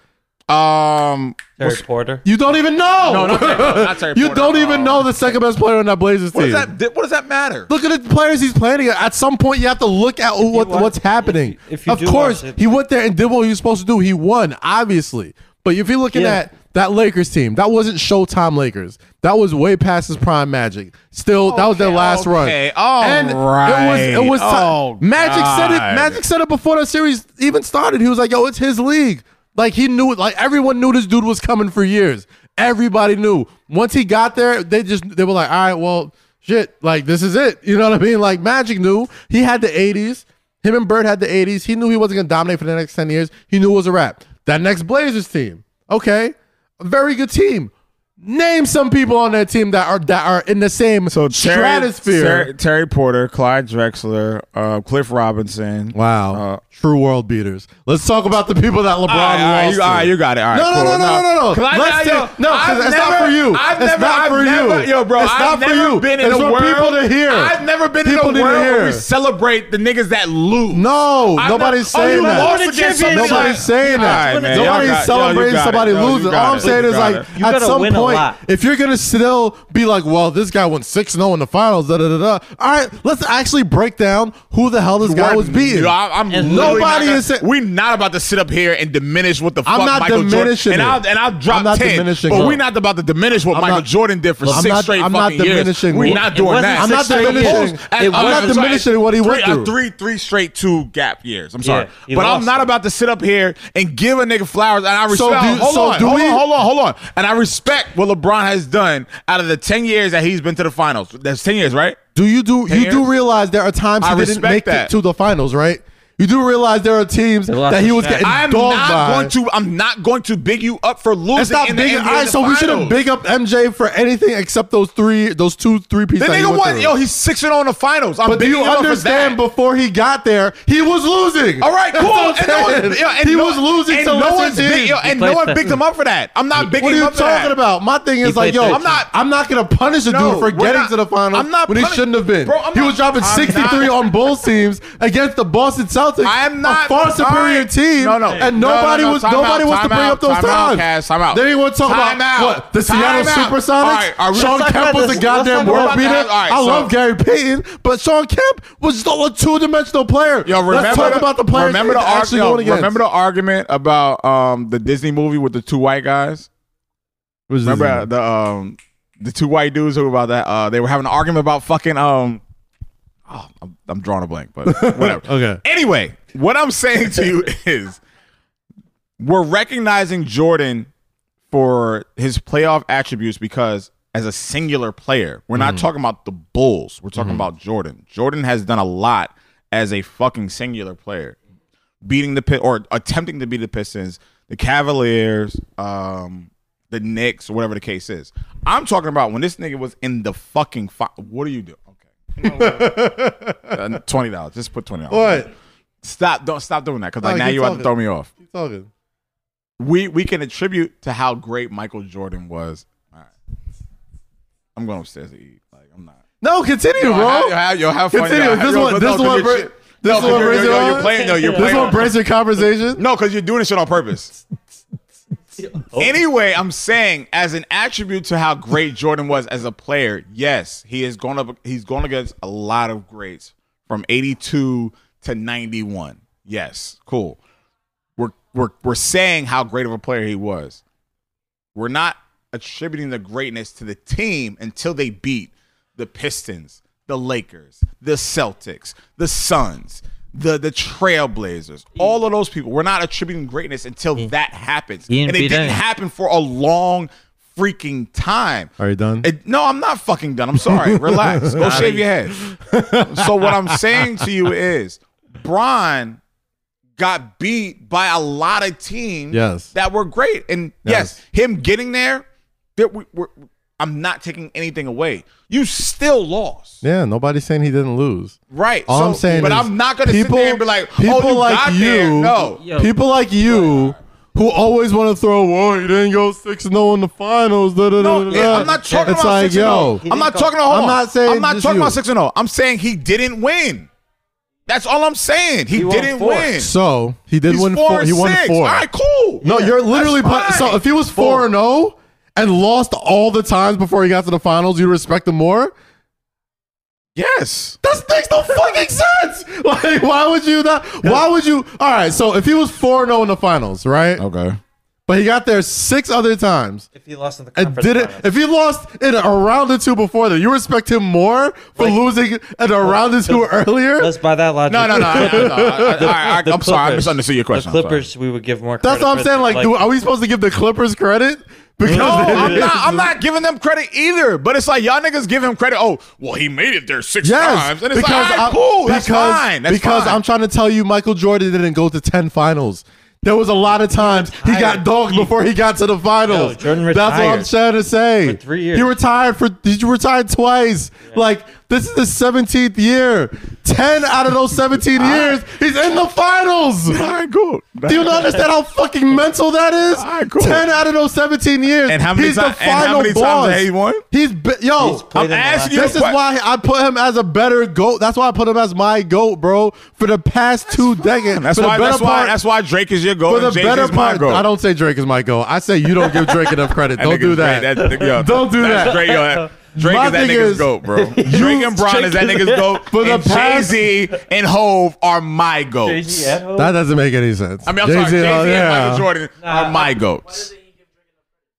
Speaker 2: um?
Speaker 3: Terry Porter.
Speaker 1: You don't even know.
Speaker 2: No, not Terry- not Terry
Speaker 1: <laughs> you
Speaker 2: Porter.
Speaker 1: don't even know the second best player on that Blazers
Speaker 2: What
Speaker 1: team.
Speaker 2: does that? di- What does that matter?
Speaker 1: Look at the players he's playing against. At some point, you have to look at what,
Speaker 3: watch-
Speaker 1: what's happening.
Speaker 3: if you- if you
Speaker 1: of
Speaker 3: do
Speaker 1: course,
Speaker 3: watch it-
Speaker 1: he went there and did what he was supposed to do. He won, obviously. But if you're looking
Speaker 3: Yeah.
Speaker 1: at that Lakers team, that wasn't Showtime Lakers. That was way past his prime Magic. Still, that was their
Speaker 2: Okay,
Speaker 1: last run.
Speaker 2: okay, all
Speaker 1: and it was
Speaker 2: right.
Speaker 1: it was ti-
Speaker 2: Oh,
Speaker 1: Magic said it.
Speaker 2: God.
Speaker 1: Magic said it before that series even started. He was like, "Yo, it's his league." Like he knew it. Like everyone knew this dude was coming for years. Everybody knew. Once he got there, they just they were like, "All right, well, shit. Like this is it." <laughs> You know what I mean? Like Magic knew he had the '80s. Him and Bird had the '80s. He knew he wasn't gonna dominate for the next ten years. He knew it was a wrap. That next Blazers team, okay, a very good team. Name some people on that team that are that are in the same
Speaker 2: So Terry,
Speaker 1: stratosphere.
Speaker 2: Ter- Terry Porter, Clyde Drexler, uh, Cliff Robinson.
Speaker 1: wow,
Speaker 2: Uh,
Speaker 1: true world beaters. Let's talk about the people that LeBron
Speaker 2: All right, all right,
Speaker 1: lost.
Speaker 2: you, all right,
Speaker 1: to.
Speaker 2: you got it. All right,
Speaker 1: No, no,
Speaker 2: cool.
Speaker 1: no, no, no, no, no.
Speaker 2: 'Cause I-
Speaker 1: Let's
Speaker 2: I-
Speaker 1: do-
Speaker 2: yo,
Speaker 1: no, 'cause
Speaker 2: I've
Speaker 1: it's not
Speaker 2: never-
Speaker 1: for you.
Speaker 2: I've
Speaker 1: It's
Speaker 2: never,
Speaker 1: not
Speaker 2: I've
Speaker 1: for
Speaker 2: never,
Speaker 1: you.
Speaker 2: Yo, bro,
Speaker 1: It's not
Speaker 2: I've
Speaker 1: for
Speaker 2: never
Speaker 1: you.
Speaker 2: been in
Speaker 1: It's
Speaker 2: a
Speaker 1: for
Speaker 2: world.
Speaker 1: people to hear.
Speaker 2: I've never been
Speaker 1: People
Speaker 2: in a
Speaker 1: need to
Speaker 2: world where we
Speaker 1: hear.
Speaker 2: celebrate the niggas that lose.
Speaker 1: No,
Speaker 2: I've
Speaker 1: nobody's
Speaker 2: never-
Speaker 1: saying
Speaker 2: oh, you
Speaker 1: that.
Speaker 2: Lost
Speaker 3: Won a
Speaker 2: against somebody
Speaker 3: championship.
Speaker 1: Nobody's
Speaker 2: like-
Speaker 1: saying that.
Speaker 2: All right, man, y'all
Speaker 1: Nobody's
Speaker 2: got- yo, you
Speaker 1: celebrating
Speaker 2: got it.
Speaker 1: somebody
Speaker 2: Yo, you
Speaker 1: losing.
Speaker 2: got
Speaker 1: All I'm
Speaker 2: it.
Speaker 1: saying
Speaker 2: You
Speaker 1: is
Speaker 2: got
Speaker 1: like
Speaker 2: it.
Speaker 3: You
Speaker 1: at
Speaker 3: gotta
Speaker 1: some
Speaker 3: win a
Speaker 1: point,
Speaker 3: lot.
Speaker 1: if you're gonna still be like, well, this guy went six zero in the finals, da da da da. All right, let's actually break down who the hell this guy was beating.
Speaker 2: Yo, I, am
Speaker 3: And
Speaker 1: nobody is sa-
Speaker 2: We're not about to sit up here and diminish what the
Speaker 1: I'm
Speaker 2: fuck
Speaker 1: not
Speaker 2: Michael
Speaker 1: diminishing it.
Speaker 2: Jordan. And I'll and I'll drop
Speaker 1: I'm not
Speaker 2: ten.
Speaker 1: diminishing
Speaker 2: but
Speaker 1: it.
Speaker 2: we're not about to diminish what
Speaker 1: I'm
Speaker 2: Michael
Speaker 1: not-
Speaker 2: Jordan did for
Speaker 1: Look, I'm
Speaker 2: six
Speaker 1: not-
Speaker 2: straight
Speaker 1: I'm not
Speaker 2: fucking years.
Speaker 1: diminishing
Speaker 2: We're
Speaker 1: what-
Speaker 2: not
Speaker 3: it
Speaker 2: doing
Speaker 3: wasn't
Speaker 2: that.
Speaker 3: I'm
Speaker 1: not
Speaker 2: Six straight
Speaker 1: diminishing-
Speaker 2: years. And
Speaker 1: it
Speaker 2: I'm
Speaker 1: wasn't-
Speaker 2: sorry,
Speaker 1: diminishing what he went
Speaker 2: three, uh,
Speaker 1: through.
Speaker 2: Three three straight two gap years. I'm sorry,
Speaker 3: Yeah, he
Speaker 2: but I'm
Speaker 3: lost.
Speaker 2: not about to sit up here and give a nigga flowers. And I respect.
Speaker 1: So do-
Speaker 2: hold
Speaker 1: so
Speaker 2: on,
Speaker 1: do
Speaker 2: hold
Speaker 1: we-
Speaker 2: on, hold on, hold on. And I respect what LeBron has done out of the ten years that he's been to the finals. That's ten years, right?
Speaker 1: Do you do you do
Speaker 2: years?
Speaker 1: realize there are times
Speaker 2: I
Speaker 1: he didn't
Speaker 2: respect
Speaker 1: make
Speaker 2: that.
Speaker 1: it to the finals, right? You do realize there are teams
Speaker 3: lost
Speaker 1: that he
Speaker 3: to
Speaker 1: was
Speaker 3: Shaq.
Speaker 1: getting
Speaker 2: I'm
Speaker 1: dogged
Speaker 2: not
Speaker 1: by.
Speaker 2: going to. I'm not going to big you up for losing.
Speaker 1: And stop
Speaker 2: in the
Speaker 1: big.
Speaker 2: NBA
Speaker 1: All right,
Speaker 2: in the
Speaker 1: so we shouldn't
Speaker 2: finals.
Speaker 1: big up MJ for anything except those three, those two three
Speaker 2: The
Speaker 1: pieces. that he
Speaker 2: nigga
Speaker 1: went
Speaker 2: won.
Speaker 1: through.
Speaker 2: Yo, he's six and zero in the finals. I'm
Speaker 1: But do
Speaker 2: bigging
Speaker 1: you
Speaker 2: him up for
Speaker 1: understand?
Speaker 2: that.
Speaker 1: Before he got there, he was losing.
Speaker 2: All right,
Speaker 1: That's
Speaker 2: cool.
Speaker 1: what I'm
Speaker 2: And no one-
Speaker 1: saying.
Speaker 2: yo, and
Speaker 1: he
Speaker 2: no-
Speaker 1: was losing
Speaker 2: and
Speaker 1: to
Speaker 2: no
Speaker 1: lesser
Speaker 2: one's
Speaker 1: teams.
Speaker 2: big, yo, and
Speaker 3: He
Speaker 2: no
Speaker 3: played
Speaker 2: one
Speaker 3: that-
Speaker 2: picked him up for that. I'm not bigging
Speaker 1: What are
Speaker 2: him
Speaker 1: you
Speaker 2: up for that.
Speaker 1: talking about? My thing is like,
Speaker 3: played
Speaker 1: yo,
Speaker 3: that
Speaker 1: I'm not, I'm not gonna punish a
Speaker 2: No,
Speaker 1: dude for
Speaker 2: we're
Speaker 1: getting
Speaker 2: not-
Speaker 1: to the finals
Speaker 2: I'm not
Speaker 1: when he
Speaker 2: punish-
Speaker 1: shouldn't have been.
Speaker 2: Bro, I'm
Speaker 1: he was
Speaker 2: not-
Speaker 1: dropping
Speaker 2: I'm
Speaker 1: 63
Speaker 2: not-
Speaker 1: on both teams against the Boston Celtics.
Speaker 2: I am not-
Speaker 1: a far superior
Speaker 2: all right.
Speaker 1: team.
Speaker 2: No, no.
Speaker 1: and
Speaker 2: No, no,
Speaker 1: nobody
Speaker 2: no.
Speaker 1: was
Speaker 2: Time
Speaker 1: nobody
Speaker 2: out,
Speaker 1: wants to
Speaker 2: time
Speaker 1: bring
Speaker 2: out,
Speaker 1: up those
Speaker 2: time out,
Speaker 1: times.
Speaker 2: Cass, time out.
Speaker 1: Then you want to talk
Speaker 2: Time
Speaker 1: about
Speaker 2: out.
Speaker 1: what the Seattle
Speaker 2: Time out.
Speaker 1: Supersonics.
Speaker 2: All right, are we-
Speaker 1: Sean
Speaker 2: Let's talk
Speaker 1: Kemp
Speaker 3: about
Speaker 1: was
Speaker 3: this.
Speaker 1: a
Speaker 3: Let's talk
Speaker 1: goddamn
Speaker 3: about
Speaker 1: world
Speaker 2: that.
Speaker 1: beater.
Speaker 2: All right,
Speaker 1: I
Speaker 2: so-
Speaker 1: love Gary Payton, but Sean Kemp was still a two-dimensional player.
Speaker 2: Yo, remember
Speaker 1: Let's talk
Speaker 2: the,
Speaker 1: about the players.
Speaker 2: Remember
Speaker 1: that
Speaker 2: the,
Speaker 1: he's
Speaker 2: arg-
Speaker 1: actually
Speaker 2: yo,
Speaker 1: going against.
Speaker 2: remember the argument about um, the Disney movie with the two white guys? Remember uh,
Speaker 1: Mm-hmm.
Speaker 2: the um, the two white dudes who were about that? Uh, they were having an argument about fucking. Um, oh, I'm, I'm drawing a blank, but whatever.
Speaker 1: Okay.
Speaker 2: Anyway, what I'm saying to you is we're recognizing Jordan for his playoff attributes because as a singular player, we're not talking about the Bulls. We're talking about Jordan. Jordan has done a lot as a fucking singular player. Beating the pit or attempting to beat the Pistons, the Cavaliers, um, the Knicks, or whatever the case is. I'm talking about when this nigga was in the fucking fi- what do you do? Okay. Uh, twenty dollars. Just put twenty dollars.
Speaker 1: What?
Speaker 2: Stop! Don't stop doing that because like
Speaker 1: No,
Speaker 2: now
Speaker 1: keep
Speaker 2: you about to
Speaker 1: talking.
Speaker 2: throw me off.
Speaker 1: Keep talking.
Speaker 2: We we can attribute to how great Michael Jordan was. All right. I'm going upstairs to eat. Like I'm not.
Speaker 1: No, continue,
Speaker 2: Yo,
Speaker 1: bro.
Speaker 2: how- yo, how- yo, how funny
Speaker 1: Continue.
Speaker 2: that-
Speaker 1: This
Speaker 2: yo,
Speaker 1: one-
Speaker 2: but
Speaker 1: this
Speaker 2: no, 'cause
Speaker 1: one
Speaker 2: you're
Speaker 1: br-
Speaker 2: shit-
Speaker 1: this
Speaker 2: no, 'cause
Speaker 1: one
Speaker 2: you're-
Speaker 1: brings
Speaker 2: you're-
Speaker 1: it
Speaker 2: you're-
Speaker 1: on?
Speaker 2: You're playing. No, you're
Speaker 1: This
Speaker 2: playing.
Speaker 1: one breaks your conversation.
Speaker 2: No, because you're doing this shit on purpose. Anyway, I'm saying as an attribute to how great Jordan was as a player, yes, he is going up. He's going against a lot of greats from '82 to '91. Yes, cool. We're we're we're saying how great of a player he was. We're not attributing the greatness to the team until they beat the Pistons, the Lakers, the Celtics, the Suns, the the Trailblazers, all of those people. We're not attributing greatness until that happens.
Speaker 3: He didn't
Speaker 2: And it
Speaker 3: beat
Speaker 2: didn't
Speaker 3: anyone.
Speaker 2: happen for a long freaking time.
Speaker 1: Are you done?
Speaker 2: It- no, I'm not fucking done.
Speaker 1: <laughs>
Speaker 2: I'm sorry. Relax. Go shave your head. so what I'm saying to you is, Bron got beat by a lot of teams
Speaker 1: Yes.
Speaker 2: that were great. And yes, him getting there, that we, we're, I'm not taking anything away. You still lost,
Speaker 1: yeah, nobody's saying he didn't lose.
Speaker 2: right?
Speaker 1: All I'm saying
Speaker 2: but
Speaker 1: is
Speaker 2: I'm not going to sit
Speaker 1: people,
Speaker 2: there and be like,
Speaker 1: people
Speaker 2: oh, you
Speaker 1: like
Speaker 2: got
Speaker 1: you,
Speaker 2: there. No,
Speaker 3: Yo.
Speaker 1: people like you who always want to throw, well, he didn't go 6 0 in the finals. Da, da, da, da,
Speaker 2: No,
Speaker 1: da.
Speaker 2: I'm not talking
Speaker 1: it's
Speaker 2: about
Speaker 1: like,
Speaker 2: six and
Speaker 1: yo,
Speaker 2: zero. I'm not
Speaker 3: go-
Speaker 2: talking about. Hold
Speaker 1: I'm
Speaker 2: on.
Speaker 1: not saying
Speaker 2: I'm not
Speaker 1: just
Speaker 2: talking
Speaker 1: you.
Speaker 2: about six and zero. I'm saying he didn't win. That's all I'm saying. He,
Speaker 3: He won
Speaker 2: didn't
Speaker 3: four.
Speaker 2: win.
Speaker 1: So he did
Speaker 2: oh. He's
Speaker 1: win
Speaker 2: four
Speaker 1: four.
Speaker 2: and
Speaker 1: he won
Speaker 2: six.
Speaker 1: four.
Speaker 2: All right, cool.
Speaker 1: No,
Speaker 2: Yeah,
Speaker 1: you're literally.
Speaker 2: that's
Speaker 1: Put,
Speaker 2: fine.
Speaker 1: so if he was four and zero and lost all the times before he got to the finals, you respect him more.
Speaker 2: yes.
Speaker 1: That makes no fucking sense. <laughs> Like, why would you not? Why would you? All right. So if he was four and zero in the finals, right?
Speaker 2: Okay.
Speaker 1: But he got there six other times.
Speaker 3: If he lost in the
Speaker 1: And
Speaker 3: conference,
Speaker 1: did it?
Speaker 3: finals.
Speaker 1: If he lost in a round or two before that, you respect him more for losing in a round or two earlier.
Speaker 3: Let's by that logic.
Speaker 2: No, no, no. I- I- no, I- I-
Speaker 3: The-
Speaker 2: I- I'm
Speaker 3: the
Speaker 2: sorry. I
Speaker 3: Clippers-
Speaker 2: misunderstood your question.
Speaker 3: The
Speaker 2: I'm sorry.
Speaker 3: Clippers, we would give more.
Speaker 1: That's
Speaker 3: credit
Speaker 1: what I'm
Speaker 3: for-
Speaker 1: saying. Like, do, are we supposed to give the Clippers credit? Because
Speaker 2: No,
Speaker 1: they- <laughs>
Speaker 2: I'm not,
Speaker 3: <laughs>
Speaker 2: I'm not giving them credit either. But it's like y'all niggas give him credit. Oh, well, he made it there six times. And it's like, all right,
Speaker 1: I-
Speaker 2: cool. That's
Speaker 1: because-
Speaker 2: fine. That's
Speaker 1: because
Speaker 2: fine.
Speaker 1: I'm trying to tell you, Michael Jordan didn't go to ten finals. There was a lot of times he got
Speaker 3: retired.
Speaker 1: dogged before he got to the finals.
Speaker 3: No, Jordan
Speaker 1: That's what I'm
Speaker 3: retired
Speaker 1: trying to say.
Speaker 3: for three years.
Speaker 1: He retired for he retired twice. Like this is his 17th year. 10 out of those 17 years, he's in the finals.
Speaker 2: <laughs> All right, cool.
Speaker 1: Do you not understand how fucking mental that is?
Speaker 2: All right, cool.
Speaker 1: 10 out of those 17 years.
Speaker 2: And how many
Speaker 1: he's
Speaker 2: ti-
Speaker 1: the
Speaker 2: and how
Speaker 1: final
Speaker 2: many times
Speaker 1: boss.
Speaker 2: has he won?
Speaker 1: He's be- yo,
Speaker 3: He's played
Speaker 1: I'm
Speaker 3: in the
Speaker 1: asking
Speaker 2: last-
Speaker 1: you. This is
Speaker 2: What?
Speaker 1: why I put him as a better goat. That's why I put him as my goat, bro. For the past two decades.
Speaker 2: That's
Speaker 1: for
Speaker 2: why.
Speaker 1: the better
Speaker 2: That's why.
Speaker 1: part,
Speaker 2: That's why Drake is your goal.
Speaker 1: for the
Speaker 2: and Jake
Speaker 1: better
Speaker 2: is my
Speaker 1: part,
Speaker 2: goal.
Speaker 1: I don't say Drake is my goal. I say you don't
Speaker 2: <laughs>
Speaker 1: give Drake enough credit.
Speaker 2: That
Speaker 1: don't
Speaker 2: nigga's
Speaker 1: do that.
Speaker 2: great. That- yo,
Speaker 1: Don't do
Speaker 2: that's
Speaker 1: that.
Speaker 2: Drake, yo, Drake
Speaker 1: My
Speaker 2: is that
Speaker 1: thing
Speaker 2: nigga's
Speaker 1: is-
Speaker 2: goat, bro. Drake and Bron is that
Speaker 3: Drake
Speaker 2: nigga's
Speaker 3: is-
Speaker 2: goat.
Speaker 1: For the
Speaker 2: and Jay
Speaker 1: past-
Speaker 2: Z and Hove are my goats.
Speaker 3: Jay-Z at home?
Speaker 1: That doesn't make any sense.
Speaker 2: I mean, I'm
Speaker 1: Jay-Z,
Speaker 2: sorry, Jay Z
Speaker 1: oh,
Speaker 2: and
Speaker 1: yeah.
Speaker 2: Michael Jordan are my goats.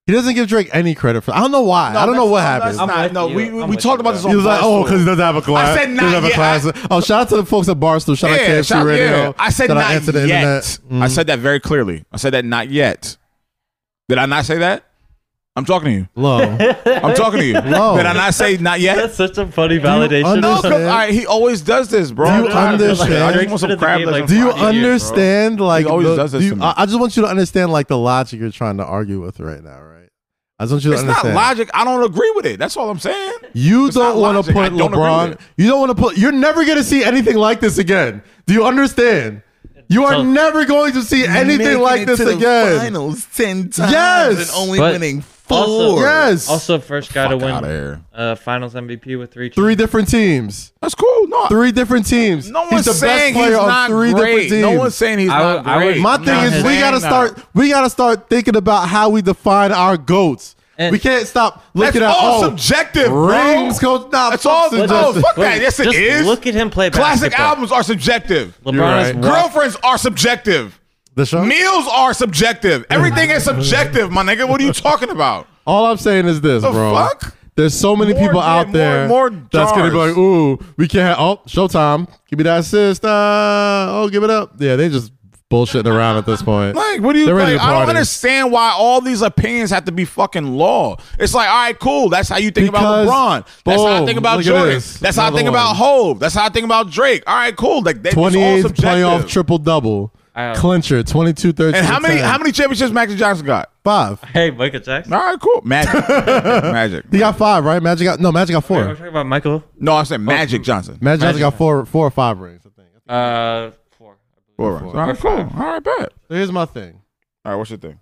Speaker 1: He doesn't give Drake any credit for. I don't know why. I don't know what happened.
Speaker 3: I'm with
Speaker 2: no,
Speaker 3: you.
Speaker 2: we, we,
Speaker 3: I'm
Speaker 2: we
Speaker 3: with
Speaker 2: talked
Speaker 3: you,
Speaker 2: about this
Speaker 3: bro.
Speaker 2: on
Speaker 1: He was like, oh,
Speaker 2: Barstool.
Speaker 1: because he doesn't have a class.
Speaker 2: I said
Speaker 1: He
Speaker 2: not
Speaker 1: doesn't have a
Speaker 2: yet.
Speaker 1: class. oh, shout out to the folks at Barstool. Shout out KFC
Speaker 2: shout-
Speaker 1: Radio.
Speaker 2: I said
Speaker 1: shout out
Speaker 2: not
Speaker 1: Answer the
Speaker 2: yet.
Speaker 1: Internet.
Speaker 2: I said that very clearly. I said that not yet. Did I not say that? I'm talking to you.
Speaker 1: Low.
Speaker 2: <laughs> I'm talking to you.
Speaker 1: No.
Speaker 2: Did I not say not yet?
Speaker 3: That's such a funny validation.
Speaker 2: No,
Speaker 1: understand?
Speaker 2: because he always does this, bro.
Speaker 1: Do you
Speaker 2: I'm tired of this shit.
Speaker 1: understand?
Speaker 2: I just want some crab legs and
Speaker 1: Do you
Speaker 2: fries.
Speaker 3: Fucking idiot,
Speaker 1: understand? Like,
Speaker 2: He always
Speaker 1: the-
Speaker 2: does this
Speaker 1: do you-
Speaker 2: to me.
Speaker 1: I, I just want you to understand, like, the logic you're trying to argue with right now, right? I just want you to
Speaker 2: It's not
Speaker 1: understand.
Speaker 2: logic. I don't agree with it. That's all I'm saying.
Speaker 1: You
Speaker 2: It's
Speaker 1: don't
Speaker 2: not
Speaker 1: want to
Speaker 2: logic. I
Speaker 1: put
Speaker 2: don't agree with
Speaker 1: LeBron.
Speaker 2: it.
Speaker 1: You don't want to put. You're never going to see anything like this again. Do you understand? You are
Speaker 3: So-
Speaker 1: never going to see anything like this again.
Speaker 2: Finals ten
Speaker 1: times Yes! and only
Speaker 3: But winning Also,
Speaker 1: Yes.
Speaker 3: Also, first guy to
Speaker 2: Fuck outta
Speaker 3: win
Speaker 2: here.
Speaker 3: uh, Finals MVP with three.
Speaker 1: Three different teams.
Speaker 2: That's cool. No,
Speaker 1: Three different teams.
Speaker 2: no one's saying he's
Speaker 1: on
Speaker 2: not great. No one's saying he's
Speaker 3: I
Speaker 2: not
Speaker 3: would- I would-
Speaker 2: great.
Speaker 1: My
Speaker 2: I'm
Speaker 1: thing
Speaker 2: not
Speaker 1: is, we
Speaker 2: saying
Speaker 1: gotta
Speaker 2: that.
Speaker 1: start. We gotta start thinking about how we define our goats.
Speaker 3: And-
Speaker 1: we can't stop
Speaker 2: That's
Speaker 1: looking at
Speaker 2: all
Speaker 1: oh,
Speaker 2: subjective, bro.
Speaker 1: rings. Coach, nah,
Speaker 2: That's
Speaker 1: fuck
Speaker 2: all. No,
Speaker 1: subjective.
Speaker 2: Oh, fuck that. Yes, it
Speaker 3: just
Speaker 2: is.
Speaker 3: Look at him play
Speaker 2: Classic
Speaker 3: basketball.
Speaker 2: albums are subjective.
Speaker 3: LeBron
Speaker 1: You're
Speaker 3: is
Speaker 1: right.
Speaker 3: wa-
Speaker 2: Girlfriends are subjective.
Speaker 1: The show?
Speaker 2: Meals are subjective. Everything is subjective, my nigga. What are you talking about?
Speaker 1: All I'm saying is this,
Speaker 2: The
Speaker 1: bro.
Speaker 2: fuck?
Speaker 1: There's so many
Speaker 2: More-
Speaker 1: people
Speaker 2: yeah,
Speaker 1: out
Speaker 2: more-
Speaker 1: there
Speaker 2: more
Speaker 1: that's gonna be
Speaker 2: jars.
Speaker 1: like, ooh, we can't. Have, oh, Showtime, give me that assist. Uh, oh, give it up. Yeah, they just bullshitting around at this point.
Speaker 2: <laughs> Like, what do you
Speaker 1: They're ready
Speaker 2: like?
Speaker 1: to
Speaker 2: I don't
Speaker 1: party.
Speaker 2: understand why all these opinions have to be fucking law. It's like, all right, cool. That's how you think
Speaker 1: Because-
Speaker 2: about LeBron. That's how I
Speaker 1: boom,
Speaker 2: think about
Speaker 1: look at
Speaker 2: Jordan.
Speaker 1: this.
Speaker 2: That's how I
Speaker 1: Another
Speaker 2: think about
Speaker 1: one.
Speaker 2: Hove. That's how I think about Drake. All right, cool. Like, that, it's all
Speaker 1: 28th playoff
Speaker 2: subjective.
Speaker 1: triple double
Speaker 3: Wow.
Speaker 1: clincher, 22 13.
Speaker 2: And how many how many championships Magic Johnson got?
Speaker 1: Five.
Speaker 3: <laughs> Hey, Michael Jackson.
Speaker 2: All right, cool.
Speaker 1: <laughs>
Speaker 2: Magic, Magic.
Speaker 1: He got five, right? Magic got no. Magic got
Speaker 3: Wait, we're
Speaker 1: four.
Speaker 3: talking about Michael.
Speaker 2: No, I said Magic Johnson.
Speaker 1: Oh, Magic, Johnson got four, four or five rings. I think.
Speaker 3: Uh, four.
Speaker 2: Four runs. All right, cool. All right, bet.
Speaker 1: So here's my thing.
Speaker 2: All right, what's your thing?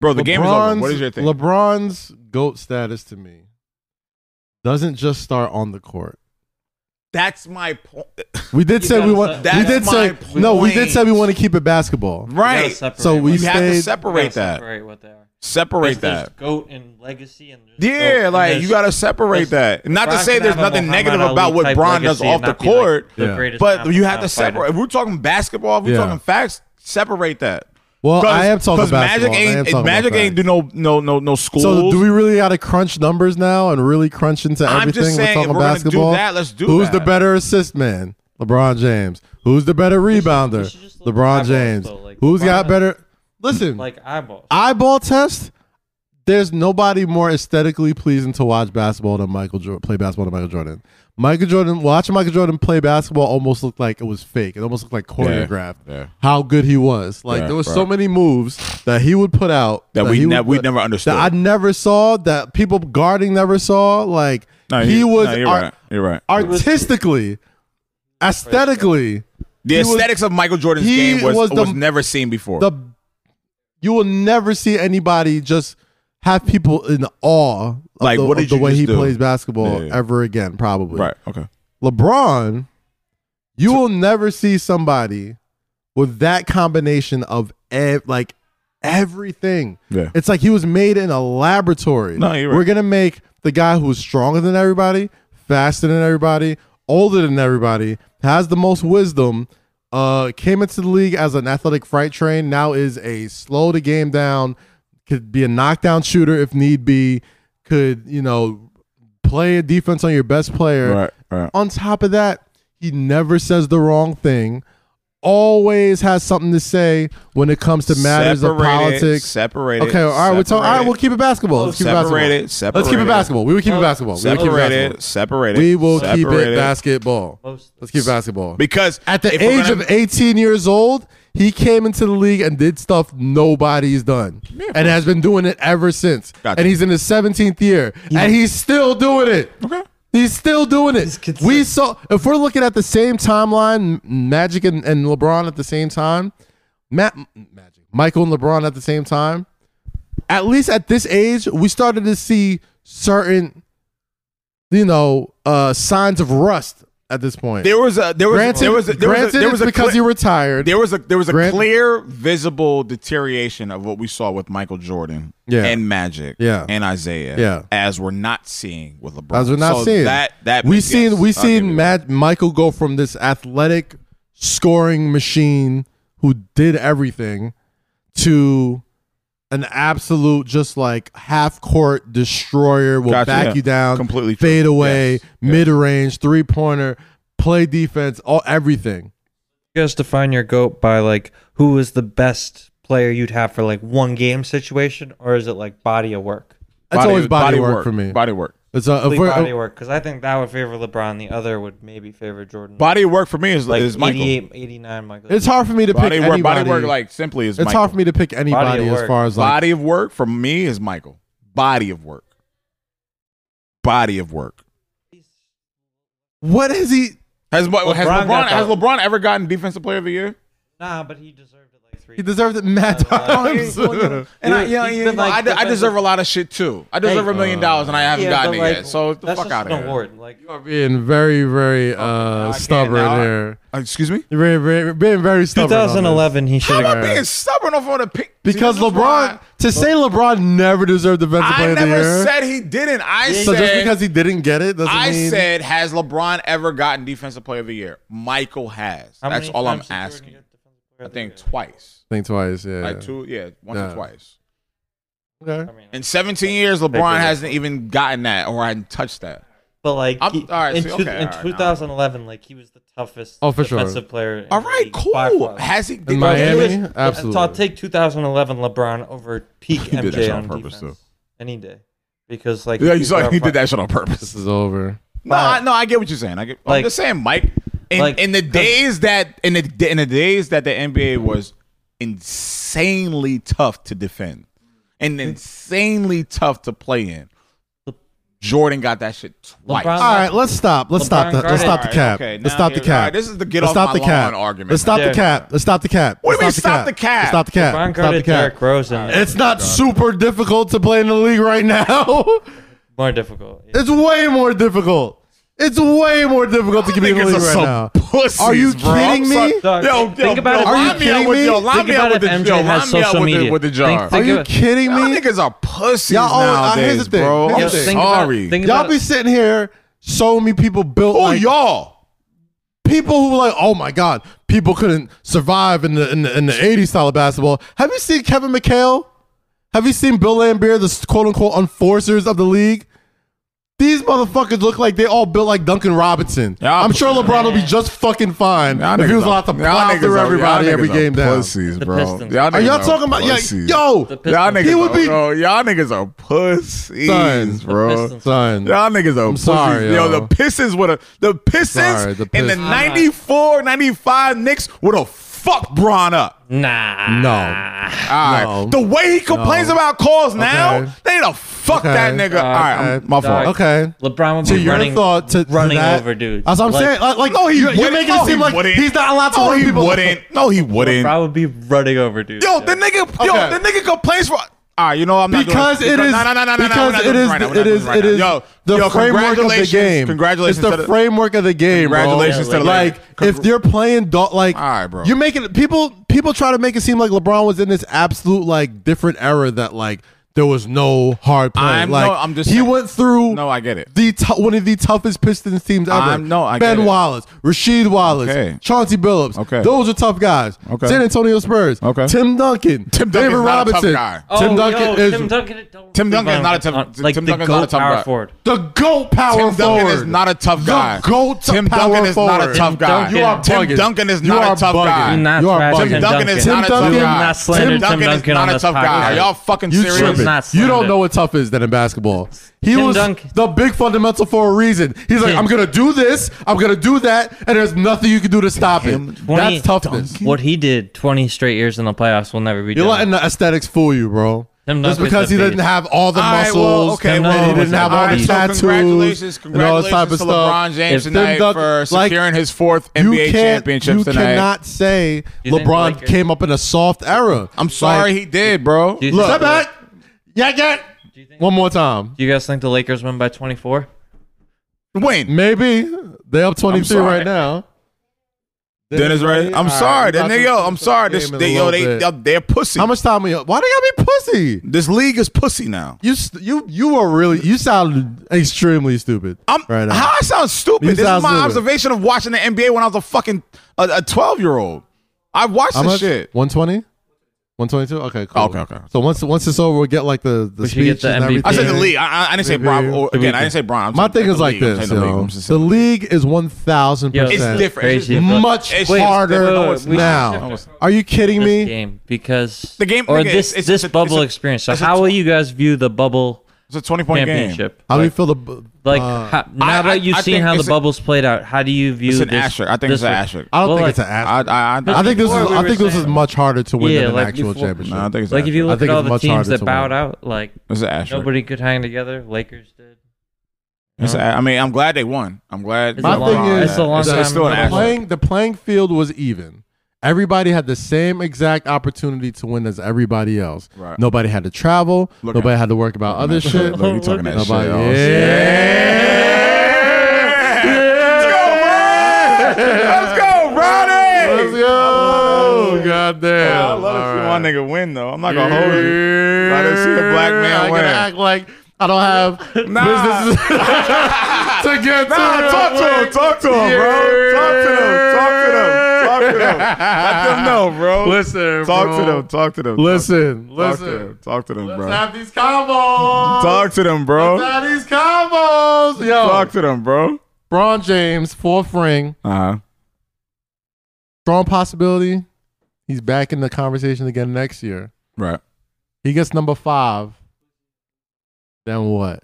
Speaker 2: Bro, the game is over. What is your thing?
Speaker 1: LeBron's goat status to me doesn't just start on the court.
Speaker 2: That's my point.
Speaker 1: We did
Speaker 3: You
Speaker 1: say we
Speaker 3: gotta
Speaker 1: want.
Speaker 3: se-
Speaker 1: We
Speaker 2: That's
Speaker 1: did
Speaker 2: my
Speaker 1: say no. We did
Speaker 2: point.
Speaker 1: say we want to keep it basketball.
Speaker 3: You gotta
Speaker 2: Right.
Speaker 3: separate
Speaker 1: So
Speaker 3: what
Speaker 1: we
Speaker 2: You
Speaker 3: they are.
Speaker 2: have to
Speaker 1: stayed-
Speaker 3: You
Speaker 2: separate
Speaker 3: gotta
Speaker 2: that.
Speaker 3: Separate what they are.
Speaker 2: Separate
Speaker 3: There's- there's
Speaker 2: that.
Speaker 3: Goat and legacy and there's goat
Speaker 2: Yeah,
Speaker 3: and
Speaker 2: like
Speaker 3: there's-
Speaker 2: you gotta separate
Speaker 3: there's-
Speaker 2: that. Not to
Speaker 3: Bron
Speaker 2: say
Speaker 3: can
Speaker 2: there's
Speaker 3: have a
Speaker 2: nothing
Speaker 3: Muhammad
Speaker 2: negative
Speaker 3: Ali
Speaker 2: about what
Speaker 3: type
Speaker 2: Bron does
Speaker 3: legacy and
Speaker 2: off the
Speaker 3: not be, like,
Speaker 2: court,
Speaker 3: the
Speaker 1: Yeah.
Speaker 3: greatest
Speaker 2: but
Speaker 3: athlete
Speaker 2: you have to
Speaker 3: of all time.
Speaker 2: separate. If we're talking basketball, if we're
Speaker 1: Yeah.
Speaker 2: talking facts, separate that.
Speaker 1: Well,
Speaker 2: 'Cause-
Speaker 1: I am talking
Speaker 2: 'cause Magic
Speaker 1: basketball. I am
Speaker 2: ain't
Speaker 1: talking
Speaker 2: Magic
Speaker 1: about
Speaker 2: ain't do no no no no schools.
Speaker 1: So do we really got to crunch numbers now and really crunch into everything?
Speaker 2: I'm just saying,
Speaker 1: we're
Speaker 2: if
Speaker 1: talking
Speaker 2: we're gonna do
Speaker 1: basketball.
Speaker 2: that, let's do
Speaker 1: Who's the
Speaker 2: that.
Speaker 1: better assist man? LeBron James. Who's the better rebounder?
Speaker 3: should just look at
Speaker 1: LeBron
Speaker 3: eyeballs,
Speaker 1: James.
Speaker 3: though, like,
Speaker 1: Who's
Speaker 3: LeBron
Speaker 1: got
Speaker 3: has-
Speaker 1: better? Listen,
Speaker 3: like eyeballs.
Speaker 1: eyeball test. There's nobody more aesthetically pleasing to watch basketball than Michael Jordan play basketball than Michael Jordan. Michael Jordan watching Michael Jordan play basketball almost looked like it was fake. It almost looked like choreographed.
Speaker 2: yeah.
Speaker 1: How good he was! Like
Speaker 2: Yeah,
Speaker 1: there was
Speaker 2: right.
Speaker 1: so many moves that he would put out
Speaker 2: That we
Speaker 1: he
Speaker 2: ne-
Speaker 1: would
Speaker 2: we
Speaker 1: put-
Speaker 2: never understood.
Speaker 1: That I never saw. That people guarding never saw. Like he
Speaker 2: you-
Speaker 1: was
Speaker 2: no, you're
Speaker 1: ar-
Speaker 2: right. You're right.
Speaker 1: artistically, aesthetically,
Speaker 2: The
Speaker 1: He was-
Speaker 2: aesthetics of Michael Jordan's
Speaker 1: he
Speaker 2: game was,
Speaker 1: was
Speaker 2: was,
Speaker 1: the-
Speaker 2: never seen before.
Speaker 1: the you will never see anybody just have people in awe of
Speaker 2: Like,
Speaker 1: the,
Speaker 2: what
Speaker 1: of
Speaker 2: did
Speaker 1: the
Speaker 2: you
Speaker 1: way
Speaker 2: just
Speaker 1: he
Speaker 2: do?
Speaker 1: plays basketball
Speaker 2: Yeah, yeah.
Speaker 1: ever again probably
Speaker 2: right. Okay.
Speaker 1: lebron you will never see somebody with that combination of ev- like everything
Speaker 2: Yeah.
Speaker 1: it's like he was made in a laboratory
Speaker 2: No, you're right.
Speaker 1: we're gonna make the guy who's stronger than everybody faster than everybody older than everybody has the most wisdom uh came into the league as an athletic freight train now is a slow the game down could be a knockdown shooter if need be could you know play a defense on your best player
Speaker 2: Right. Right.
Speaker 1: on top of that, he never says the wrong thing. always has something to say when it comes to matters of
Speaker 2: Separate it,
Speaker 1: politics.
Speaker 2: Separate it.
Speaker 1: Okay, all right, we're talking.
Speaker 2: separate
Speaker 1: All right,
Speaker 2: it.
Speaker 1: we'll keep it basketball. Let's keep it
Speaker 2: Separate
Speaker 1: basketball.
Speaker 2: it. Separate
Speaker 1: Let's keep it
Speaker 2: it.
Speaker 1: basketball. We will keep it basketball. We will keep it
Speaker 2: Separate
Speaker 1: basketball.
Speaker 2: it. Separate it.
Speaker 1: We will keep
Speaker 2: Separate
Speaker 1: it basketball.
Speaker 3: Most-
Speaker 1: Let's keep it basketball.
Speaker 2: Because
Speaker 1: At the
Speaker 2: if we're
Speaker 1: age
Speaker 2: gonna-
Speaker 1: of 18 years old, he came into the league and did stuff nobody's done and has been doing it ever since.
Speaker 2: Gotcha.
Speaker 1: And he's in his 17th year and he's still doing it.
Speaker 2: Okay.
Speaker 1: He's still doing
Speaker 3: He's
Speaker 1: it.
Speaker 3: consistent.
Speaker 1: We saw, if we're looking at the same timeline, M- Magic and, and LeBron at the same time, Ma- Magic, Michael and LeBron at the same time, at least at this age, we started to see certain, you know, uh, signs of rust at this point.
Speaker 2: There was a there was
Speaker 1: Granted,
Speaker 2: there was a, there was a-
Speaker 1: granted
Speaker 2: there was
Speaker 1: it's
Speaker 2: a
Speaker 1: because
Speaker 2: cle-
Speaker 1: you retired.
Speaker 2: there was a there was a
Speaker 1: Grant-
Speaker 2: clear visible deterioration of what we saw with Michael Jordan
Speaker 1: Yeah.
Speaker 2: and Magic
Speaker 1: Yeah.
Speaker 2: and Isaiah
Speaker 1: Yeah.
Speaker 2: as we're not seeing with LeBron
Speaker 1: As we're not
Speaker 2: So
Speaker 1: seeing
Speaker 2: that that
Speaker 1: we
Speaker 2: makes-
Speaker 1: seen
Speaker 2: yes,
Speaker 1: we
Speaker 2: I'll give
Speaker 1: seen
Speaker 2: you
Speaker 1: Matt Michael go from this athletic scoring machine who did everything to an absolute just like half court destroyer will
Speaker 2: Gotcha,
Speaker 1: back
Speaker 2: yeah.
Speaker 1: you down
Speaker 2: Completely true.
Speaker 1: fade away
Speaker 2: Yes, yes.
Speaker 1: mid range three pointer play defense all everything
Speaker 3: You guys define your goat by like who is the best player you'd have for like one game situation, or is it like body of work?
Speaker 1: that's always body, work, for me
Speaker 2: Body work.
Speaker 1: it's a, if
Speaker 3: Complete
Speaker 1: we're-
Speaker 2: uh,
Speaker 3: body of work, because I think that would favor LeBron. The other would maybe favor Jordan.
Speaker 2: Body of work for me is
Speaker 3: like
Speaker 2: like is Michael.
Speaker 3: 88, 89 Michael.
Speaker 1: it's hard for me to
Speaker 2: Body
Speaker 1: pick
Speaker 2: work.
Speaker 1: anybody.
Speaker 2: Body work like simply is
Speaker 1: it's
Speaker 2: Michael.
Speaker 1: hard for me to pick anybody as
Speaker 3: work.
Speaker 1: far as like
Speaker 2: Body of work for me is Michael. Body of work. Body of work.
Speaker 1: what is he
Speaker 2: Has LeBron, has
Speaker 3: LeBron
Speaker 2: LeBron,
Speaker 3: got
Speaker 2: has
Speaker 3: that.
Speaker 2: LeBron ever gotten Defensive Player of the Year?
Speaker 3: Nah, but he deserved it like three.
Speaker 1: he deserved it mad <laughs> times
Speaker 2: And I,
Speaker 3: Dude,
Speaker 2: Uh, yeah,
Speaker 3: he's
Speaker 2: yeah,
Speaker 3: been
Speaker 2: yeah, I,
Speaker 3: like
Speaker 2: de- I
Speaker 3: defensive-
Speaker 2: deserve a lot of shit too. I deserve
Speaker 3: Hey,
Speaker 2: a million dollars and I haven't
Speaker 3: Yeah,
Speaker 2: gotten
Speaker 3: but,
Speaker 2: it
Speaker 3: like,
Speaker 2: yet. So get the
Speaker 3: that's
Speaker 2: fuck
Speaker 3: just
Speaker 2: out of
Speaker 3: an
Speaker 2: here.
Speaker 3: award. Like,
Speaker 1: You're being very, very uh,
Speaker 2: Oh, can't
Speaker 1: stubborn
Speaker 2: now.
Speaker 1: here.
Speaker 2: Uh, excuse me.
Speaker 1: You're being very, being very stubborn. on this.
Speaker 3: 2011, he should
Speaker 2: How am I
Speaker 3: have.
Speaker 2: being stubborn off on a pick?
Speaker 1: Because LeBron, to say LeBron never deserved Defensive
Speaker 2: I
Speaker 1: Player of the
Speaker 2: never
Speaker 1: Year.
Speaker 2: said he didn't. I
Speaker 1: so
Speaker 2: said
Speaker 1: just because he didn't get it doesn't
Speaker 2: I
Speaker 1: mean.
Speaker 2: said, has LeBron ever gotten Defensive Player of the Year? Michael has. That's all I'm asking. I think twice.
Speaker 1: think twice. Yeah.
Speaker 2: Like two, yeah, once
Speaker 1: Yeah.
Speaker 2: or twice.
Speaker 1: Okay.
Speaker 2: In 17 years, LeBron
Speaker 3: Thank you.
Speaker 2: hasn't even gotten that or hadn't touched that.
Speaker 3: But like
Speaker 2: I'm-
Speaker 3: he-
Speaker 2: all right,
Speaker 3: in,
Speaker 2: see,
Speaker 3: two-
Speaker 2: okay,
Speaker 3: in
Speaker 2: all right, now.
Speaker 3: 2011, like he was the toughest
Speaker 1: Oh, for sure.
Speaker 3: defensive player. in
Speaker 2: All
Speaker 3: the
Speaker 2: right,
Speaker 3: league by
Speaker 2: cool.
Speaker 3: far.
Speaker 2: Has he? did-
Speaker 1: Miami?
Speaker 3: He was-
Speaker 1: Absolutely.
Speaker 3: So I'll take 2011 LeBron over peak
Speaker 2: He did that shit
Speaker 3: MJ
Speaker 2: on
Speaker 3: on
Speaker 2: purpose,
Speaker 3: defense any day because like
Speaker 2: Yeah, you saw
Speaker 3: our
Speaker 2: he did
Speaker 3: pro-
Speaker 2: that shit on purpose.
Speaker 1: This is over.
Speaker 2: No, I, no, I get what you're saying. I get. I'm
Speaker 3: Like-
Speaker 2: just saying, Mike. In,
Speaker 3: like,
Speaker 2: in the
Speaker 3: 'cause-
Speaker 2: days that in the in the days that the NBA was insanely tough to defend and insanely tough to play in, Jordan got that shit twice.
Speaker 3: LeBron-
Speaker 1: All right, let's stop. Let's stop.
Speaker 3: LeBron
Speaker 1: The, let's stop the
Speaker 3: Guardian.
Speaker 1: cap.
Speaker 2: Okay,
Speaker 1: let's
Speaker 2: now
Speaker 1: stop the
Speaker 2: here-
Speaker 1: cap.
Speaker 2: all right, this is the get
Speaker 1: let's
Speaker 2: off
Speaker 1: stop
Speaker 2: my
Speaker 1: the cap.
Speaker 2: lawn argument.
Speaker 1: Let's stop
Speaker 3: Yeah.
Speaker 1: the cap. Let's stop the cap.
Speaker 2: What do you
Speaker 1: Let's
Speaker 2: mean stop the cap?
Speaker 1: Let's stop the cap.
Speaker 3: LeBron
Speaker 1: Stop the
Speaker 3: guarded Derrick
Speaker 1: cap.
Speaker 3: Rose and
Speaker 1: It's not super difficult to play in the league right now. <laughs>
Speaker 3: more difficult. Yeah.
Speaker 1: It's way more difficult. It's way more difficult to keep in the
Speaker 2: Niggas
Speaker 1: league
Speaker 2: are
Speaker 1: right
Speaker 2: some
Speaker 1: now.
Speaker 2: pussies,
Speaker 1: Are you
Speaker 2: bro. I'm
Speaker 1: kidding
Speaker 2: sorry.
Speaker 1: me?
Speaker 3: Dog,
Speaker 2: Yo,
Speaker 3: think
Speaker 2: yo,
Speaker 3: about
Speaker 2: yo,
Speaker 3: it.
Speaker 2: line
Speaker 1: Are you
Speaker 2: me up
Speaker 1: kidding
Speaker 2: with-
Speaker 1: me?
Speaker 2: Yo, line
Speaker 3: Think
Speaker 2: me up
Speaker 3: about
Speaker 2: with
Speaker 3: it,
Speaker 2: the-
Speaker 3: MJ
Speaker 2: yo,
Speaker 3: has
Speaker 2: line me up
Speaker 3: social
Speaker 2: with the-
Speaker 3: media.
Speaker 2: with the jar.
Speaker 1: Are
Speaker 3: Think
Speaker 1: you
Speaker 3: of it.
Speaker 1: kidding
Speaker 2: Y'all
Speaker 1: me?
Speaker 2: niggas are pussies
Speaker 1: Y'all all- uh,
Speaker 2: nowadays,
Speaker 1: here's the thing.
Speaker 2: bro.
Speaker 1: Here's
Speaker 2: I'm
Speaker 1: the thing.
Speaker 3: Think about-
Speaker 2: sorry.
Speaker 3: think
Speaker 1: Y'all
Speaker 3: about-
Speaker 1: be sitting here showing me people built
Speaker 2: Who
Speaker 1: like
Speaker 2: y'all?
Speaker 1: people who were like, oh my god, people couldn't survive in the in the, in the '80s style of basketball. Have you seen Kevin McHale? Have you seen Bill Lambier, the quote unquote enforcers of the league? These motherfuckers look like they all built like Duncan Robinson.
Speaker 2: Y'all-
Speaker 1: I'm sure LeBron will be just fucking fine
Speaker 2: Y'all
Speaker 1: if he
Speaker 2: niggas
Speaker 1: was
Speaker 2: are-
Speaker 1: allowed to
Speaker 2: y'all
Speaker 1: plow
Speaker 2: niggas
Speaker 1: through
Speaker 2: are-
Speaker 1: everybody
Speaker 2: y'all
Speaker 1: every
Speaker 2: niggas
Speaker 1: game
Speaker 2: are
Speaker 1: down.
Speaker 2: Pussies,
Speaker 3: The
Speaker 2: bro.
Speaker 3: Pistons.
Speaker 2: Y'all
Speaker 1: Are
Speaker 2: niggas
Speaker 1: y'all talking about yeah,
Speaker 2: pussies.
Speaker 1: yo?
Speaker 3: The
Speaker 2: Y'all
Speaker 3: Pistons.
Speaker 2: niggas,
Speaker 1: He would
Speaker 2: are,
Speaker 1: be-
Speaker 2: bro, y'all niggas are pussies,
Speaker 1: Son.
Speaker 2: bro.
Speaker 3: Pistons.
Speaker 1: Son,
Speaker 2: Y'all niggas are
Speaker 1: I'm
Speaker 2: pussies.
Speaker 1: sorry,
Speaker 2: yo.
Speaker 1: yo.
Speaker 2: The Pistons would have the Pistons
Speaker 1: Sorry, the
Speaker 2: in the
Speaker 1: Pistons.
Speaker 2: 94, 95 Knicks would have fucked Braun up.
Speaker 3: Nah.
Speaker 1: No.
Speaker 2: All right.
Speaker 1: No.
Speaker 2: Ah. The way he complains
Speaker 1: No.
Speaker 2: about calls now,
Speaker 1: Okay.
Speaker 2: they'd have fucked
Speaker 1: Okay.
Speaker 2: that nigga. All right, I'm- my
Speaker 3: Dog.
Speaker 2: fault.
Speaker 1: okay.
Speaker 3: LeBron would
Speaker 1: To
Speaker 3: be
Speaker 1: your
Speaker 3: running,
Speaker 1: thought, to, to
Speaker 3: running
Speaker 1: that,
Speaker 3: over dudes.
Speaker 1: That's what I'm
Speaker 3: Like,
Speaker 1: saying. Like, like
Speaker 2: No, he
Speaker 1: you're, you're
Speaker 2: wouldn't.
Speaker 1: making
Speaker 2: No,
Speaker 1: it seem
Speaker 2: he
Speaker 1: like
Speaker 2: wouldn't.
Speaker 1: he's not allowed to
Speaker 2: No,
Speaker 1: run
Speaker 2: he
Speaker 1: people.
Speaker 2: wouldn't. No, he wouldn't.
Speaker 3: LeBron would be running over dudes.
Speaker 2: Yo,
Speaker 3: yeah.
Speaker 2: the nigga, yo,
Speaker 1: Okay.
Speaker 2: the nigga complains for. All right, you know what? I'm not
Speaker 1: Because
Speaker 2: doing
Speaker 1: it is
Speaker 2: No, no, no, no, no,
Speaker 1: because
Speaker 2: no, we're not
Speaker 1: it
Speaker 2: doing
Speaker 1: is
Speaker 2: right now, we're not
Speaker 1: it
Speaker 2: doing
Speaker 1: is
Speaker 2: right
Speaker 1: it
Speaker 2: now.
Speaker 1: is
Speaker 2: Yo,
Speaker 1: the
Speaker 2: yo,
Speaker 1: framework of the
Speaker 2: congratulations,
Speaker 1: game.
Speaker 2: Congratulations,
Speaker 1: it's
Speaker 2: to
Speaker 1: the framework of the game. bro.
Speaker 2: Congratulations
Speaker 3: to the
Speaker 1: like
Speaker 2: league.
Speaker 1: if you're playing do- like
Speaker 2: All right, bro.
Speaker 1: You're making people people try to make it seem like LeBron was in this absolute like different era that like there was no hard play.
Speaker 2: I'm-
Speaker 1: like
Speaker 2: no, I'm just
Speaker 1: he
Speaker 2: saying.
Speaker 1: went through
Speaker 2: No, I get it.
Speaker 1: the tou- one of the toughest Pistons teams ever.
Speaker 2: I'm- no, I
Speaker 1: ben
Speaker 2: get it.
Speaker 1: Wallace, Rasheed Wallace,
Speaker 2: Okay.
Speaker 1: Chauncey Billups.
Speaker 2: Okay.
Speaker 1: those are tough guys.
Speaker 2: Okay.
Speaker 1: San Antonio Spurs.
Speaker 2: Okay.
Speaker 1: Tim Duncan.
Speaker 2: Tim
Speaker 1: David
Speaker 2: Duncan's not a tough
Speaker 1: Robinson.
Speaker 2: guy.
Speaker 1: Tim
Speaker 3: Oh,
Speaker 1: Duncan
Speaker 3: yo,
Speaker 1: is
Speaker 3: Tim Duncan. don't-
Speaker 2: Tim Duncan is not a tough-
Speaker 3: Uh, Like
Speaker 2: Tim
Speaker 3: the
Speaker 2: Duncan's not a
Speaker 3: GOAT
Speaker 2: tough
Speaker 3: power
Speaker 2: guy.
Speaker 3: forward.
Speaker 1: the goat power
Speaker 2: Tim
Speaker 1: forward.
Speaker 2: Duncan is not a tough guy.
Speaker 1: The goat
Speaker 2: Tim
Speaker 1: power
Speaker 2: Duncan is
Speaker 1: forward.
Speaker 2: not a tough guy.
Speaker 1: You are
Speaker 2: Tim
Speaker 1: bugging.
Speaker 2: Duncan is
Speaker 1: You
Speaker 2: not a
Speaker 1: are
Speaker 2: tough guy.
Speaker 1: bugging.
Speaker 3: Do not
Speaker 1: You are
Speaker 3: trash
Speaker 1: bugging.
Speaker 2: Tim
Speaker 3: Tim
Speaker 2: Duncan is
Speaker 1: Duncan.
Speaker 2: not a
Speaker 1: Tim
Speaker 2: tough
Speaker 1: Duncan-
Speaker 2: guy.
Speaker 3: Not slander
Speaker 2: Tim
Speaker 3: Tim
Speaker 2: Duncan is
Speaker 3: Duncan
Speaker 2: not
Speaker 3: on
Speaker 2: a
Speaker 3: this
Speaker 2: tough guy.
Speaker 3: podcast.
Speaker 2: Are y'all fucking
Speaker 1: You
Speaker 2: serious?
Speaker 1: tripping.
Speaker 3: not
Speaker 1: You don't
Speaker 3: slander.
Speaker 1: know what tough is than in basketball. He
Speaker 3: Tim
Speaker 1: was
Speaker 3: Duncan.
Speaker 1: the big fundamental for a reason. He's like,
Speaker 3: Tim.
Speaker 1: I'm gonna do this, I'm gonna do that, and there's nothing you can do to stop
Speaker 2: Tim
Speaker 1: it. That's toughness.
Speaker 3: What he did 20 straight years in the playoffs will never be
Speaker 1: You're
Speaker 3: done.
Speaker 1: letting the aesthetics fool you, bro.
Speaker 3: Tim
Speaker 1: Just
Speaker 3: Duncan's
Speaker 1: because he
Speaker 3: the
Speaker 1: didn't
Speaker 3: beast.
Speaker 1: have all the
Speaker 2: All right,
Speaker 1: muscles,
Speaker 2: well, okay,
Speaker 1: and
Speaker 3: well,
Speaker 1: he didn't have
Speaker 3: all
Speaker 1: all
Speaker 3: right,
Speaker 1: the
Speaker 3: so
Speaker 1: tattoos,
Speaker 2: congratulations,
Speaker 1: and all this
Speaker 2: congratulations
Speaker 1: type of
Speaker 2: to
Speaker 1: stuff.
Speaker 2: LeBron James
Speaker 1: If Tim
Speaker 2: tonight
Speaker 1: Duncan-
Speaker 2: for
Speaker 1: like,
Speaker 2: securing his fourth
Speaker 1: you
Speaker 2: NBA
Speaker 1: can't-
Speaker 2: championships
Speaker 1: you
Speaker 2: tonight.
Speaker 1: cannot say
Speaker 3: You didn't
Speaker 1: LeBron
Speaker 3: like it.
Speaker 1: came up in a soft era.
Speaker 2: I'm sorry he did, bro.
Speaker 3: Do you
Speaker 1: Look,
Speaker 3: think-
Speaker 1: step back. Yeah, yeah.
Speaker 3: Do you, think,
Speaker 1: One more time.
Speaker 3: do you guys think the Lakers win by 24?
Speaker 2: Win.
Speaker 1: Maybe they up 23
Speaker 2: sorry.
Speaker 1: right now.
Speaker 2: Dennis Ray. I'm
Speaker 1: All
Speaker 2: sorry.
Speaker 1: right,
Speaker 2: That
Speaker 1: we
Speaker 2: nigga,
Speaker 1: about
Speaker 2: yo,
Speaker 1: to-
Speaker 2: I'm sorry. This,
Speaker 1: game in a
Speaker 2: they, yo,
Speaker 1: little
Speaker 2: they,
Speaker 1: bit.
Speaker 2: they're, they're pussy.
Speaker 1: How much time we? Why they gotta be pussy?
Speaker 2: this league is pussy now.
Speaker 1: You st- you you are really you sound extremely stupid.
Speaker 2: I'm,
Speaker 1: right now.
Speaker 2: how I sound stupid.
Speaker 1: You
Speaker 2: this
Speaker 1: sound
Speaker 2: is my
Speaker 1: stupid.
Speaker 2: observation of watching the NBA when I was a fucking a 12 year old. I watched
Speaker 1: How
Speaker 2: this
Speaker 1: much?
Speaker 2: shit.
Speaker 1: 120? 122? Okay, cool.
Speaker 2: Oh, okay, okay.
Speaker 1: So once once it's over, we'll get like the the
Speaker 3: We should
Speaker 1: speech
Speaker 3: get the
Speaker 1: and
Speaker 3: MVP.
Speaker 1: everything.
Speaker 2: I said the league. I, I- I didn't say
Speaker 1: Maybe.
Speaker 2: Bron. Or,
Speaker 3: Maybe.
Speaker 2: again, I didn't say Bron. I'm
Speaker 1: My
Speaker 2: saying
Speaker 1: thing
Speaker 2: the
Speaker 1: is like
Speaker 2: league. I'm
Speaker 1: this,
Speaker 2: saying the league.
Speaker 1: yo.
Speaker 2: I'm just saying
Speaker 1: The league is one thousand
Speaker 3: Yo,
Speaker 2: It's
Speaker 1: percent
Speaker 2: different. It's
Speaker 3: Crazy, bro.
Speaker 1: much
Speaker 2: It's just
Speaker 1: harder
Speaker 2: different.
Speaker 3: No, it's not.
Speaker 1: now.
Speaker 2: No, it's not.
Speaker 1: Are you kidding
Speaker 3: This
Speaker 1: me?
Speaker 3: game because
Speaker 2: The game-
Speaker 3: or
Speaker 2: okay, it's-
Speaker 3: this
Speaker 2: it's- it's
Speaker 3: this
Speaker 2: a-
Speaker 3: bubble
Speaker 2: it's a-
Speaker 3: experience. So
Speaker 2: it's a
Speaker 3: how
Speaker 2: tw-
Speaker 3: will you guys view the bubble
Speaker 2: It's a 20 point game.
Speaker 3: championship?
Speaker 1: How do you
Speaker 3: like,
Speaker 1: feel the
Speaker 3: like
Speaker 1: uh,
Speaker 3: how, now
Speaker 2: I- I-
Speaker 3: that you've
Speaker 2: I
Speaker 3: seen
Speaker 2: think
Speaker 3: how the
Speaker 2: it's a-
Speaker 3: bubbles played out, how do you view
Speaker 2: It's an
Speaker 3: this?
Speaker 2: asterisk. I think it's
Speaker 3: this
Speaker 2: an
Speaker 3: week?
Speaker 2: asterisk.
Speaker 1: I don't
Speaker 3: Well,
Speaker 1: think
Speaker 3: like-
Speaker 1: it's an
Speaker 2: I,
Speaker 1: ask.
Speaker 2: I, I,
Speaker 1: I think this is
Speaker 3: before we
Speaker 1: I
Speaker 3: were
Speaker 1: think this is
Speaker 3: saying-
Speaker 1: much harder to win
Speaker 3: Yeah,
Speaker 1: than
Speaker 3: like
Speaker 1: an actual
Speaker 3: before-
Speaker 1: championship.
Speaker 2: Nah, I think it's
Speaker 3: Like if you
Speaker 1: I
Speaker 3: look at
Speaker 1: think
Speaker 3: all
Speaker 1: it's
Speaker 3: the
Speaker 1: much
Speaker 3: teams
Speaker 1: harder
Speaker 3: that
Speaker 1: to
Speaker 3: bowed
Speaker 1: win.
Speaker 3: out, like
Speaker 2: It's an asterisk.
Speaker 3: nobody could hang together. Lakers did.
Speaker 2: It's a, I mean, I'm glad they won. I'm glad.
Speaker 3: It's
Speaker 1: My
Speaker 3: a long-
Speaker 1: thing is,
Speaker 3: it's a long
Speaker 1: is
Speaker 3: time
Speaker 1: that
Speaker 2: It's still an
Speaker 1: the
Speaker 2: asterisk.
Speaker 3: ago.
Speaker 1: playing the playing field was even. Everybody had the same exact opportunity to win as everybody else.
Speaker 2: Right.
Speaker 1: Nobody had to travel.
Speaker 2: Look
Speaker 1: nobody
Speaker 2: at-
Speaker 1: had to work about other shit.
Speaker 2: Look, you talking that shit.
Speaker 1: Nobody.
Speaker 2: y'all.
Speaker 1: Yeah.
Speaker 2: Let's go, Ronnie.
Speaker 1: Let's go. God damn.
Speaker 2: I love to see
Speaker 1: All right.
Speaker 2: my nigga win though. I'm not gonna hold you. I didn't see the black man
Speaker 1: I
Speaker 2: win.
Speaker 1: gotta act like I don't have
Speaker 2: Nah. <laughs>
Speaker 1: business to get
Speaker 2: Nah,
Speaker 1: to. it.
Speaker 2: Ah, talk to him. Talk to him, bro. Talk to them. Talk to them. Talk to them. Let them know, bro.
Speaker 1: Listen,
Speaker 2: Talk
Speaker 1: bro.
Speaker 2: to them. Talk to them.
Speaker 1: Listen,
Speaker 2: Talk to
Speaker 1: listen.
Speaker 2: them. Talk to them,
Speaker 1: Let's
Speaker 2: bro.
Speaker 1: have these combos.
Speaker 2: Talk to them, bro.
Speaker 1: Let's have these combos. Yo,
Speaker 2: Talk to them, bro.
Speaker 1: Braun James, fourth ring,
Speaker 2: Uh huh.
Speaker 1: strong possibility. He's back in the conversation again next year.
Speaker 2: Right.
Speaker 1: He gets number five. Then what?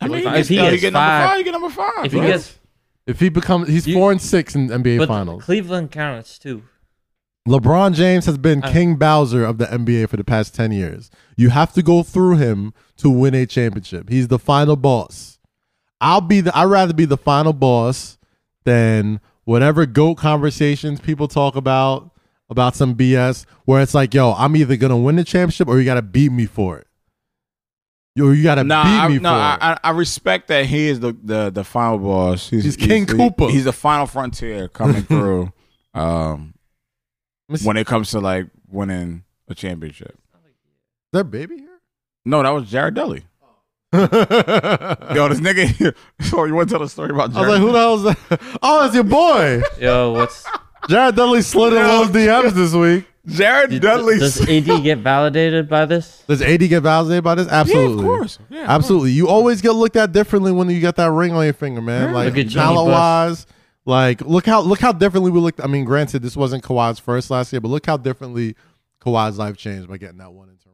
Speaker 2: I mean,
Speaker 3: If
Speaker 2: gets-
Speaker 3: he
Speaker 2: yo,
Speaker 3: gets
Speaker 2: get number
Speaker 3: five-
Speaker 2: five, you get number five.
Speaker 3: If he
Speaker 2: bro.
Speaker 3: gets,
Speaker 1: If he becomes, he's
Speaker 3: You-
Speaker 1: four and six in NBA
Speaker 3: but
Speaker 1: Finals.
Speaker 3: Cleveland counts too.
Speaker 1: LeBron James has been
Speaker 2: Uh.
Speaker 3: I-
Speaker 1: King Bowser of the NBA for the past ten years. You have to go through him to win a championship. He's the final boss. I'll be the. I'd rather be the final boss than whatever goat conversations people talk about about some BS where it's like, yo, I'm either gonna win the championship or you gotta beat me for it. Yo, you gotta
Speaker 2: Nah,
Speaker 1: beat
Speaker 2: I,
Speaker 1: me
Speaker 2: no,
Speaker 1: for
Speaker 2: I,
Speaker 1: it.
Speaker 2: I I respect that he is the the, the final boss.
Speaker 1: He's King
Speaker 2: he-
Speaker 1: Koopa.
Speaker 2: He's the final frontier
Speaker 1: <laughs>
Speaker 2: coming through. um,
Speaker 1: Let me see.
Speaker 2: when it comes to like winning a championship.
Speaker 1: Is there a baby here? <laughs>
Speaker 2: No, that was Jared Dudley. <laughs>
Speaker 1: I
Speaker 2: Yo, this nigga. <laughs> so you want to tell the story about
Speaker 1: was
Speaker 2: Jared?
Speaker 1: like, who the hell is that? <laughs> Oh, it's your boy.
Speaker 3: Yo,
Speaker 2: <laughs>
Speaker 3: what's
Speaker 1: Jared Dudley slid in
Speaker 2: Yo.
Speaker 1: those DMs this week.
Speaker 2: Jared Dudley.
Speaker 3: does <laughs> AD get validated by this?
Speaker 1: Does AD get validated by this? Absolutely.
Speaker 2: Yeah, of course. Yeah, of
Speaker 1: Absolutely. You always get looked at differently when you got that ring on your finger, man.
Speaker 2: Yeah.
Speaker 1: Like
Speaker 3: Look at Jimmy
Speaker 1: talent wise. Like look how look how differently we looked. I mean, granted, this wasn't Kawhi's first last year, but look how differently Kawhi's life changed by getting that one in Toronto.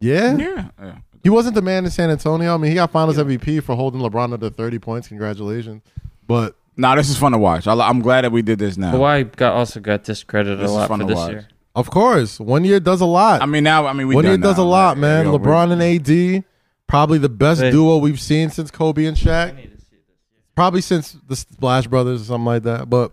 Speaker 1: Yeah.
Speaker 2: course. Yeah. yeah.
Speaker 1: He wasn't the man in San Antonio. I mean, he got finals MVP for holding LeBron under 30 points. Congratulations. But
Speaker 2: Nah, this is fun to watch. I, I'm glad that we did this now.
Speaker 3: Hawaii got also got discredited
Speaker 2: This
Speaker 3: a
Speaker 2: is
Speaker 3: lot
Speaker 2: fun
Speaker 3: for
Speaker 2: to
Speaker 3: this
Speaker 2: watch.
Speaker 3: year.
Speaker 1: of course, one year does a lot.
Speaker 2: I mean, now I mean we.
Speaker 1: One year
Speaker 2: done
Speaker 1: does a
Speaker 2: now.
Speaker 1: lot,
Speaker 2: Like,
Speaker 1: man.
Speaker 2: yo, we-
Speaker 1: LeBron and AD, probably the best
Speaker 3: Hey.
Speaker 1: duo we've seen since Kobe and Shaq. Probably since the Splash Brothers or something like that. But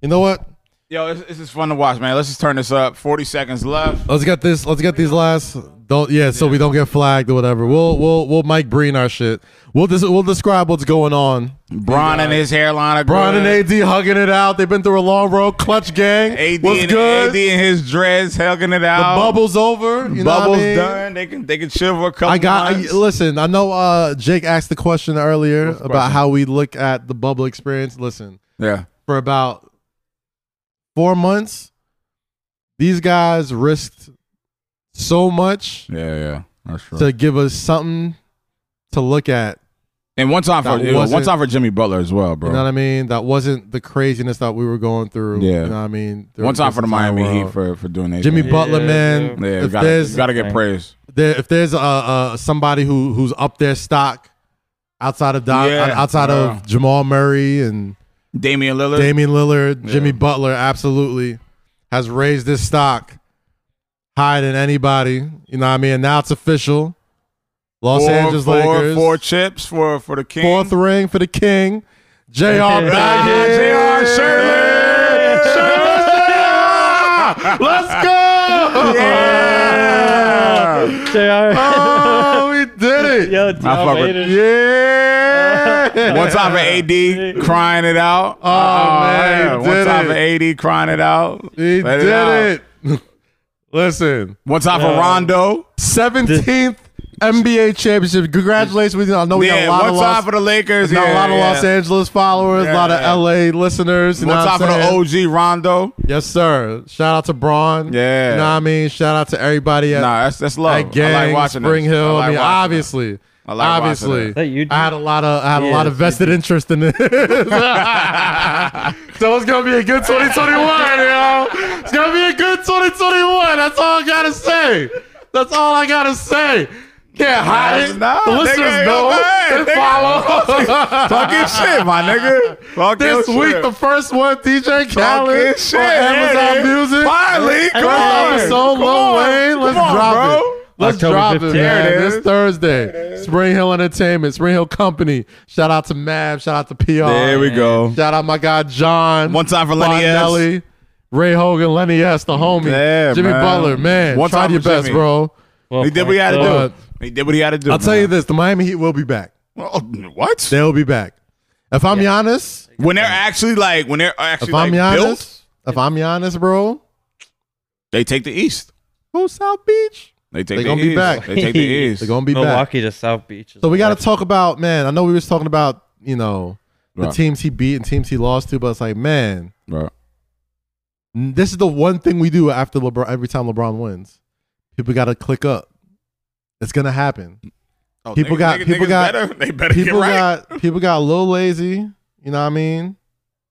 Speaker 1: you know what?
Speaker 2: Yo, this, this is fun to watch, man. Let's just turn this up. Forty seconds left.
Speaker 1: Let's get this. Let's get these last Don't yeah, so we don't get flagged or whatever. We'll we'll we'll Mike Breen our shit. We'll dis- we'll describe what's going on.
Speaker 2: Bron and his hairline. Are
Speaker 1: Bron
Speaker 2: good.
Speaker 1: and AD hugging it out. They've been through a long road. Clutch gang.
Speaker 2: AD
Speaker 1: what's
Speaker 2: and,
Speaker 1: good?
Speaker 2: AD and his dreads hugging it
Speaker 1: the
Speaker 2: out.
Speaker 1: bubble's over. You know what I
Speaker 2: Bubbles
Speaker 1: mean?
Speaker 2: done. They can they can chill for a couple.
Speaker 1: I got. I,
Speaker 2: months.
Speaker 1: listen, I know uh, Jake asked the question earlier about
Speaker 2: question?
Speaker 1: how we look at the bubble experience. Listen,
Speaker 2: yeah.
Speaker 1: for about four months, these guys risked so much
Speaker 2: Yeah, yeah. That's true.
Speaker 1: to give us something to look at.
Speaker 2: and one time for
Speaker 1: That
Speaker 2: you know, one
Speaker 1: wasn't-
Speaker 2: time for Jimmy Butler as well, bro.
Speaker 1: You know what I mean? That wasn't the craziness that we were going through.
Speaker 2: Yeah.
Speaker 1: You know what I mean?
Speaker 2: one time
Speaker 1: This
Speaker 2: for the
Speaker 1: entire
Speaker 2: Miami
Speaker 1: world.
Speaker 2: Heat for, for doing that.
Speaker 1: Jimmy
Speaker 2: thing.
Speaker 1: Butler,
Speaker 3: Yeah,
Speaker 1: man.
Speaker 2: yeah, you
Speaker 1: if
Speaker 2: gotta,
Speaker 1: there's
Speaker 2: you gotta get praise.
Speaker 1: there, if there's uh, uh somebody who who's up their stock outside of Don,
Speaker 2: Yeah,
Speaker 1: outside
Speaker 2: yeah.
Speaker 1: of Jamal Murray and
Speaker 2: Damian Lillard.
Speaker 1: Damian Lillard, Jimmy
Speaker 2: Uh, Yeah.
Speaker 1: Butler, absolutely has raised this stock higher than anybody. You know what I mean? And now it's official. Los
Speaker 2: four,
Speaker 1: Angeles
Speaker 2: four,
Speaker 1: Lakers
Speaker 2: four chips for for the king.
Speaker 1: fourth
Speaker 2: <laughs>
Speaker 1: ring for the king. Jr. back.
Speaker 2: Ah, J.R. Shirley.
Speaker 3: <laughs>
Speaker 1: Let's go!
Speaker 2: Yeah.
Speaker 1: Oh, we did it!
Speaker 3: <laughs> Yo,
Speaker 2: I fuck with-
Speaker 1: Yeah.
Speaker 2: One time for AD crying it out. Uh,
Speaker 1: Oh, man, you
Speaker 2: One
Speaker 1: did
Speaker 2: time for
Speaker 1: it.
Speaker 2: AD crying it out.
Speaker 1: He
Speaker 2: Let
Speaker 1: did
Speaker 2: out.
Speaker 1: it. <laughs> Listen,
Speaker 2: One time for
Speaker 3: Yeah.
Speaker 2: Rondo.
Speaker 1: seventeenth NBA championship. Congratulations! We I know we got
Speaker 2: yeah,
Speaker 1: a lot
Speaker 2: one
Speaker 1: of
Speaker 2: time
Speaker 1: Los,
Speaker 2: for the Lakers.
Speaker 1: got
Speaker 2: yeah,
Speaker 1: a lot of
Speaker 2: yeah.
Speaker 1: Los Angeles followers, a lot of
Speaker 2: Yeah.
Speaker 1: LA listeners. You know
Speaker 2: One
Speaker 1: what
Speaker 2: time
Speaker 1: I'm
Speaker 2: for
Speaker 1: saying?
Speaker 2: the OG Rondo.
Speaker 1: Yes, sir. Shout out to Braun.
Speaker 2: Yeah.
Speaker 1: you know what I mean. Shout out to everybody at,
Speaker 2: Nah, that's that's love.
Speaker 1: at Gang
Speaker 2: I like watching
Speaker 1: Spring
Speaker 2: this.
Speaker 1: Hill. I,
Speaker 2: I, like
Speaker 1: mean,
Speaker 2: watching this.
Speaker 1: obviously,
Speaker 2: I like watching
Speaker 1: obviously,
Speaker 2: that.
Speaker 3: That you-
Speaker 1: I had a lot of I had a
Speaker 3: Yeah,
Speaker 1: lot of
Speaker 3: you
Speaker 1: vested interest in this. <laughs> so it's gonna be a
Speaker 2: <laughs>
Speaker 1: good 2021, yo. It's gonna be a good 2021. That's all I gotta say. That's all I gotta say. Can't hide it. the
Speaker 2: Nah, nigga,
Speaker 1: listeners
Speaker 2: yo,
Speaker 1: know.
Speaker 2: man,
Speaker 1: They
Speaker 2: nigga. <laughs>
Speaker 1: follow.
Speaker 2: Talking
Speaker 1: <laughs>
Speaker 2: shit, my nigga. Fuck
Speaker 1: This
Speaker 2: your
Speaker 1: week,
Speaker 2: shit.
Speaker 1: the first one, DJ
Speaker 2: Talking
Speaker 1: Khaled
Speaker 2: shit.
Speaker 1: on Amazon
Speaker 2: yeah,
Speaker 1: Music.
Speaker 2: Finally, come on.
Speaker 1: First episode,
Speaker 2: Come
Speaker 1: Lil
Speaker 2: on.
Speaker 1: Wayne. Let's
Speaker 2: Come on,
Speaker 1: drop
Speaker 2: bro.
Speaker 1: it. Let's
Speaker 3: October
Speaker 1: drop it,
Speaker 3: 15th.
Speaker 1: man.
Speaker 2: There it is.
Speaker 1: This Thursday, Spring Hill Entertainment, Spring Hill Company. Shout out to Mav. Shout out to PR.
Speaker 2: There we go.
Speaker 1: Shout out my guy John.
Speaker 2: One time for Lenny S.
Speaker 1: Fontanelli, Ray Hogan, Lenny S, the homie.
Speaker 2: Yeah,
Speaker 1: Jimmy
Speaker 2: man.
Speaker 1: Butler, man.
Speaker 2: One
Speaker 1: try
Speaker 2: time
Speaker 1: your
Speaker 2: for
Speaker 1: best,
Speaker 2: Jimmy.
Speaker 1: bro.
Speaker 2: He did what he had to
Speaker 1: But-
Speaker 2: do. He did what he had to do.
Speaker 1: I'll tell you this: the Miami Heat will be back.
Speaker 2: man. What?
Speaker 1: They'll be back. If I'm Giannis,
Speaker 2: When they're actually like, when they're actually
Speaker 1: if I'm
Speaker 2: like
Speaker 1: Giannis,
Speaker 2: built,
Speaker 1: if I'm Giannis, bro,
Speaker 2: they take the East.
Speaker 1: go South Beach.
Speaker 2: They
Speaker 1: They
Speaker 2: take the
Speaker 1: gonna
Speaker 2: East.
Speaker 1: be back.
Speaker 2: They
Speaker 1: <laughs>
Speaker 2: take the East.
Speaker 1: They're gonna be back.
Speaker 3: Milwaukee to South Beach. is
Speaker 1: So we got
Speaker 3: like-
Speaker 1: to talk about man. I know we was talking about you know the
Speaker 2: Right.
Speaker 1: teams he beat and teams he lost to, but it's like man,
Speaker 2: Right.
Speaker 1: n- this is the one thing we do after LeBron. Every time LeBron wins, people got to click up. It's gonna happen.
Speaker 2: Oh,
Speaker 1: People
Speaker 2: niggas-
Speaker 1: got-
Speaker 2: niggas-
Speaker 1: people
Speaker 2: niggas
Speaker 1: got-
Speaker 2: better. They better get
Speaker 1: People
Speaker 2: right.
Speaker 1: got people got a little lazy. You know what I mean?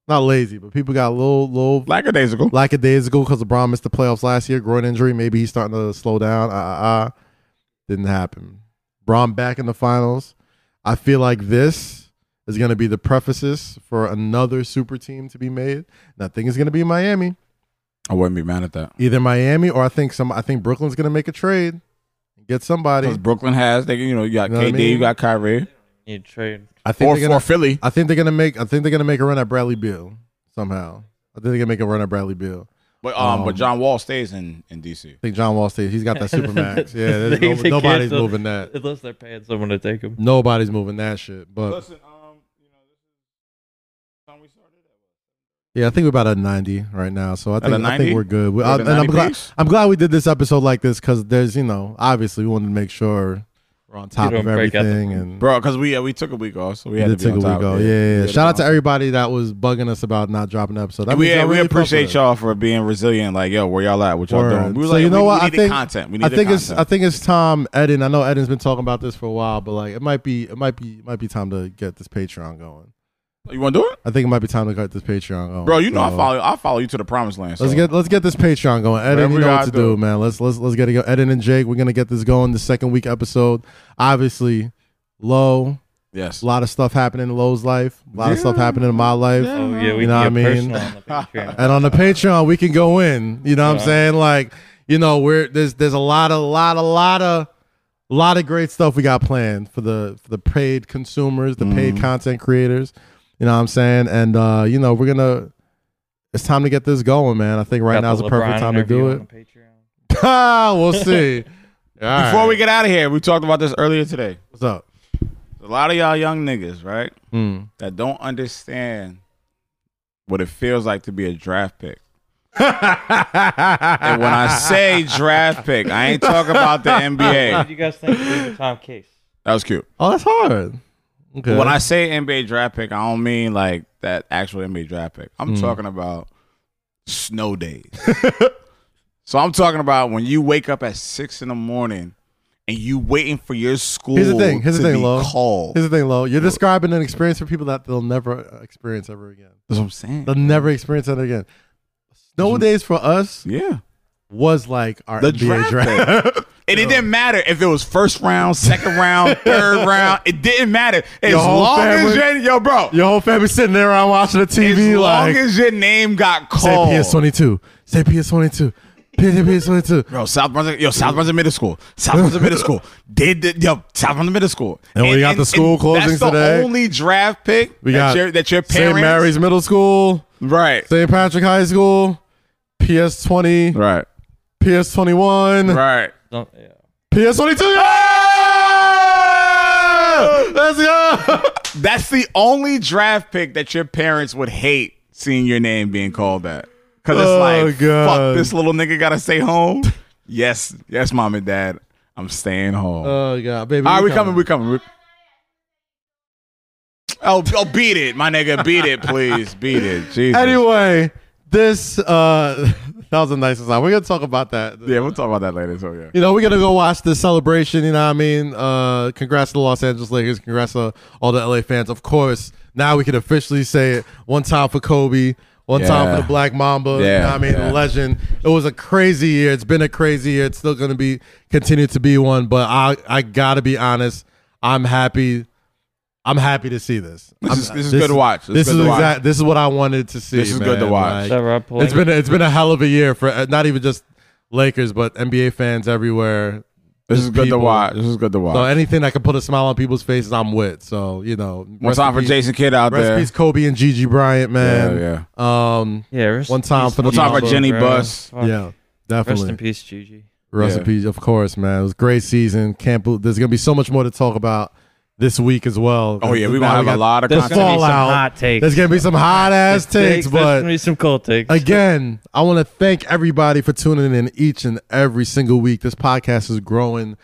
Speaker 1: Not lazy, but people got a little little
Speaker 2: lackadaisical.
Speaker 1: lackadaisical because LeBron missed the playoffs last year, groin injury. Maybe he's starting to slow down. Uh, uh, uh. Didn't happen. Braun back in the finals. I feel like this is going to be the prefaces for another super team to be made. And I think it's going to be Miami,
Speaker 2: I wouldn't be mad at that.
Speaker 1: either Miami or I think some. I think Brooklyn's going to make a trade and get somebody.
Speaker 2: Because Brooklyn has, they you know, you got
Speaker 1: You know what I
Speaker 2: KD,
Speaker 1: mean?
Speaker 2: you got Kyrie,
Speaker 3: You trade. <laughs>
Speaker 1: I think
Speaker 2: or
Speaker 1: they're
Speaker 2: for
Speaker 1: gonna,
Speaker 2: Philly.
Speaker 1: I think they're going to make. I think they're going to make a run at Bradley Beal somehow. I think they're going to make a run at Bradley Beal.
Speaker 2: But um,
Speaker 1: Um,
Speaker 2: but John Wall stays in in DC.
Speaker 1: I think John Wall stays. He's got that supermax. Yeah, there's
Speaker 3: They-
Speaker 1: no,
Speaker 3: they
Speaker 1: nobody's
Speaker 3: canceled-
Speaker 1: moving that.
Speaker 3: Unless they're paying someone to take him.
Speaker 1: Nobody's moving that shit. But
Speaker 2: um, you know, this is time we started.
Speaker 1: yeah, I think we're about at ninety right now. So I
Speaker 2: a
Speaker 1: think I
Speaker 2: 90?
Speaker 1: think we're good. We-
Speaker 2: We're
Speaker 1: I-
Speaker 2: at a
Speaker 1: and I'm
Speaker 2: 90
Speaker 1: glad
Speaker 2: piece?
Speaker 1: I'm glad we did this episode like this because there's you know obviously we wanted to make sure we're on top
Speaker 3: don't
Speaker 1: of
Speaker 3: break out the-
Speaker 1: everything and
Speaker 2: Bro, because we uh, we took a week off, so we
Speaker 1: we
Speaker 2: had
Speaker 1: did
Speaker 2: to be
Speaker 1: take a
Speaker 2: on
Speaker 1: week
Speaker 2: top.
Speaker 1: off. Yeah, yeah, yeah.
Speaker 2: had
Speaker 1: Shout out
Speaker 2: be
Speaker 1: to
Speaker 2: on-
Speaker 1: everybody that was bugging us about not dropping an episode. That
Speaker 2: We,
Speaker 1: means
Speaker 2: yeah,
Speaker 1: y'all
Speaker 2: we
Speaker 1: really fuck with
Speaker 2: appreciate
Speaker 1: us.
Speaker 2: y'all for being resilient. Like, yo, where y'all at? What y'all
Speaker 1: Word.
Speaker 2: doing? We were
Speaker 1: So
Speaker 2: like,
Speaker 1: you know
Speaker 2: we,
Speaker 1: what?
Speaker 2: We
Speaker 1: I
Speaker 2: needed
Speaker 1: think-
Speaker 2: content. We
Speaker 1: I
Speaker 2: needed
Speaker 1: think it's I
Speaker 2: content.
Speaker 1: think it's Tom Eden. I know Eden's been talking about this for a while, but like it might be it might be it might be time to get this Patreon going.
Speaker 2: you want to do it,
Speaker 1: I think it might be time to get this Patreon going.
Speaker 2: bro? You know, I
Speaker 1: So-
Speaker 2: follow. I follow you to the promised land.
Speaker 1: Let's
Speaker 2: so.
Speaker 1: get let's get this Patreon going. Eden,
Speaker 2: Whatever
Speaker 1: you
Speaker 2: we
Speaker 1: know what
Speaker 2: gotta
Speaker 1: to do,
Speaker 2: do.
Speaker 1: man. Let's let's let's get it go. Eden and Jake, we're gonna get this going. The second week episode, obviously, low.
Speaker 2: yes.
Speaker 1: A lot of stuff happening in Low's life. A lot of
Speaker 2: Yeah.
Speaker 1: stuff happening in my life.
Speaker 3: Oh yeah, we
Speaker 1: You know
Speaker 3: can
Speaker 1: what
Speaker 3: get
Speaker 1: I mean?
Speaker 3: personal
Speaker 1: <laughs>
Speaker 3: on the Patreon.
Speaker 1: And on the Patreon, we can go in. You know what
Speaker 3: Yeah.
Speaker 1: I'm saying? Like, you know, we're there's there's a lot, a lot, a lot of lot of great stuff we got planned for the for the paid consumers, the paid content creators. You know what I'm saying? And uh, you know, we're gonna it's time to get this going, man. I think right
Speaker 3: Got
Speaker 1: now is
Speaker 3: the
Speaker 1: the perfect
Speaker 3: LeBron
Speaker 1: time to
Speaker 3: interview
Speaker 1: do
Speaker 3: on
Speaker 1: it.
Speaker 3: the Patreon.
Speaker 2: <laughs>
Speaker 1: Ah, we'll see. All
Speaker 2: Before
Speaker 1: right.
Speaker 2: we get out of here, we talked about this earlier today.
Speaker 1: what's up?
Speaker 2: A lot of y'all young niggas, right,
Speaker 1: Mm.
Speaker 2: that don't understand what it feels like to be a draft pick. And when I
Speaker 1: <laughs>
Speaker 2: say draft pick, I ain't talking about the
Speaker 3: What do
Speaker 2: NBA.
Speaker 3: you guys think of Tom Case?
Speaker 2: That was cute.
Speaker 1: <laughs> Oh, that's hard. Okay.
Speaker 2: When I say NBA draft pick, I don't mean like that actual NBA draft pick. I'm
Speaker 1: Mm.
Speaker 2: talking about snow days. <laughs> so I'm talking about when you wake up at six in the morning and you waiting for your school
Speaker 1: Here's the thing, here's
Speaker 2: to
Speaker 1: the thing,
Speaker 2: be
Speaker 1: Lo.
Speaker 2: called.
Speaker 1: Here's the thing, Lo. You're describing an experience for people that they'll never uh, experience ever again.
Speaker 2: That's what I'm saying.
Speaker 1: They'll never experience that again. Snow days for us
Speaker 2: yeah.
Speaker 1: was like our
Speaker 2: The
Speaker 1: NBA
Speaker 2: draft.
Speaker 1: draft.
Speaker 2: pick. And it didn't matter if it was first round,
Speaker 1: <laughs>
Speaker 2: second round, third round. It didn't matter. As
Speaker 1: Your whole
Speaker 2: long as
Speaker 1: family-
Speaker 2: your, yo, bro,
Speaker 1: <laughs> Your whole family sitting there around watching the
Speaker 2: as
Speaker 1: TV
Speaker 2: long
Speaker 1: like
Speaker 2: as your name got called.
Speaker 1: say PS twenty two, say PS twenty two, PS twenty two.
Speaker 2: Bro, South Brunswick, yo, South Brunswick Middle School, South Brunswick
Speaker 1: <laughs>
Speaker 2: Middle School, they did, yo, South Brunswick Middle School,
Speaker 1: And we got the school closings
Speaker 2: That's the
Speaker 1: today.
Speaker 2: only draft pick
Speaker 1: We
Speaker 2: that,
Speaker 1: got
Speaker 2: your, that your
Speaker 1: St.
Speaker 2: parents,
Speaker 1: Mary's Middle School,
Speaker 2: right,
Speaker 1: St. Patrick High School, PS twenty,
Speaker 2: right,
Speaker 1: PS twenty one,
Speaker 2: right.
Speaker 3: Don't, yeah.
Speaker 1: PS twenty two. <laughs> Let's go.
Speaker 2: That's the only draft pick that your parents would hate seeing your name being called that, because it's
Speaker 1: Oh,
Speaker 2: like,
Speaker 1: God.
Speaker 2: fuck, this little nigga gotta stay home. yes, yes, mom and dad, I'm staying home.
Speaker 1: Oh god, baby.
Speaker 2: All right, we coming. We coming. We- Oh, oh, beat it, my nigga. Beat it, please. Beat it. <laughs> Jesus.
Speaker 1: Anyway, this uh <laughs> that was a nice design. We're gonna talk about that.
Speaker 2: Yeah, we'll talk about that later. So yeah.
Speaker 1: You know, we're gonna go watch the celebration, you know what I mean? Uh congrats to the Los Angeles Lakers, congrats to all the LA fans. Of course, now we can officially say it. One time for Kobe, one time
Speaker 2: Yeah.
Speaker 1: for the Black Mamba, you
Speaker 2: Yeah,
Speaker 1: know what I mean?
Speaker 2: yeah.
Speaker 1: The legend. It was a crazy year. It's been a crazy year. It's still gonna be continue to be one, but I I gotta be honest, I'm happy. I'm happy to see this.
Speaker 2: This
Speaker 1: I'm-
Speaker 2: is- this is good to watch. This
Speaker 1: This,
Speaker 2: is good
Speaker 1: is
Speaker 2: to watch.
Speaker 1: exact. This is what I wanted to see.
Speaker 2: This is good to
Speaker 1: man.
Speaker 2: watch.
Speaker 1: Like,
Speaker 3: Sarah Paulson.
Speaker 1: it's been a, it's been a hell of a year for uh, not even just Lakers but NBA fans everywhere.
Speaker 2: This
Speaker 1: Just
Speaker 2: is good
Speaker 1: people.
Speaker 2: to watch. This is good to watch.
Speaker 1: So anything that can put a smile on people's faces, I'm with. So you know,
Speaker 2: One
Speaker 1: rest
Speaker 2: time
Speaker 1: in
Speaker 2: for
Speaker 1: peace-
Speaker 2: Jason Kidd out
Speaker 1: Rest in
Speaker 2: there.
Speaker 1: peace, Kobe and Gigi Bryant, man.
Speaker 2: Yeah,
Speaker 1: Um,
Speaker 3: yeah, rest
Speaker 1: One
Speaker 3: in
Speaker 1: time
Speaker 3: peace,
Speaker 1: for the
Speaker 3: Gigi,
Speaker 1: One time for
Speaker 2: Jenny
Speaker 3: bro.
Speaker 2: Buss.
Speaker 3: Fuck.
Speaker 1: yeah,
Speaker 3: Rest
Speaker 1: definitely.
Speaker 3: in peace, Gigi.
Speaker 2: Yeah.
Speaker 1: Recipes, of course, man. It was a great season. Can't bel there's gonna be so much more to talk about this week as well.
Speaker 2: Oh yeah,
Speaker 1: Now
Speaker 2: we gonna have
Speaker 1: got-
Speaker 2: a lot of
Speaker 3: There's
Speaker 2: content.
Speaker 3: gonna be some
Speaker 1: Fallout.
Speaker 3: hot takes.
Speaker 1: There's gonna be some hot ass takes,
Speaker 3: There's
Speaker 1: but
Speaker 3: gonna be some cold takes.
Speaker 1: Again, I want to thank everybody for tuning in each and every single week. This podcast is growing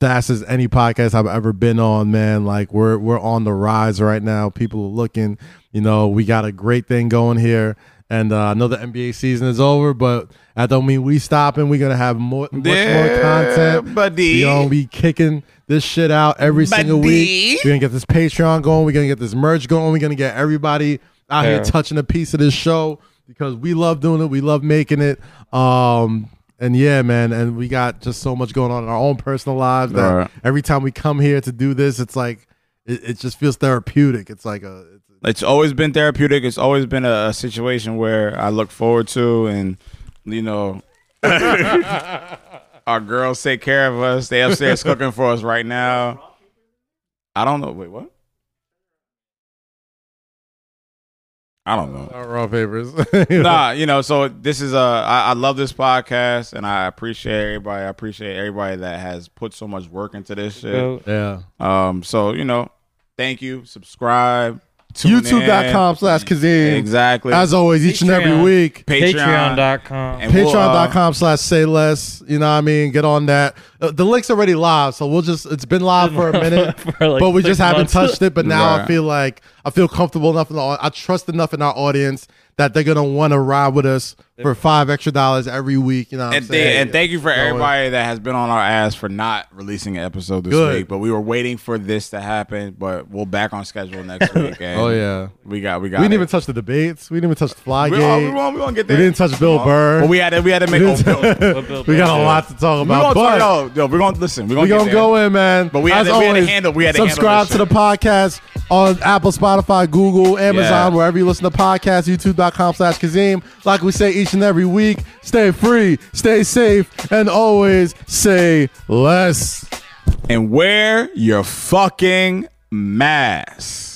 Speaker 1: fast as any podcast I've ever been on, man. Like we're we're on the rise right now. People are looking, you know, we got a great thing going here. And uh, I know the NBA season is over, but I don't mean we stopping. We're gonna have more, much more content.
Speaker 2: buddy.
Speaker 1: We're gonna be kicking this shit out every single
Speaker 2: Buddy.
Speaker 1: week. We're gonna get this Patreon going. We're gonna get this merch going. We're gonna get everybody out here
Speaker 3: Yeah.
Speaker 1: touching a piece of this show because we love doing it. We love making it. Um, and yeah, man, and we got just so much going on in our own personal lives that
Speaker 2: Right.
Speaker 1: every time we come here to do this, it's like it, it just feels therapeutic. It's like a it's,
Speaker 2: It's always been therapeutic. It's always been a, a situation where I look forward to, and you know, <laughs> our girls take care of us. They upstairs cooking for us right now. I don't know. Wait, what? I don't know.
Speaker 1: raw <laughs> papers.
Speaker 2: nah, you know, so this is uh I, I love this podcast and I appreciate everybody. I appreciate everybody that has put so much work into this shit.
Speaker 3: So,
Speaker 1: Yeah.
Speaker 2: Um, so you know, thank you. Subscribe. tune in.
Speaker 1: YouTube.com slash Kazim.
Speaker 2: Exactly.
Speaker 1: As always, each and every
Speaker 3: Patreon.
Speaker 1: week.
Speaker 3: Patreon.com.
Speaker 2: And we'll, uh,
Speaker 1: patreon.com slash say less you know what i mean get on that Uh, the link's already live so we'll just it's been live <laughs> for a minute
Speaker 3: For like
Speaker 1: but we
Speaker 3: six
Speaker 1: just haven't <laughs>
Speaker 3: months.
Speaker 1: touched it but now i
Speaker 2: Right.
Speaker 1: feel like i feel comfortable enough in the au- i trust enough in our audience that they're gonna want to ride with us for five extra dollars every week you know what i'm
Speaker 2: And,
Speaker 1: saying
Speaker 2: th- and thank you for
Speaker 1: Go ahead.
Speaker 2: everybody that has been on our ass for not releasing an episode this
Speaker 1: Good.
Speaker 2: week. But we were waiting for this to happen. But we'll back on schedule
Speaker 1: <laughs>
Speaker 2: next week. And
Speaker 1: oh yeah
Speaker 2: we got we got.
Speaker 1: we didn't
Speaker 2: it.
Speaker 1: even touch the debates we didn't even touch the fly
Speaker 2: We, oh, we,
Speaker 1: game
Speaker 2: won't, we won't get
Speaker 1: we
Speaker 2: there.
Speaker 1: didn't touch bill burr
Speaker 2: But we had to we had to
Speaker 1: <laughs>
Speaker 2: make.
Speaker 1: We
Speaker 2: Oh,
Speaker 1: didn't-
Speaker 2: Bill.
Speaker 1: we got a lot to talk
Speaker 2: We
Speaker 1: about
Speaker 2: gonna
Speaker 1: but
Speaker 2: talk, yo, yo, we're gonna listen. We're gonna,
Speaker 1: we gonna
Speaker 2: get there.
Speaker 1: go in, man.
Speaker 2: But we
Speaker 1: As
Speaker 2: had to- we had to
Speaker 1: always,
Speaker 2: handle- we had to handle
Speaker 1: subscribe
Speaker 2: this
Speaker 1: to the podcast on Apple, Spotify, Google, Amazon,
Speaker 2: Yeah.
Speaker 1: wherever you listen to podcasts. YouTube.com slash Kazim. Like we say each and every week, stay free, stay safe, and always say less.
Speaker 2: and wear your fucking mask.